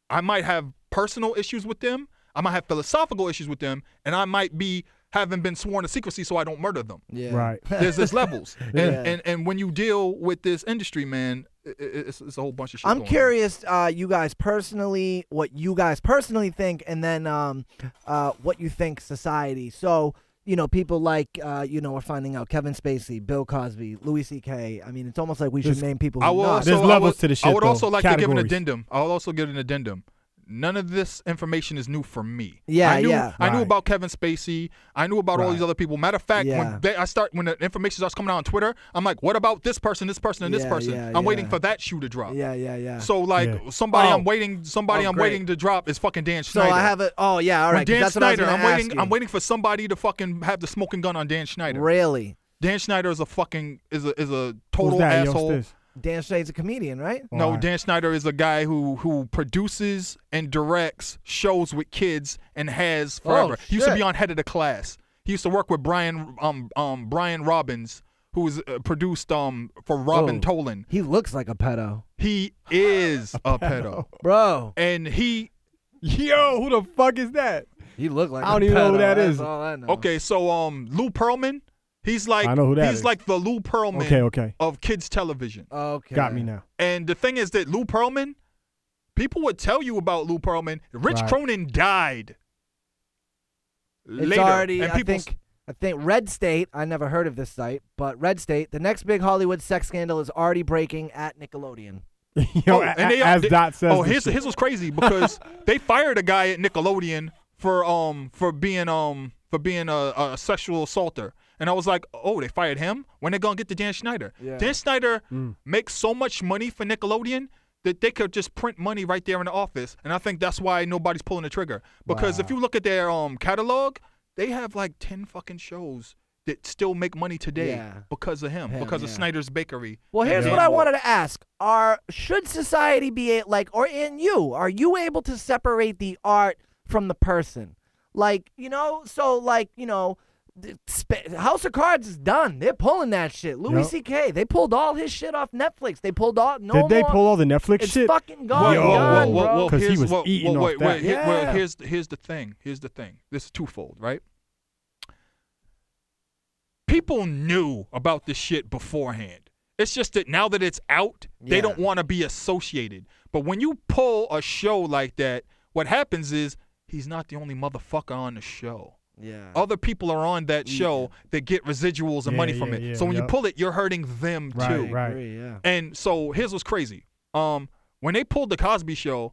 Speaker 3: I might have personal issues with them. I might have philosophical issues with them, and I might be having been sworn to secrecy, so I don't murder them.
Speaker 4: Yeah.
Speaker 2: Right.
Speaker 3: (laughs) There's this levels,
Speaker 2: (laughs)
Speaker 3: and,
Speaker 2: Yeah.
Speaker 3: and and when you deal with this industry, man, i- i it's, it's a whole bunch of shit.
Speaker 1: I'm
Speaker 3: going on.
Speaker 1: curious, uh, you guys personally, what you guys personally think, and then um, uh, what you think society. So, you know, people like, uh, you know, we're finding out Kevin Spacey, Bill Cosby, Louis C.K. I mean, it's almost like we should
Speaker 2: This-
Speaker 1: name people. Who
Speaker 3: I will
Speaker 1: not.
Speaker 3: also,
Speaker 2: There's
Speaker 3: I would-
Speaker 2: levels to the
Speaker 3: I
Speaker 2: shit,
Speaker 3: would
Speaker 2: though.
Speaker 3: also like to give an
Speaker 2: Categories.
Speaker 3: addendum. I'll also give an addendum. None of this information is new for me.
Speaker 1: Yeah,
Speaker 3: I knew,
Speaker 1: yeah.
Speaker 3: I knew
Speaker 2: Right.
Speaker 3: about Kevin Spacey. I knew about all these
Speaker 2: Right.
Speaker 3: other people. Matter of fact,
Speaker 1: Yeah.
Speaker 3: when they, I start when the information starts coming out on Twitter, I'm like, what about this person, this person, and this
Speaker 1: Yeah,
Speaker 3: person?
Speaker 1: yeah,
Speaker 3: I'm waiting
Speaker 1: yeah.
Speaker 3: for that shoe to drop.
Speaker 1: yeah, yeah, yeah.
Speaker 3: Uh, So like
Speaker 2: Yeah.
Speaker 3: somebody
Speaker 1: Oh.
Speaker 3: I'm waiting, somebody
Speaker 1: Oh,
Speaker 3: I'm
Speaker 1: great.
Speaker 3: waiting to drop is fucking Dan
Speaker 1: So
Speaker 3: Schneider.
Speaker 1: I have a. Oh yeah, all
Speaker 3: When
Speaker 1: right. 'cause
Speaker 3: Dan
Speaker 1: that's
Speaker 3: Schneider,
Speaker 1: what I was
Speaker 3: I'm
Speaker 1: gonna
Speaker 3: waiting.
Speaker 1: ask you.
Speaker 3: I'm waiting for somebody to fucking have the smoking gun on Dan Schneider.
Speaker 1: Really,
Speaker 3: Dan Schneider is a fucking is a is a total
Speaker 2: Who's that? Yo,
Speaker 3: asshole.
Speaker 2: Stiz?
Speaker 1: Dan Shade's a comedian, right?
Speaker 2: All
Speaker 3: No,
Speaker 2: right.
Speaker 3: Dan Schneider is a guy who who produces and directs shows with kids and has forever.
Speaker 1: Oh,
Speaker 3: he used to
Speaker 1: shit.
Speaker 3: be on Head of the Class. He used to work with Brian um um Brian Robbins, who was uh, produced um for Robin
Speaker 1: Whoa.
Speaker 3: Tolan.
Speaker 1: He looks like a pedo,
Speaker 3: He
Speaker 2: (laughs)
Speaker 3: is a pedo,
Speaker 1: bro.
Speaker 3: and he
Speaker 2: Yo, who the fuck is that?
Speaker 1: He looked like
Speaker 2: I don't even know who that is.
Speaker 1: Oh.
Speaker 3: okay. So um, Lou Pearlman, he's like
Speaker 2: I know who that
Speaker 3: he's
Speaker 2: is.
Speaker 3: like the Lou Pearlman
Speaker 2: Okay, okay.
Speaker 3: of kids television.
Speaker 1: Okay.
Speaker 2: Got me now. (laughs)
Speaker 3: And the thing is that Lou Pearlman, people would tell you about Lou Pearlman. Rich
Speaker 2: Right.
Speaker 3: Cronin died.
Speaker 1: It's
Speaker 3: later,
Speaker 1: already.
Speaker 3: and
Speaker 1: I
Speaker 3: people
Speaker 1: think. I think Red State. I never heard of this site, but Red State, the next big Hollywood sex scandal is already breaking at Nickelodeon.
Speaker 2: Yo, a- a- as Dot says.
Speaker 3: Oh,
Speaker 2: this
Speaker 3: his
Speaker 2: shit.
Speaker 3: his was crazy because they fired a guy at Nickelodeon for um for being um for being a, a sexual assaulter, and I was like, oh, they fired him. When they gonna get to Dan Schneider?
Speaker 4: Yeah.
Speaker 3: Dan Schneider
Speaker 2: Mm.
Speaker 3: makes so much money for Nickelodeon that they could just print money right there in the office, and I think that's why nobody's pulling the trigger because if you look at their um catalog, they have like ten fucking shows. That still make money today
Speaker 4: Yeah.
Speaker 3: because of him,
Speaker 4: Him,
Speaker 3: because of
Speaker 4: yeah.
Speaker 3: Snyder's Bakery.
Speaker 1: Well,
Speaker 3: and
Speaker 1: here's
Speaker 3: Dan
Speaker 1: what I
Speaker 3: Wolf.
Speaker 1: wanted to ask: Are should society be a- like, or in you, are you able to separate the art from the person? Like, you know, so like, you know, th- sp- House of Cards is done. They're pulling that shit. Louis
Speaker 2: Yep.
Speaker 1: C.K. They pulled all his shit off Netflix. They pulled all. No
Speaker 2: Did they
Speaker 1: more-
Speaker 2: pull all the Netflix
Speaker 1: It's
Speaker 2: shit?
Speaker 1: fucking gone.
Speaker 2: Yo.
Speaker 1: gone,
Speaker 2: Whoa, whoa,
Speaker 1: bro.
Speaker 2: whoa. 'Cause he
Speaker 3: here's-
Speaker 2: was
Speaker 3: whoa, whoa,
Speaker 2: eating off
Speaker 3: wait,
Speaker 2: that.
Speaker 3: wait, here- well,
Speaker 1: Yeah.
Speaker 3: here's here's the thing. Here's the thing. This is twofold, right? People knew about this shit beforehand. It's just that now that it's out, they
Speaker 4: Yeah.
Speaker 3: don't want to be associated. But when you pull a show like that, what happens is he's not the only motherfucker on the show.
Speaker 4: Yeah.
Speaker 3: Other people are on that
Speaker 4: Yeah.
Speaker 3: show that get residuals and
Speaker 2: Yeah,
Speaker 3: money
Speaker 2: yeah,
Speaker 3: from it.
Speaker 2: yeah,
Speaker 3: so when you
Speaker 2: yup.
Speaker 3: pull it, you're hurting them
Speaker 2: Right,
Speaker 3: too.
Speaker 4: I
Speaker 2: right.
Speaker 4: agree, yeah.
Speaker 3: And so his was crazy. Um, when they pulled the Cosby Show,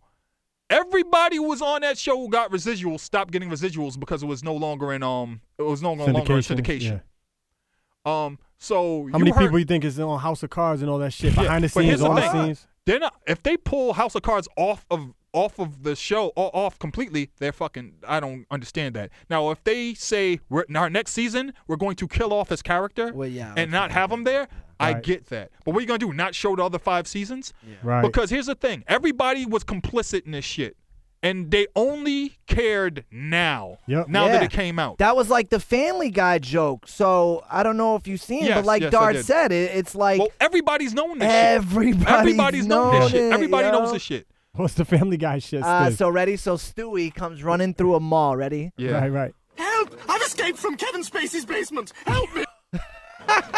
Speaker 3: everybody who was on that show who got residuals stopped getting residuals because it was no longer in um it was no longer in syndication. Um, so
Speaker 2: How
Speaker 3: you
Speaker 2: many
Speaker 3: heard,
Speaker 2: people you think is on House of Cards and all that shit
Speaker 3: Yeah,
Speaker 2: behind the
Speaker 3: but here's
Speaker 2: scenes, on
Speaker 3: the
Speaker 2: the
Speaker 3: thing.
Speaker 2: scenes?
Speaker 3: They're not, if they pull House of Cards off of off of the show or off completely, they're fucking. I don't understand that. Now, if they say we're, in our next season we're going to kill off his character
Speaker 4: Well, yeah.
Speaker 3: and
Speaker 4: that's
Speaker 3: not have him there, I
Speaker 2: Right.
Speaker 3: get that. But what are you gonna do? Not show the other five seasons?
Speaker 2: Right.
Speaker 3: Because here's the thing everybody was complicit in this shit. And they only cared now.
Speaker 2: Yep.
Speaker 3: Now that
Speaker 1: Yeah.
Speaker 3: it came out.
Speaker 1: That was like the Family Guy joke. So I don't know if you've seen, it,
Speaker 3: Yes,
Speaker 1: but like
Speaker 3: yes, I
Speaker 1: Dart
Speaker 3: did.
Speaker 1: said, it, it's like
Speaker 3: well, everybody's known this shit.
Speaker 1: everybody's,
Speaker 3: Everybody's known this shit.
Speaker 1: it,
Speaker 3: Everybody
Speaker 1: yo.
Speaker 3: knows this shit.
Speaker 2: (laughs) What's the Family Guy shit?
Speaker 1: Uh,
Speaker 2: says?
Speaker 1: so ready? So Stewie comes running through a mall. Ready?
Speaker 3: Yeah.
Speaker 2: Right, right.
Speaker 5: Help! I've escaped from Kevin Spacey's basement! Help me!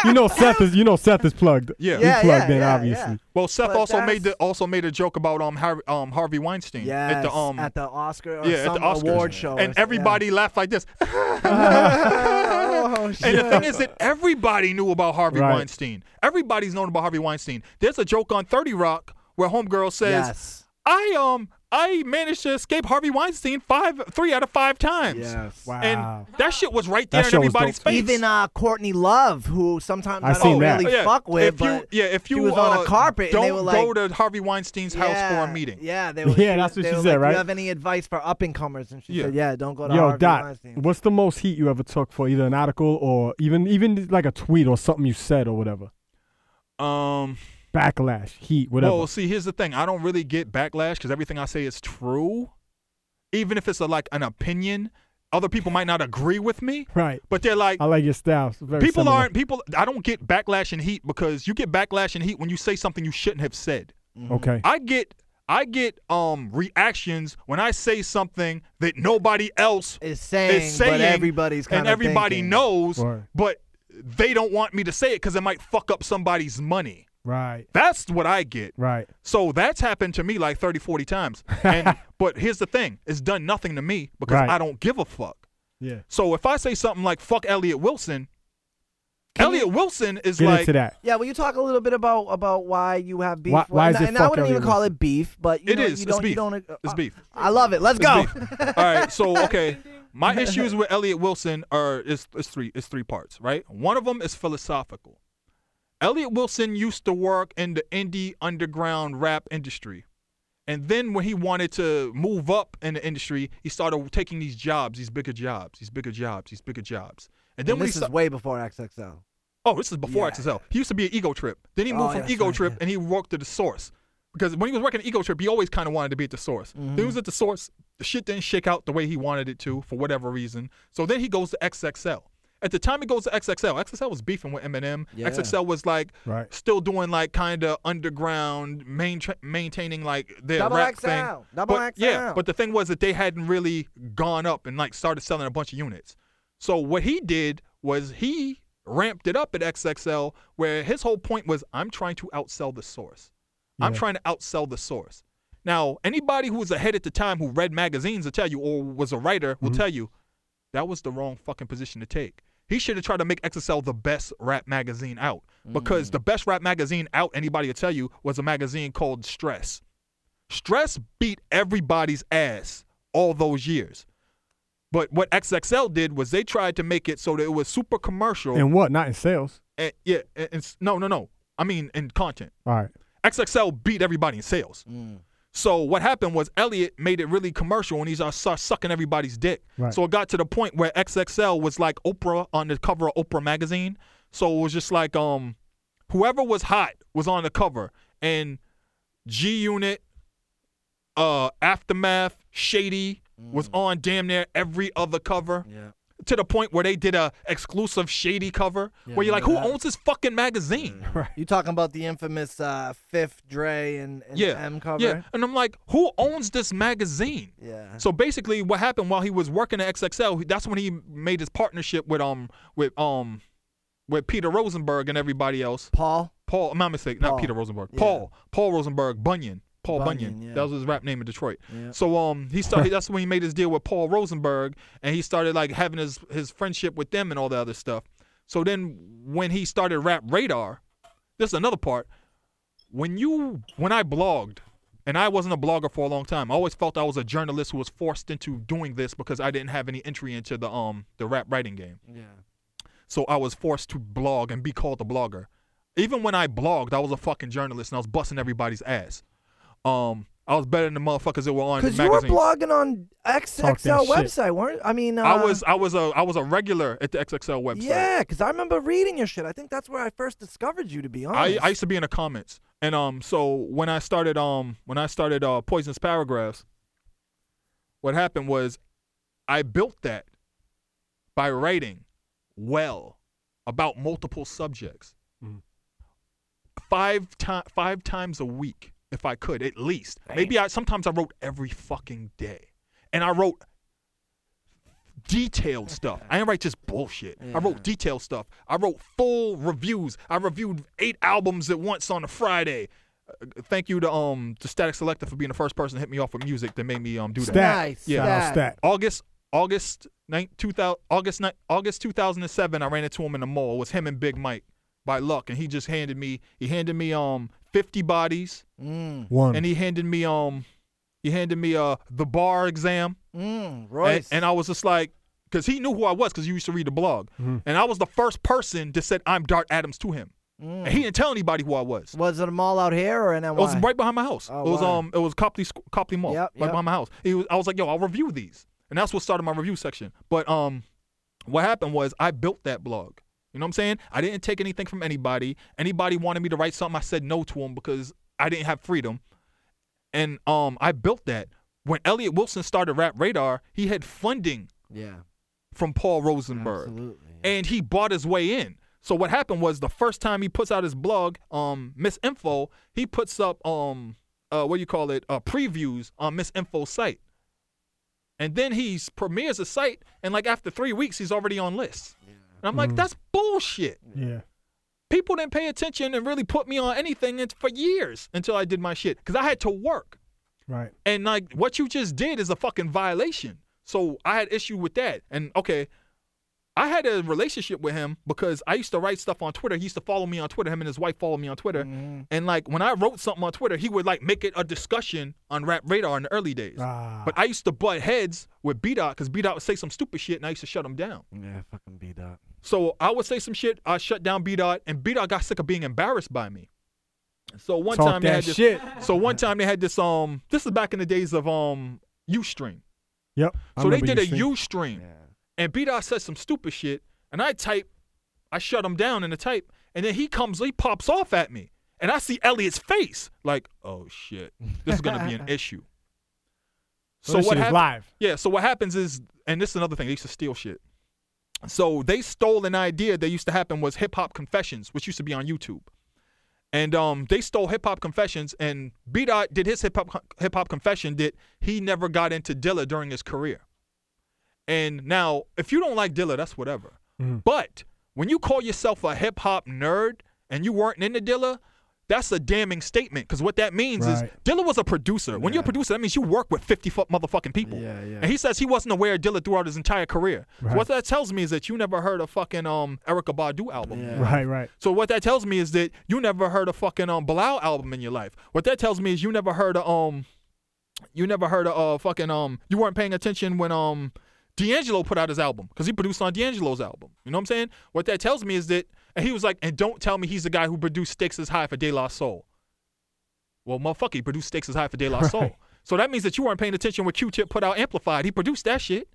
Speaker 2: You know Seth is you know Seth is plugged.
Speaker 3: Yeah.
Speaker 2: He's
Speaker 1: Yeah,
Speaker 2: plugged
Speaker 1: yeah,
Speaker 2: in
Speaker 1: yeah,
Speaker 2: obviously.
Speaker 3: Well, Seth
Speaker 1: But
Speaker 3: also made the
Speaker 1: that's-
Speaker 3: also made a joke about um, Har- um Harvey Weinstein
Speaker 1: Yes,
Speaker 3: at the um
Speaker 1: Oscar or
Speaker 3: yeah
Speaker 1: some
Speaker 3: at the Oscars
Speaker 1: award show, or
Speaker 3: and
Speaker 1: something.
Speaker 3: everybody laughed like this. (laughs)
Speaker 1: (laughs) Oh, shit.
Speaker 3: And the thing is that
Speaker 1: (laughs)
Speaker 3: everybody knew about Harvey
Speaker 2: Right.
Speaker 3: Weinstein. Everybody's known about Harvey Weinstein. There's a joke on Thirty Rock where Homegirl (laughs) says,
Speaker 1: yes.
Speaker 3: I um I managed to escape Harvey Weinstein five three out of five times.
Speaker 4: Yes.
Speaker 2: Wow.
Speaker 3: And that shit was right there
Speaker 2: That
Speaker 3: in
Speaker 2: shit was
Speaker 3: everybody's
Speaker 2: dope,
Speaker 3: face.
Speaker 2: too.
Speaker 1: Even uh, Courtney Love, who sometimes
Speaker 2: I
Speaker 1: I,
Speaker 2: seen
Speaker 1: don't
Speaker 2: that.
Speaker 1: really
Speaker 3: Oh, yeah.
Speaker 1: fuck with,
Speaker 3: if you,
Speaker 1: but
Speaker 3: yeah, if you
Speaker 1: she was on
Speaker 3: uh,
Speaker 1: a carpet
Speaker 3: don't
Speaker 1: and they were like,
Speaker 3: go to Harvey Weinstein's
Speaker 1: yeah,
Speaker 3: house for a meeting.
Speaker 1: Yeah, they were,
Speaker 2: (laughs) Yeah,
Speaker 1: she-
Speaker 2: that's what
Speaker 1: they
Speaker 2: she
Speaker 1: were
Speaker 2: said,
Speaker 1: like, Do
Speaker 2: right?
Speaker 1: you have any advice for up and comers? And she
Speaker 3: Yeah.
Speaker 1: said, Yeah, don't go to
Speaker 2: Yo,
Speaker 1: Harvey
Speaker 2: Dot,
Speaker 1: Weinstein.
Speaker 2: what's the most heat you ever took for either an article or even even like a tweet or something you said or whatever?
Speaker 3: Um.
Speaker 2: Backlash, heat, whatever.
Speaker 3: Well, see, here's the thing. I don't really get backlash because everything I say is true, even if it's a, like an opinion. Other people might not agree with me,
Speaker 2: (laughs) right.
Speaker 3: but they're like,
Speaker 2: I like your style. It's very
Speaker 3: people
Speaker 2: similar.
Speaker 3: aren't people. I don't get backlash and heat because you get backlash and heat when you say something you shouldn't have said.
Speaker 2: Okay.
Speaker 3: I get I get um reactions when I say something that nobody else
Speaker 1: Is saying,
Speaker 3: is saying
Speaker 1: but everybody's kind
Speaker 3: and
Speaker 1: of
Speaker 3: everybody
Speaker 1: thinking.
Speaker 3: knows,
Speaker 2: Right.
Speaker 3: but they don't want me to say it because it might fuck up somebody's money.
Speaker 2: Right.
Speaker 3: That's what I get.
Speaker 2: Right.
Speaker 3: So that's happened to me like 30,
Speaker 2: (laughs)
Speaker 3: 40 times. And but here's the thing, it's done nothing to me because
Speaker 2: Right.
Speaker 3: I don't give a fuck.
Speaker 2: Yeah.
Speaker 3: So if I say something like fuck Elliot Wilson,
Speaker 1: Can
Speaker 3: Elliot Wilson is
Speaker 2: Get
Speaker 3: like
Speaker 2: into that.
Speaker 1: Yeah, will you talk a little bit about about why you have beef?
Speaker 2: Why-
Speaker 1: Well,
Speaker 2: why is
Speaker 1: and,
Speaker 2: it
Speaker 1: and I
Speaker 2: fuck
Speaker 1: wouldn't even
Speaker 2: everyone?
Speaker 1: call it beef, but you
Speaker 3: It
Speaker 1: know,
Speaker 3: is.
Speaker 1: you
Speaker 3: It's
Speaker 1: don't, you
Speaker 3: beef.
Speaker 1: don't, uh,
Speaker 3: It's beef.
Speaker 1: I love it. Let's go. (laughs)
Speaker 3: All right, so okay, my issues with Elliot Wilson are is is three is three parts, right? One of them is philosophical. Elliot Wilson used to work in the indie underground rap industry. And then when he wanted to move up in the industry, he started taking these jobs, these bigger jobs, these bigger jobs, these bigger jobs. And then
Speaker 1: And
Speaker 3: when he
Speaker 1: this is
Speaker 3: sta-
Speaker 1: way before XXL.
Speaker 3: Oh, this is before
Speaker 1: Yeah.
Speaker 3: XSL. He used to be an Ego Trip. Then he
Speaker 1: Oh,
Speaker 3: moved from
Speaker 1: yeah,
Speaker 3: Ego
Speaker 1: sorry,
Speaker 3: Trip
Speaker 1: yeah.
Speaker 3: and he worked at the Source. Because when he was working at Ego Trip, he always kind of wanted to be at the Source. Then he
Speaker 1: Mm-hmm.
Speaker 3: was at the Source. The shit didn't shake out the way he wanted it to for whatever reason. So then he goes to XXL. At the time he goes to XXL, XXL was beefing with Eminem.
Speaker 4: Yeah.
Speaker 3: XXL was like
Speaker 2: Right.
Speaker 3: still doing like kind of underground, main maintaining like their
Speaker 1: Double
Speaker 3: rap
Speaker 1: XL,
Speaker 3: thing.
Speaker 1: double
Speaker 3: but, Yeah,
Speaker 1: XL.
Speaker 3: but the thing was that they hadn't really gone up and like started selling a bunch of units. So what he did was he ramped it up at XXL, where his whole point was, I'm trying to outsell the source. I'm
Speaker 2: Yeah.
Speaker 3: trying to outsell the source. Now, anybody who was ahead at the time who read magazines will tell you, or was a writer
Speaker 2: Mm-hmm.
Speaker 3: will tell you, that was the wrong fucking position to take. He should have tried to make XXL the best rap magazine out because the best rap magazine out, anybody will tell you, was a magazine called Stress. Stress beat everybody's ass all those years. But what XXL did was they tried to make it so that it was super commercial. And,
Speaker 2: And what? Not in sales.
Speaker 3: yeah, and, and s- no, no, no. I mean, in content.
Speaker 2: All right.
Speaker 3: XXL beat everybody in sales. So what happened was Elliot made it really commercial, and he's uh, start sucking everybody's dick.
Speaker 2: Right.
Speaker 3: So it got to the point where XXL was like Oprah on the cover of Oprah magazine. So it was just like um, whoever was hot was on the cover, and G Unit, uh, Aftermath, Shady was on damn near every other cover
Speaker 4: Yeah.
Speaker 3: to the point where they did a exclusive Shady cover where you're like, who owns this fucking magazine?
Speaker 1: You talking about the infamous uh, Fifth Dre and, and
Speaker 3: yeah,
Speaker 1: M cover?
Speaker 3: yeah, and I'm like, who owns this magazine?
Speaker 1: Yeah.
Speaker 3: So basically, what happened while he was working at XXL, he- that's when he made his partnership with um with um with Peter Rosenberg and everybody else.
Speaker 1: Paul.
Speaker 3: Paul, my mistake, not
Speaker 1: Paul.
Speaker 3: Peter Rosenberg.
Speaker 1: Yeah.
Speaker 3: Paul, Paul Rosenberg, Bunyan, Paul Bunyan.
Speaker 1: Bunyan, yeah.
Speaker 3: That was his rap name in Detroit.
Speaker 1: Yeah.
Speaker 3: So um,
Speaker 1: (laughs)
Speaker 3: he started. that's when he made his deal with Paul Rosenberg, and he started like having his his friendship with them and all the other stuff. So then when he started Rap Radar, this is another part. When you when I blogged, and I wasn't a blogger for a long time. I always felt I was a journalist who was forced into doing this because I didn't have any entry into the um the rap writing game.
Speaker 4: Yeah.
Speaker 3: So I was forced to blog and be called a blogger. Even when I blogged, I was a fucking journalist and I was busting everybody's ass. Um, I was better than the motherfuckers that were on the
Speaker 1: Because you were
Speaker 3: magazine.
Speaker 1: blogging on
Speaker 2: that
Speaker 1: XXL
Speaker 2: shit.
Speaker 1: website, weren't? I mean, uh,
Speaker 3: I was I was a I was a regular at the XXL website.
Speaker 1: Yeah, because I remember reading your shit. I think that's where I first discovered you. To be
Speaker 3: I,
Speaker 1: honest.
Speaker 3: I used to be in the comments. And um so when I started um when I started uh Poisonous Paragraphs, what happened was I built that by writing well about multiple subjects.
Speaker 2: Mhm.
Speaker 3: Five time five times a week if I could at least. Maybe I sometimes I wrote every fucking day. And I wrote detailed stuff. I didn't write just bullshit. I wrote detailed stuff. I wrote full reviews. I reviewed eight albums at once on a Friday. Uh, thank you to um to Static Selector for being the first person to hit me off with music that made me um do
Speaker 2: Stat.
Speaker 3: that.
Speaker 1: Nice,
Speaker 2: Shout out
Speaker 1: stat.
Speaker 2: stat.
Speaker 3: August August 9, 2000 August 9, August 2007 I ran into him in the mall. It was him and Big Mike by luck and he just handed me he handed me um 50 bodies
Speaker 1: Mm,
Speaker 2: One.
Speaker 3: and he handed me um he handed me uh the bar exam
Speaker 1: mm,
Speaker 3: and,
Speaker 1: Royce.
Speaker 3: and I was just like, because he knew who I was, because you used to read the blog, and I was the first person that said I'm Dart Adams to him, and he didn't tell anybody who I was.
Speaker 1: was it a mall out here or an NY?
Speaker 3: It was right behind my house.
Speaker 1: Oh,
Speaker 3: it was
Speaker 1: wow.
Speaker 3: um, it was Copley Squ- Copley Mall,
Speaker 1: Yep,
Speaker 3: right
Speaker 1: yep.
Speaker 3: behind my house. He was, I was like, yo, I'll review these, and that's what started my review section. But um, what happened was I built that blog. You know what I'm saying? I didn't take anything from anybody. Anybody wanted me to write something, I said no to them because I didn't have freedom. And um, I built that. When Elliot Wilson started Rap Radar, he had funding
Speaker 4: Yeah.
Speaker 3: from Paul Rosenberg.
Speaker 4: Absolutely.
Speaker 3: And he bought his way in. So what happened was the first time he puts out his blog, um, Miss Info, he puts up um uh what do you call it? Uh previews on Miss Info's site. And then he premieres the site and like after three weeks he's already on lists. And I'm like, that's bullshit.
Speaker 2: Yeah.
Speaker 3: People didn't pay attention and really put me on anything int- for years until I did my shit. Cause I had to work.
Speaker 2: Right.
Speaker 3: And like what you just did is a fucking violation. So I had issue with that. And okay, I had a relationship with him because I used to write stuff on Twitter. He used to follow me on Twitter. Him and his wife follow me on Twitter. And like when I wrote something on Twitter, he would like make it a discussion on Rap Radar in the early days.
Speaker 2: Ah.
Speaker 3: But I used to butt heads with B Dot because B Dot would say some stupid shit and I used to shut him down.
Speaker 4: Yeah. Fucking beat up.
Speaker 3: So I would say some shit. I shut down B Dot, and B Dot got sick of being embarrassed by me. So one
Speaker 2: Talk
Speaker 3: time they
Speaker 2: that
Speaker 3: had this,
Speaker 2: shit.
Speaker 3: So one time they had this. Um, this is back in the days of um UStream.
Speaker 2: Yep. I
Speaker 3: So they
Speaker 2: remember
Speaker 3: did a
Speaker 2: you saying-
Speaker 3: UStream, and B Dot said some stupid shit, and I type, I shut him down in the type, and then he comes, he pops off at me, and I see Elliot's face, like, oh shit, this is gonna
Speaker 2: (laughs)
Speaker 3: be an issue.
Speaker 2: So this shit is
Speaker 3: hap-
Speaker 2: live.
Speaker 3: Yeah. So what happens is, and this is another thing, they used to steal shit. So they stole an idea that used to happen was hip hop confessions, which used to be on YouTube. And um, they stole hip hop confessions, and B Dot did his hip hop hip hop confession that he never got into Dilla during his career. And now, if you don't like Dilla, that's whatever.
Speaker 4: Mm-hmm.
Speaker 3: But when you call yourself a hip hop nerd and you weren't into Dilla, that's a damning statement. Because what that means is
Speaker 2: Right.
Speaker 3: Dilla was a producer. When you're a producer, that means you work with 50 fu- motherfucking people.
Speaker 4: Yeah, yeah.
Speaker 3: And he says he wasn't aware of Dilla throughout his entire career. So
Speaker 2: Right.
Speaker 3: what that tells me is that you never heard a fucking um Erica Badu album.
Speaker 4: Yeah.
Speaker 2: Right, right.
Speaker 3: So what that tells me is that you never heard a fucking um Bilal album in your life. What that tells me is you never heard a um you never heard a uh, fucking um you weren't paying attention when um D'Angelo put out his album because he produced on D'Angelo's album. You know what I'm saying? What that tells me is that and he was like, and don't tell me he's the guy who produced Stakes is High for De La Soul. Well, motherfucker, he produced Stakes is High for De La Soul. So that means that you weren't paying attention when Q-Tip put out Amplified. He produced that shit.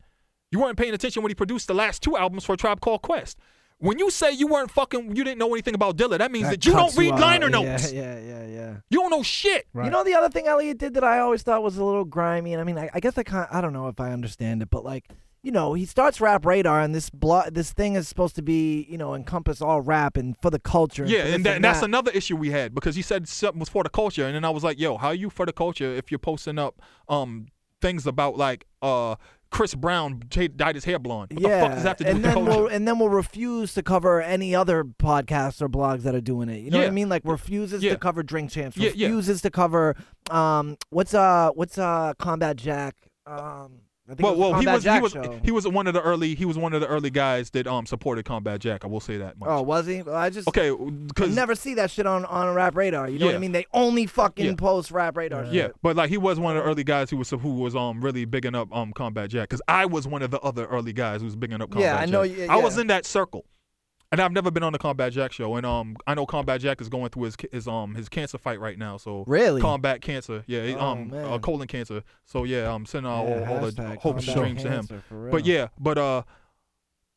Speaker 3: You weren't paying attention when he produced the last two albums for Tribe Called Quest. When you say you weren't fucking, you didn't know anything about Dilla, that means that, you don't
Speaker 4: cuts
Speaker 3: read
Speaker 4: out.
Speaker 3: liner
Speaker 4: Yeah,
Speaker 3: notes.
Speaker 4: Yeah, yeah, yeah.
Speaker 3: You don't know shit.
Speaker 2: Right.
Speaker 1: You know the other thing Elliot did that I always thought was a little grimy, and I mean, I, I guess I kind I don't know if I understand it, but like, you know, he starts rap radar, and this blo- this thing is supposed to be, you know, encompass all rap and for the culture.
Speaker 3: Yeah,
Speaker 1: for
Speaker 3: and,
Speaker 1: this
Speaker 3: that, that's
Speaker 1: that.
Speaker 3: another issue we had because he said something was for the culture, and then I was like, "Yo, how you for the culture if you're posting up um things about like uh Chris Brown t- dyed his hair blonde? What
Speaker 1: yeah,
Speaker 3: the fuck does that have to do
Speaker 1: and
Speaker 3: with the
Speaker 1: then
Speaker 3: culture?"
Speaker 1: we'll and then we'll refuse to cover any other podcasts or blogs that are doing it. You know what
Speaker 3: Yeah.
Speaker 1: I mean? Like refuses
Speaker 3: Yeah.
Speaker 1: to cover Drink Champs.
Speaker 3: Yeah, yeah.
Speaker 1: Refuses to cover um what's uh what's uh Combat Jack. Um, I think it
Speaker 3: Well,
Speaker 1: was
Speaker 3: well, he
Speaker 1: Combat
Speaker 3: was he
Speaker 1: Jack
Speaker 3: was
Speaker 1: show.
Speaker 3: he was one of the early he was one of the early guys that um supported Combat Jack. I will say that much.
Speaker 1: oh, was he? Well, I just
Speaker 3: okay,
Speaker 1: You
Speaker 3: because
Speaker 1: never see that shit on on rap radar. You know what
Speaker 3: Yeah.
Speaker 1: I mean? They only fucking
Speaker 3: Yeah.
Speaker 1: post rap radar.
Speaker 3: Yeah,
Speaker 1: shit.
Speaker 3: but like he was one of the early guys who was who was um really bigging up um Combat Jack because I was one of the other early guys who was bigging up Combat
Speaker 1: Yeah, I know,
Speaker 3: Jack.
Speaker 1: yeah,
Speaker 3: I was
Speaker 1: yeah.
Speaker 3: in that circle, and I've never been on the Combat Jack show. And um, I know Combat Jack is going through his ca- his um his cancer fight right now. So
Speaker 1: Really?
Speaker 3: combat cancer. Yeah, he-
Speaker 1: Oh,
Speaker 3: um uh,
Speaker 1: man.
Speaker 3: colon cancer. So yeah, I'm sending all,
Speaker 4: Yeah,
Speaker 3: all the
Speaker 4: hashtag
Speaker 3: hope
Speaker 4: combat
Speaker 3: and streams to him.
Speaker 4: cancer, for
Speaker 3: But
Speaker 4: real.
Speaker 3: yeah, but uh,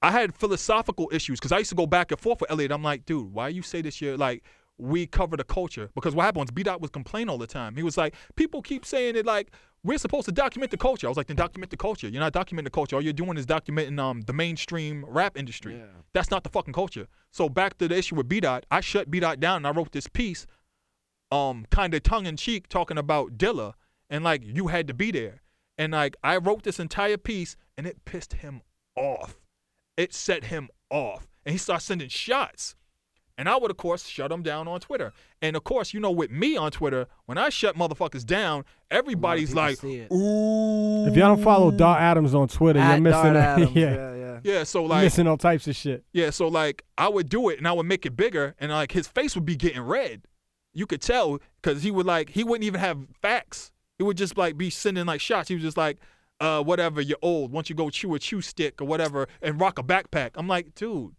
Speaker 3: I had philosophical issues because I used to go back and forth with Elliot. I'm like, dude, why you say this year? Like, we cover the culture because what happened was B Dot was complaining all the time. He was like, people keep saying it like we're supposed to document the culture. I was like, then document the culture. You're not documenting the culture. All you're doing is documenting um the mainstream rap industry.
Speaker 4: Yeah.
Speaker 3: That's not the fucking culture. So back to the issue with B Dot, I shut B Dot down and I wrote this piece um kind of tongue in cheek talking about Dilla and like you had to be there. And like I wrote this entire piece and it pissed him off. It set him off. And he started sending shots. And I would of course shut him down on Twitter. And of course, you know with me on Twitter, when I shut motherfuckers down, everybody's
Speaker 4: people
Speaker 3: like,
Speaker 4: see it.
Speaker 3: "Ooh."
Speaker 2: If y'all don't follow Dot Adams on Twitter,
Speaker 1: At
Speaker 2: you're missing
Speaker 1: Dart
Speaker 2: out.
Speaker 1: Adams,
Speaker 2: (laughs) yeah.
Speaker 1: yeah, yeah.
Speaker 3: Yeah, so
Speaker 2: You're
Speaker 3: like
Speaker 2: missing all types of shit.
Speaker 3: Yeah, so like I would do it and I would make it bigger and like his face would be getting red. You could tell because he would like he wouldn't even have facts. He would just like be sending like shots. He was just like, uh, whatever, you're old. Once you go chew a chew stick or whatever and rock a backpack. I'm like, dude,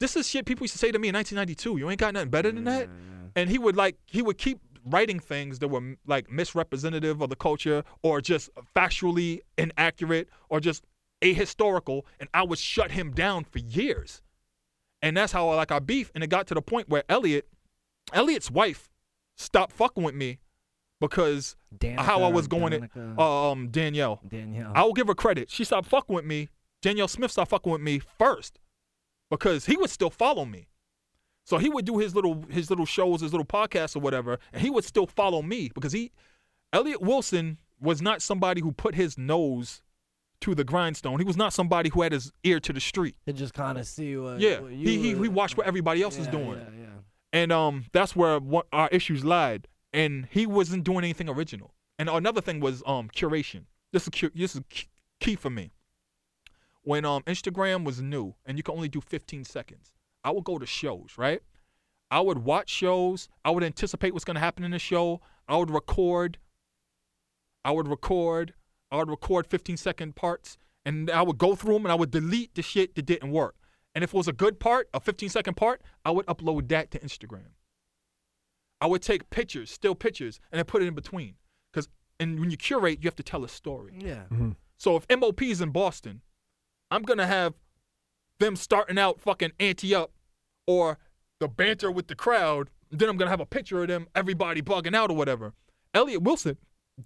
Speaker 3: this is shit people used to say to me in 1992. You ain't got nothing better than that. And he would like he would keep writing things that were like misrepresentative of the culture or just factually inaccurate or just ahistorical. And I would shut him down for years. And that's how I like our beef. And it got to the point where Elliot, Elliot's wife, stopped fucking with me because
Speaker 4: Danica,
Speaker 3: how I was going at
Speaker 4: Danica,
Speaker 3: um Danielle.
Speaker 4: Danielle.
Speaker 3: I will give her credit. She stopped fucking with me. Danielle Smith stopped fucking with me first because he would still follow me. So he would do his little his little shows, his little podcasts or whatever, and he would still follow me because he Elliot Wilson was not somebody who put his nose to the grindstone. He was not somebody who had his ear to the street.
Speaker 4: to just kind of see what.
Speaker 3: yeah,
Speaker 4: what
Speaker 3: he,
Speaker 4: you
Speaker 3: he
Speaker 4: were-
Speaker 3: he watched what everybody else was
Speaker 4: Yeah,
Speaker 3: doing,
Speaker 4: Yeah, yeah.
Speaker 3: and um that's where what our issues lied. And he wasn't doing anything original. And another thing was um curation. This is cu- this is key- key for me. When um Instagram was new and you could only do 15 seconds, I would go to shows right. I would watch shows. I would anticipate what's going to happen in the show. I would record. I would record. I would record 15 second parts, and I would go through them and I would delete the shit that didn't work. And if it was a good part, a 15 second part, I would upload that to Instagram. I would take pictures, still pictures, and then put it in between. Cause and when you curate, you have to tell a story.
Speaker 4: Yeah.
Speaker 2: Mm-hmm.
Speaker 3: So if MOP is in Boston, I'm gonna have them starting out fucking ante up or the banter with the crowd. Then I'm gonna have a picture of them, everybody bugging out or whatever. Elliot Wilson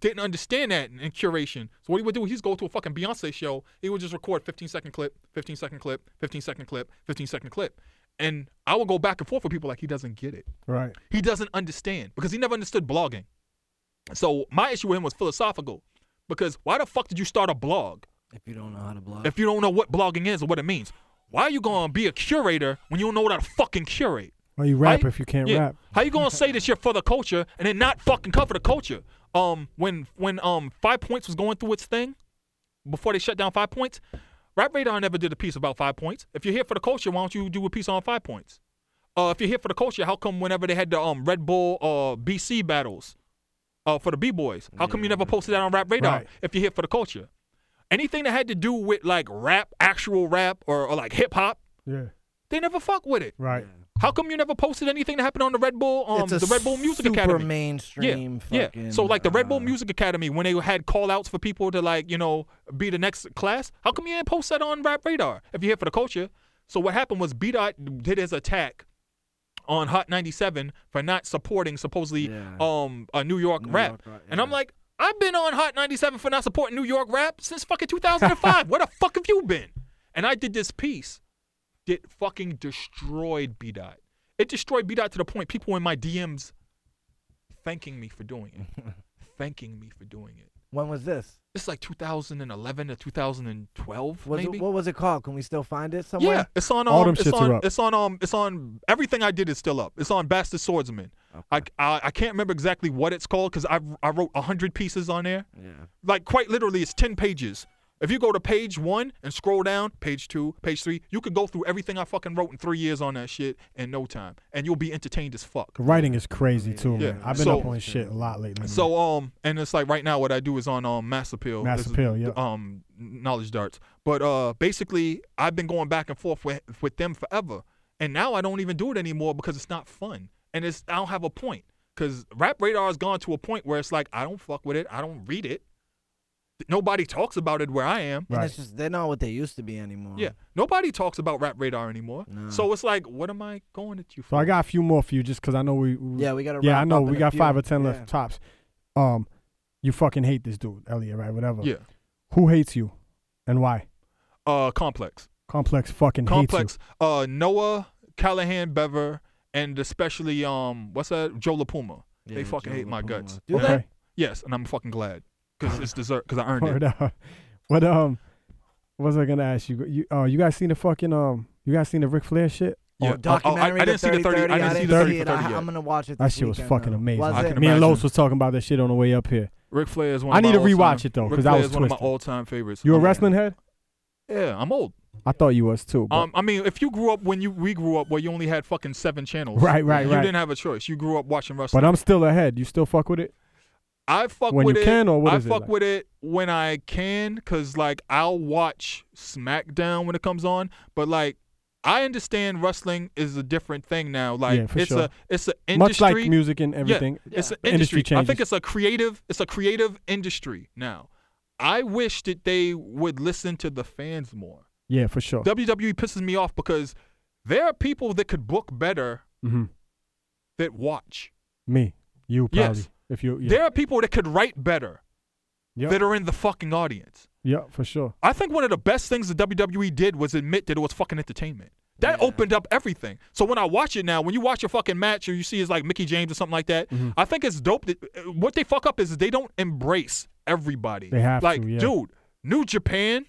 Speaker 3: didn't understand that in, in curation. So what he would do, he'd go to a fucking Beyonce show. He would just record 15 second clip, 15 second clip, 15 second clip, 15 second clip. And I would go back and forth with people like he doesn't get it.
Speaker 2: Right.
Speaker 3: He doesn't understand because he never understood blogging. So my issue with him was philosophical because why the fuck did you start a blog
Speaker 4: If you don't know how to blog,
Speaker 3: if you don't know what blogging is or what it means? Why are you going to be a curator when you don't know how to fucking curate?
Speaker 2: Well, you rap
Speaker 3: How you-
Speaker 2: if you can't
Speaker 3: yeah.
Speaker 2: rap.
Speaker 3: How you gonna say this shit for the culture and then not fucking cover the culture? Um, when when um Five Points was going through its thing, before they shut down Five Points, Rap Radar never did a piece about Five Points. If you're here for the culture, why don't you do a piece on Five Points? Uh, if you're here for the culture, how come whenever they had the um Red Bull uh BC battles, uh for the B boys, how come you never posted that on Rap Radar?
Speaker 2: Mm. Right.
Speaker 3: If you're here for the culture, anything that had to do with like rap, actual rap, or, or like hip hop,
Speaker 2: Yeah.
Speaker 3: they never fuck with it.
Speaker 2: Right.
Speaker 3: How come you never posted anything that happened on the Red Bull, um,
Speaker 1: it's a
Speaker 3: the Red Bull Music
Speaker 1: super
Speaker 3: Academy?
Speaker 1: mainstream.
Speaker 3: yeah,
Speaker 1: fucking,
Speaker 3: yeah. So like the Red Bull
Speaker 1: uh,
Speaker 3: Music Academy, when they had call outs for people to like, you know, be the next class. How come you didn't post that on Rap Radar if you're here for the culture? So what happened was B Dot did his attack on Hot 97 for not supporting supposedly
Speaker 4: Yeah.
Speaker 3: um a New York
Speaker 4: New
Speaker 3: rap,
Speaker 4: York rap,
Speaker 3: and I'm
Speaker 4: yeah.
Speaker 3: like. I've been on Hot 97 for not supporting New York rap since fucking 2005. Where the fuck have you been? And I did this piece that fucking destroyed B Dot. It destroyed B Dot to the point people were in my DMs thanking me for doing it. thanking me for doing it.
Speaker 1: uh, When was this?
Speaker 3: This is like 2011 to 2012,
Speaker 1: Was
Speaker 3: maybe.
Speaker 1: it, what was it called? Can we still find it somewhere?
Speaker 3: yeah, it's on. Um,
Speaker 2: All them
Speaker 3: it's
Speaker 2: shits are
Speaker 3: on.
Speaker 2: up.
Speaker 3: It's on. Um, it's on. Everything I did is still up. It's on Bastard Swordsman. I, I I can't remember exactly what it's called because I I wrote hundred pieces on there.
Speaker 4: yeah,
Speaker 3: Like quite literally, it's ten pages. If you go to page one and scroll down, page two, page three, you could go through everything I fucking wrote in three years on that shit in no time, and you'll be entertained as fuck.
Speaker 2: Writing is crazy too,
Speaker 3: Yeah.
Speaker 2: man. I've been
Speaker 3: So-
Speaker 2: up on shit a lot lately. man.
Speaker 3: So um, and it's like right now what I do is on um Mass Appeal.
Speaker 2: Mass
Speaker 3: This is,
Speaker 2: Appeal, yeah.
Speaker 3: Um, knowledge darts. But uh, basically I've been going back and forth with with them forever, and now I don't even do it anymore because it's not fun, and it's I don't have a point because Rap Radar has gone to a point where it's like I don't fuck with it, I don't read it, nobody talks about it where I am.
Speaker 1: And
Speaker 2: Right.
Speaker 1: it's just they're not what they used to be anymore.
Speaker 3: Yeah, nobody talks about Rap Radar anymore.
Speaker 1: Nah.
Speaker 3: So it's like, what am I going at you for?
Speaker 2: So I got a few more for you, just because I know we.
Speaker 1: Yeah, we gotta
Speaker 2: yeah,
Speaker 1: wrap
Speaker 2: I know
Speaker 1: up in
Speaker 2: we
Speaker 1: a
Speaker 2: got
Speaker 1: few.
Speaker 2: five or ten
Speaker 1: Yeah.
Speaker 2: left tops. Um, you fucking hate this dude, Elliot, right? Whatever.
Speaker 3: yeah,
Speaker 2: Who hates you, and why?
Speaker 3: uh, complex.
Speaker 2: Complex fucking hates
Speaker 3: complex uh noah callahan bever and especially um what's that joe lapuma
Speaker 4: Yeah,
Speaker 3: they fucking
Speaker 4: Joe
Speaker 3: hate my
Speaker 4: LaPuma.
Speaker 3: guts
Speaker 1: Do
Speaker 2: Okay. they?
Speaker 3: yes and i'm fucking glad because it's dessert because i
Speaker 2: you. (laughs)
Speaker 3: earned it
Speaker 2: Word up. uh, What um, what was I gonna ask you? You uh, you guys seen the fucking um, you guys seen the Ric Flair shit?
Speaker 3: yeah.
Speaker 1: Oh, documentary.
Speaker 3: I, I didn't see the 30 i didn't see the 30 for 30
Speaker 1: I,
Speaker 3: yet
Speaker 1: am gonna watch it.
Speaker 2: That
Speaker 1: this
Speaker 2: shit was
Speaker 1: weekend,
Speaker 2: fucking
Speaker 1: though.
Speaker 2: amazing.
Speaker 1: Was
Speaker 3: I
Speaker 1: it?
Speaker 3: can
Speaker 2: Me and
Speaker 3: imagine.
Speaker 2: Los was talking about that shit on the way up here.
Speaker 3: Ric flair is one
Speaker 2: I
Speaker 3: of
Speaker 2: need
Speaker 3: my
Speaker 2: to
Speaker 3: all-time-
Speaker 2: rewatch it, though, 'cause
Speaker 3: Ric
Speaker 2: I
Speaker 3: Flair
Speaker 2: was
Speaker 3: is one of my
Speaker 2: twisted.
Speaker 3: all-time favorites
Speaker 2: You a
Speaker 3: I'm-
Speaker 2: wrestling head?
Speaker 3: yeah i'm old
Speaker 2: I thought you was too. But
Speaker 3: um i mean if you grew up when you we grew up where you only had fucking seven channels
Speaker 2: right, right,
Speaker 3: you
Speaker 2: right.
Speaker 3: didn't have a choice you grew up watching wrestling
Speaker 2: But I'm still ahead. You still fuck with it?
Speaker 3: I fuck
Speaker 2: When
Speaker 3: with
Speaker 2: you
Speaker 3: it.
Speaker 2: can, or what
Speaker 3: I
Speaker 2: is it
Speaker 3: fuck
Speaker 2: like?
Speaker 3: with it when I can, cause like I'll watch SmackDown when it comes on. But like, I understand wrestling is a different thing now. Like
Speaker 2: Yeah, for
Speaker 3: it's
Speaker 2: sure.
Speaker 3: a it's an
Speaker 2: Much
Speaker 3: industry.
Speaker 2: like music and everything.
Speaker 3: Yeah, it's an
Speaker 2: The
Speaker 3: industry.
Speaker 2: industry
Speaker 3: I think
Speaker 2: changes.
Speaker 3: it's a creative. It's a creative industry now. I wish that they would listen to the fans more.
Speaker 2: Yeah, for sure.
Speaker 3: WWE pisses me off because there are people that could book better
Speaker 2: hmm
Speaker 3: that watch.
Speaker 2: Me, you probably.
Speaker 3: Yes.
Speaker 2: If you, yeah,
Speaker 3: There are people that could write better
Speaker 2: Yep.
Speaker 3: that are in the fucking audience.
Speaker 2: yeah, for sure.
Speaker 3: I think one of the best things the WWE did was admit that it was fucking entertainment. That opened up everything. So when I watch it now, when you watch a fucking match or you see it's like Mickey James or something like that,
Speaker 2: Mm-hmm.
Speaker 3: I think it's dope that uh, what they fuck up is they don't embrace everybody.
Speaker 2: They have to,
Speaker 3: like,
Speaker 2: yeah.
Speaker 3: dude, New Japan,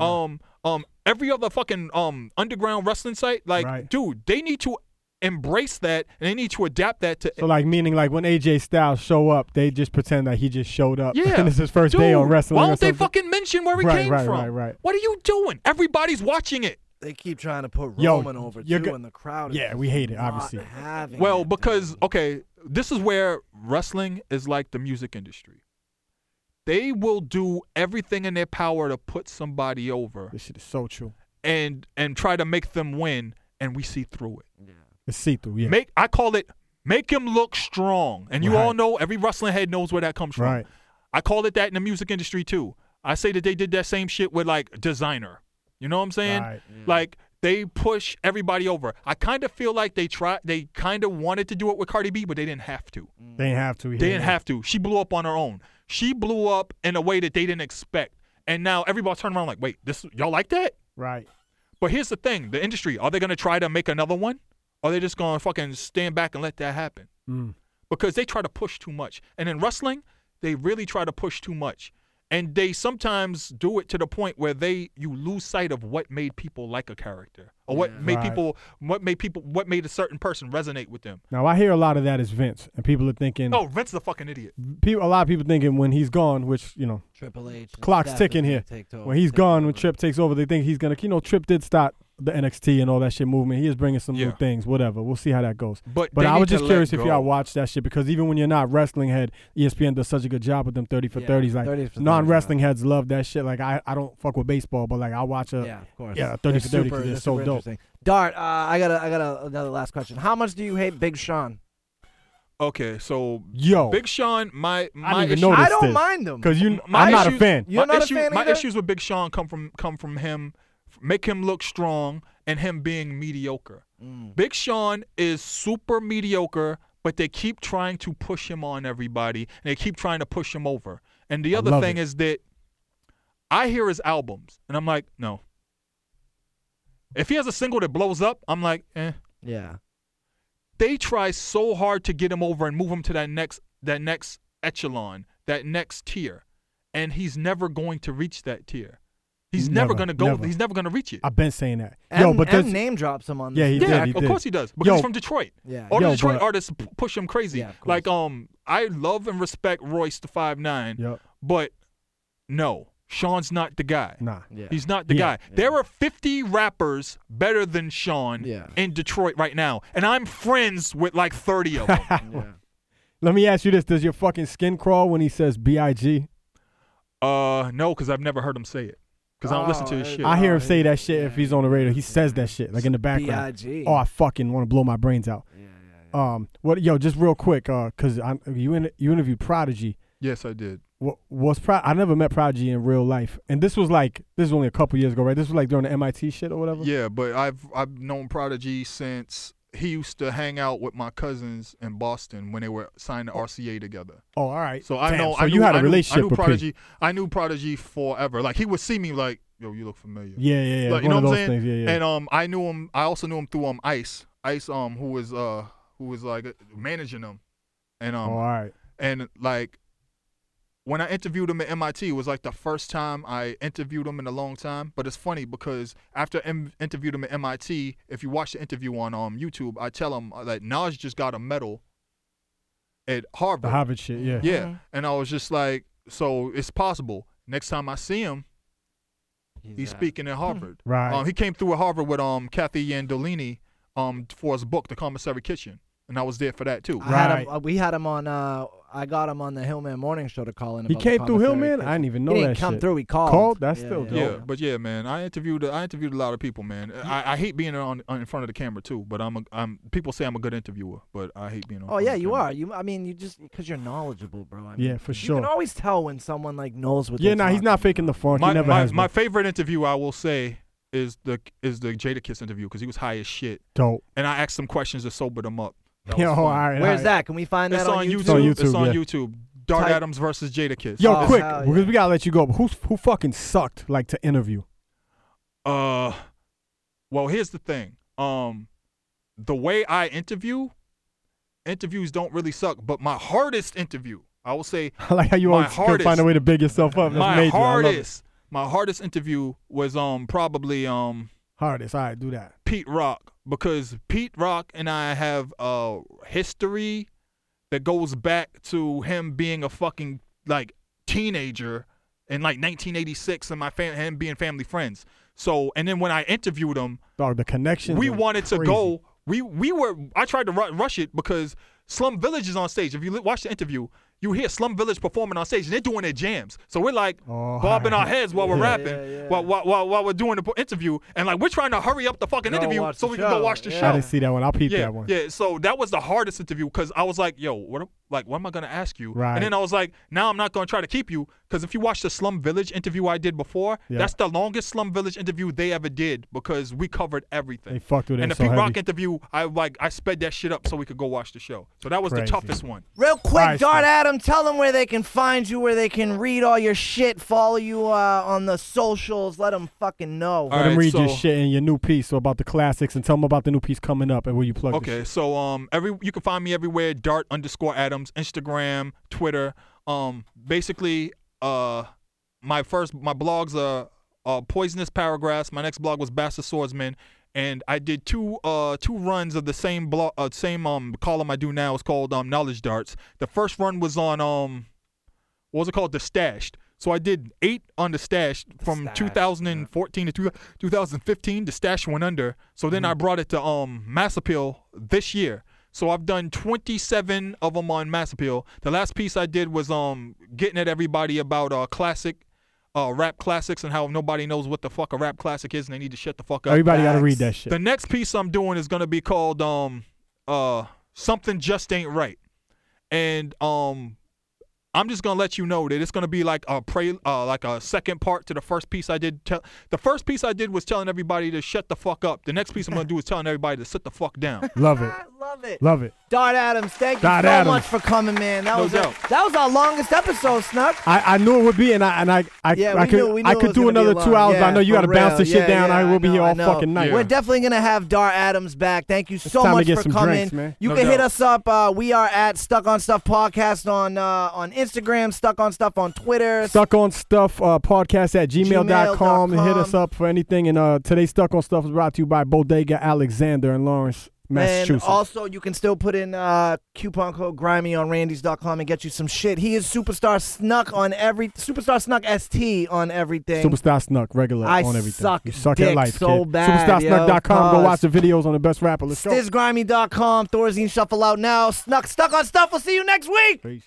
Speaker 3: um, um, every other fucking um underground wrestling site, like,
Speaker 2: Right.
Speaker 3: dude, they need to embrace that and they need to adapt that to.
Speaker 2: So like, meaning like when AJ Styles show up, they just pretend that he just showed up.
Speaker 3: (laughs)
Speaker 2: (laughs)
Speaker 3: yeah,
Speaker 2: and it's his first day on
Speaker 3: Dude,
Speaker 2: wrestling.
Speaker 3: Why
Speaker 2: or
Speaker 3: don't they
Speaker 2: something.
Speaker 3: fucking mention where he
Speaker 2: Right,
Speaker 3: came
Speaker 2: right,
Speaker 3: from?
Speaker 2: right, right.
Speaker 3: What are you doing? Everybody's watching it.
Speaker 1: They keep trying to put
Speaker 2: Yo,
Speaker 1: Roman over
Speaker 2: you're
Speaker 1: too,
Speaker 2: go-
Speaker 1: and the crowd.
Speaker 2: Yeah,
Speaker 1: is
Speaker 2: we hate it,
Speaker 1: not
Speaker 2: obviously.
Speaker 1: having it,
Speaker 3: Well,
Speaker 1: dude.
Speaker 3: because okay, this is where wrestling is like the music industry. They will do everything in their power to put somebody over
Speaker 2: This shit is so true.
Speaker 3: and and try to make them win, and we see through it.
Speaker 2: It's see through. Yeah,
Speaker 3: Make I call it make him look strong, and you all
Speaker 2: Right.
Speaker 3: know every wrestling head knows where that comes from.
Speaker 2: Right.
Speaker 3: I call it that in the music industry too. I say that they did that same shit with like designer. You know what I'm saying?
Speaker 2: Right.
Speaker 3: Like they push everybody over. I kind of feel like they try. They kind of wanted to do it with Cardi B, but they didn't have to.
Speaker 2: they didn't have to.
Speaker 3: They didn't have to. She blew up on her own. she blew up in a way that they didn't expect. And now everybody's turning around like, wait, this y'all like that?
Speaker 2: Right.
Speaker 3: But here's the thing: the industry are they going to try to make another one? Or are they just going to fucking stand back and let that happen?
Speaker 2: Mm.
Speaker 3: Because they try to push too much, and in wrestling, they really try to push too much, and they sometimes do it to the point where they you lose sight of what made people like a character or what made
Speaker 2: Right.
Speaker 3: people what made people what made a certain person resonate with them.
Speaker 2: Now I hear a lot of that is Vince, and people are thinking.
Speaker 3: Oh, Vince is a fucking idiot.
Speaker 2: People, a lot of people thinking when he's gone, which you know,
Speaker 4: Triple H. and
Speaker 2: clock's
Speaker 4: Steph
Speaker 2: ticking
Speaker 4: and
Speaker 2: here.
Speaker 4: take to-
Speaker 2: When he's
Speaker 4: take
Speaker 2: gone, when
Speaker 4: over.
Speaker 2: Trip takes over, they think he's gonna. You know, Trip did start the NXT and all that shit movement. He is bringing some new
Speaker 3: Yeah.
Speaker 2: things. Whatever. We'll see how that goes.
Speaker 3: But
Speaker 2: But
Speaker 3: they
Speaker 2: I
Speaker 3: need
Speaker 2: was
Speaker 3: to
Speaker 2: just
Speaker 3: let
Speaker 2: curious if
Speaker 3: go.
Speaker 2: y'all watched that shit because even when you're not wrestling head, E ESPN does such a good job with them thirty for
Speaker 4: Yeah,
Speaker 2: thirties. Like
Speaker 4: 30 for 30s,
Speaker 2: non wrestling heads love that shit. Like I, I don't fuck with baseball, but like I watch a
Speaker 4: Yeah, of course.
Speaker 2: yeah, 30 for 30 'cause they're
Speaker 4: They're
Speaker 2: so
Speaker 4: super
Speaker 2: dope.
Speaker 4: interesting.
Speaker 1: Dart, uh, I got a, I got a, another last question. How much do you hate Big Sean?
Speaker 3: Okay, so
Speaker 2: yo (laughs)
Speaker 3: Big Sean, my my
Speaker 2: Oh. even
Speaker 3: issue-
Speaker 2: know
Speaker 1: I
Speaker 2: Notice
Speaker 1: don't
Speaker 2: this.
Speaker 1: mind him.
Speaker 2: because you
Speaker 3: My
Speaker 2: I'm not a
Speaker 3: issues-
Speaker 2: fan.
Speaker 1: You're
Speaker 3: my
Speaker 1: not a
Speaker 3: issue-
Speaker 1: fan
Speaker 3: My
Speaker 1: either?
Speaker 3: issues with Big Sean come from come from him, f- make him look strong and him being mediocre.
Speaker 1: Mm,
Speaker 3: Big Sean is super mediocre, but they keep trying to push him on everybody, and they keep trying to push him over. And the
Speaker 2: I
Speaker 3: other
Speaker 2: love
Speaker 3: thing
Speaker 2: it.
Speaker 3: is that I hear his albums, and I'm like, no. If he has a single that blows up, I'm like, eh
Speaker 4: Yeah.
Speaker 3: they try so hard to get him over and move him to that next that next echelon, that next tier, and he's never going to reach that tier. He's
Speaker 2: Never,
Speaker 3: never, going to go.
Speaker 2: never.
Speaker 3: He's never going to reach it.
Speaker 2: I've been saying that.
Speaker 1: M,
Speaker 2: yo, but
Speaker 1: M
Speaker 2: that's
Speaker 1: name drops him on.
Speaker 2: Yeah,
Speaker 1: this.
Speaker 2: he
Speaker 3: yeah,
Speaker 2: did. He
Speaker 3: of
Speaker 2: did.
Speaker 3: course he does because
Speaker 2: Yo.
Speaker 3: he's from Detroit.
Speaker 1: Yeah.
Speaker 3: All
Speaker 2: Yo,
Speaker 3: the Detroit
Speaker 2: but-
Speaker 3: artists p- push him crazy.
Speaker 4: Yeah, of course.
Speaker 3: like um, I love and respect Royce the Five Nine,
Speaker 2: Yep.
Speaker 3: but no, Sean's not the guy.
Speaker 2: Nah. (laughs)
Speaker 4: Yeah.
Speaker 3: He's not the
Speaker 2: Yeah.
Speaker 3: guy. There are 50 rappers better than Sean
Speaker 4: Yeah.
Speaker 3: in Detroit right now, and I'm friends with like
Speaker 2: (laughs)
Speaker 3: 30 of them.
Speaker 4: yeah.
Speaker 2: Let me ask you this: Does your fucking skin crawl when he says "big"?
Speaker 3: Uh, no, because I've never heard him say it. Because I don't listen to his
Speaker 1: Oh,
Speaker 3: shit.
Speaker 1: Yeah.
Speaker 2: I hear
Speaker 1: Oh,
Speaker 2: him say
Speaker 1: he-
Speaker 2: that shit if he's on the radio. He says that shit like in the background.
Speaker 1: B.I.G..
Speaker 2: Oh, I fucking want to blow my brains out. Um, what? Yo, just real quick, uh, cause I'm, you in, you interviewed Prodigy.
Speaker 3: yes, I did.
Speaker 2: What was Pro? I never met Prodigy in real life, and this was like this was only a couple years ago, right? This was like during the MIT shit or whatever.
Speaker 3: Yeah, but I've I've known Prodigy since he used to hang out with my cousins in Boston when they were signed to RCA together.
Speaker 2: Oh, all right.
Speaker 3: So I
Speaker 2: Damn,
Speaker 3: know.
Speaker 2: So
Speaker 3: I
Speaker 2: you
Speaker 3: knew-
Speaker 2: had
Speaker 3: I
Speaker 2: a
Speaker 3: knew-
Speaker 2: relationship
Speaker 3: I knew
Speaker 2: with P.
Speaker 3: Prodigy. I knew Prodigy forever. Like he would see me like, yo, you look familiar.
Speaker 2: Yeah, yeah, yeah.
Speaker 3: Like,
Speaker 2: One
Speaker 3: you know
Speaker 2: of
Speaker 3: what
Speaker 2: those
Speaker 3: I'm saying?
Speaker 2: things. Yeah, yeah.
Speaker 3: And um, I knew him. I also knew him through um Ice Ice um who was uh who was like managing him, and um
Speaker 2: oh, all right.
Speaker 3: And like when I interviewed him at MIT, it was like the first time I interviewed him in a long time. But it's funny because after I em- interviewed him at MIT, if you watch the interview on um, YouTube, I tell him uh, that Nas just got a medal at Harvard.
Speaker 2: The Hobbit shit. Yeah.
Speaker 3: Yeah. And I was just like, so it's possible. Next time I see him,
Speaker 4: He's,
Speaker 3: he's
Speaker 4: out.
Speaker 3: speaking at Harvard.
Speaker 2: Hmm. Right.
Speaker 3: Um, he came through at Harvard with um Kathy Yandolini um for his book, The Commissary Kitchen, and I was there for that too.
Speaker 1: I had him,
Speaker 2: Right.
Speaker 1: uh, we had him on. Uh, I got him on the Hillman Morning Show to call in.
Speaker 2: He
Speaker 1: about
Speaker 2: came
Speaker 1: the
Speaker 2: through Hill,
Speaker 1: commissary
Speaker 2: man. I
Speaker 1: kitchen.
Speaker 2: didn't even know
Speaker 1: he
Speaker 2: that
Speaker 1: didn't come
Speaker 2: shit.
Speaker 1: through. He called.
Speaker 2: Called? That's
Speaker 1: Yeah,
Speaker 2: still dope.
Speaker 1: yeah.
Speaker 3: Yeah, but yeah, man, I interviewed I interviewed a lot of people, man. I, I hate being on, on in front of the camera too, but I'm a I'm people say I'm a good interviewer, but I hate being on.
Speaker 1: Oh
Speaker 3: on
Speaker 1: yeah,
Speaker 3: the
Speaker 1: you
Speaker 3: camera.
Speaker 1: are. You. I mean, you just because you're knowledgeable, bro. I mean,
Speaker 2: Yeah, for
Speaker 1: You
Speaker 2: sure.
Speaker 1: can always tell when someone like knows what.
Speaker 2: Yeah,
Speaker 1: they're
Speaker 2: nah, he's
Speaker 1: talking
Speaker 2: not faking the
Speaker 1: about.
Speaker 2: funk.
Speaker 3: My
Speaker 2: he never
Speaker 3: my,
Speaker 2: has.
Speaker 3: my
Speaker 2: My
Speaker 3: favorite interview I will say is the is the Jada Kiss interview because he was high as shit,
Speaker 2: dope.
Speaker 3: and I asked him questions to sober them up.
Speaker 2: (laughs)
Speaker 3: That
Speaker 2: Yo,
Speaker 3: was
Speaker 2: all
Speaker 3: fun.
Speaker 2: right. all
Speaker 1: Where's
Speaker 2: right.
Speaker 1: that? Can we find
Speaker 3: It's
Speaker 1: that on,
Speaker 3: on
Speaker 1: YouTube?
Speaker 3: YouTube.
Speaker 2: on
Speaker 3: It's
Speaker 2: YouTube,
Speaker 3: on
Speaker 2: yeah.
Speaker 3: YouTube. Dart
Speaker 1: Type-
Speaker 3: Adams versus Jada Kiss.
Speaker 2: Yo,
Speaker 1: Oh,
Speaker 2: quick,
Speaker 1: hell
Speaker 2: because
Speaker 1: yeah.
Speaker 2: we gotta let you go. But who's who fucking sucked like to interview? (laughs)
Speaker 3: Uh, well, here's the thing. Um, the way I interview, interviews don't really suck, but my hardest interview, I will say,
Speaker 2: I like how you
Speaker 3: My
Speaker 2: always could find a way to big yourself up. That's
Speaker 3: my
Speaker 2: major. I love it.
Speaker 3: hardest, my hardest interview was um probably um
Speaker 2: hardest. All right, do that.
Speaker 3: Pete Rock because Pete Rock and I have a history that goes back to him being a fucking like teenager in like 1986 and my fam- him being family friends. So and then when I interviewed him,
Speaker 2: Dog, the connection.
Speaker 3: we wanted to go. We we were. I tried to ru- rush it because Slum Village is on stage. If you li- watch the interview, you hear Slum Village performing on stage, and they're doing their jams. So we're like
Speaker 2: Oh, (laughs)
Speaker 3: bobbing
Speaker 2: hi.
Speaker 3: our heads while we're
Speaker 2: Yeah.
Speaker 3: rapping,
Speaker 4: Yeah, yeah.
Speaker 3: While, while while while we're doing the po- interview, and like we're trying to hurry up the fucking
Speaker 4: Go
Speaker 3: interview
Speaker 4: watch
Speaker 3: so
Speaker 4: the
Speaker 3: we can go
Speaker 4: show.
Speaker 3: watch the
Speaker 4: Yeah.
Speaker 2: I
Speaker 3: show.
Speaker 2: didn't see that one. I'll peep
Speaker 3: Yeah,
Speaker 2: that one.
Speaker 3: yeah. So that was the hardest interview because I was like, "Yo, what? am- Like, what am I gonna ask you?"
Speaker 2: Right.
Speaker 3: And then I was like, "Now I'm not gonna try to keep you because if you watch the Slum Village interview I did before,
Speaker 2: Yeah.
Speaker 3: that's the longest Slum Village interview they ever did because we covered everything."
Speaker 2: They fucked with it
Speaker 3: And the
Speaker 2: so
Speaker 3: Pete
Speaker 2: heavy.
Speaker 3: Rock interview, I like I sped that shit up so we could go watch the show. So that was
Speaker 2: Crazy.
Speaker 3: the toughest one.
Speaker 1: Real quick,
Speaker 2: Alright,
Speaker 1: Dart
Speaker 2: Steve.
Speaker 1: Adam, tell them where they can find you, where they can read all your shit, follow you uh, on the socials. Let them fucking know.
Speaker 3: All
Speaker 2: Let them
Speaker 3: right,
Speaker 2: read your
Speaker 3: so-
Speaker 2: shit and your new piece so about the classics and tell them about the new piece coming up and where you plug the
Speaker 3: Okay,
Speaker 2: shit.
Speaker 3: so um, every you can find me everywhere. Dart underscore Adams, Instagram, Twitter. Um, basically, uh, my first my blogs are uh, poisonous paragraphs. My next blog was Bastard Swordsman, and I did two uh two runs of the same blog uh, same um column I do now. It's called um Knowledge Darts. The first run was on um, what was it called? The Stashed. So I did eight on the stash from
Speaker 4: Stash, yeah.
Speaker 3: 2014 to two, 2015. The stash went under. So then I brought it to um Mass Appeal this year. So I've done 27 of them on Mass Appeal. The last piece I did was um getting at everybody about uh classic, uh rap classics and how nobody knows what the fuck a rap classic is and they need to shut the fuck up.
Speaker 2: Everybody got to read that shit.
Speaker 3: The next piece I'm doing is gonna be called um uh something just ain't right, and um I'm just gonna let you know that it's gonna be like a pre uh, like a second part to the first piece I did. Tell the first piece I did was telling everybody to shut the fuck up. The next piece I'm gonna do is telling everybody to sit the fuck down.
Speaker 2: Love it.
Speaker 1: I love it.
Speaker 2: Love it.
Speaker 1: Dart Adams, thank you
Speaker 2: Dart
Speaker 1: so
Speaker 2: Adams.
Speaker 1: much for coming, man. That
Speaker 3: No
Speaker 1: was
Speaker 3: doubt.
Speaker 1: A, that was our longest episode, Snuck.
Speaker 2: I, I knew it would be, and I and I I,
Speaker 1: Yeah,
Speaker 2: I
Speaker 1: we
Speaker 2: could
Speaker 1: knew- we
Speaker 2: I
Speaker 1: knew it
Speaker 2: could
Speaker 1: was
Speaker 2: do
Speaker 1: gonna be
Speaker 2: another
Speaker 1: a
Speaker 2: two
Speaker 1: long-
Speaker 2: hours. but
Speaker 1: yeah,
Speaker 2: I know you got to
Speaker 1: for
Speaker 2: bounce
Speaker 1: real.
Speaker 2: this
Speaker 1: Yeah,
Speaker 2: shit down.
Speaker 1: yeah,
Speaker 2: I will be
Speaker 1: know,
Speaker 2: here all
Speaker 1: know.
Speaker 2: fucking night.
Speaker 3: Yeah.
Speaker 1: We're definitely gonna have Dar Adams back. Thank you so
Speaker 2: time to
Speaker 1: much
Speaker 2: get
Speaker 1: for
Speaker 2: some
Speaker 1: coming.
Speaker 2: drinks, man.
Speaker 1: You
Speaker 3: No
Speaker 1: can hit
Speaker 3: doubt.
Speaker 1: us up. Uh, we are at Stuck on Stuff Podcast on uh, on Instagram, Stuck on Stuff on Twitter.
Speaker 2: Stuck on stuff uh, podcast at gmail.com and hit us up for anything. And uh, today's Stuck on Stuff is brought to you by Bodega Alexander in Lawrence,
Speaker 1: and
Speaker 2: Massachusetts.
Speaker 1: also, you can still put in uh, coupon code Grimy on Randys.com and get you some shit. He is superstar snuck on every superstar snuck st on everything.
Speaker 2: Superstar Snuck, regular
Speaker 1: I
Speaker 2: on everything.
Speaker 1: suck
Speaker 2: you suck
Speaker 1: dick
Speaker 2: at life,
Speaker 1: so
Speaker 2: kid.
Speaker 1: bad,
Speaker 2: Superstarsnuck.com.
Speaker 1: yo,
Speaker 2: Go watch the videos on the best rapper. Let's go.
Speaker 1: Stizgrimy.com, Thorazine Shuffle Out Now, Snuck Stuck on Stuff. We'll see you next week.
Speaker 2: Peace.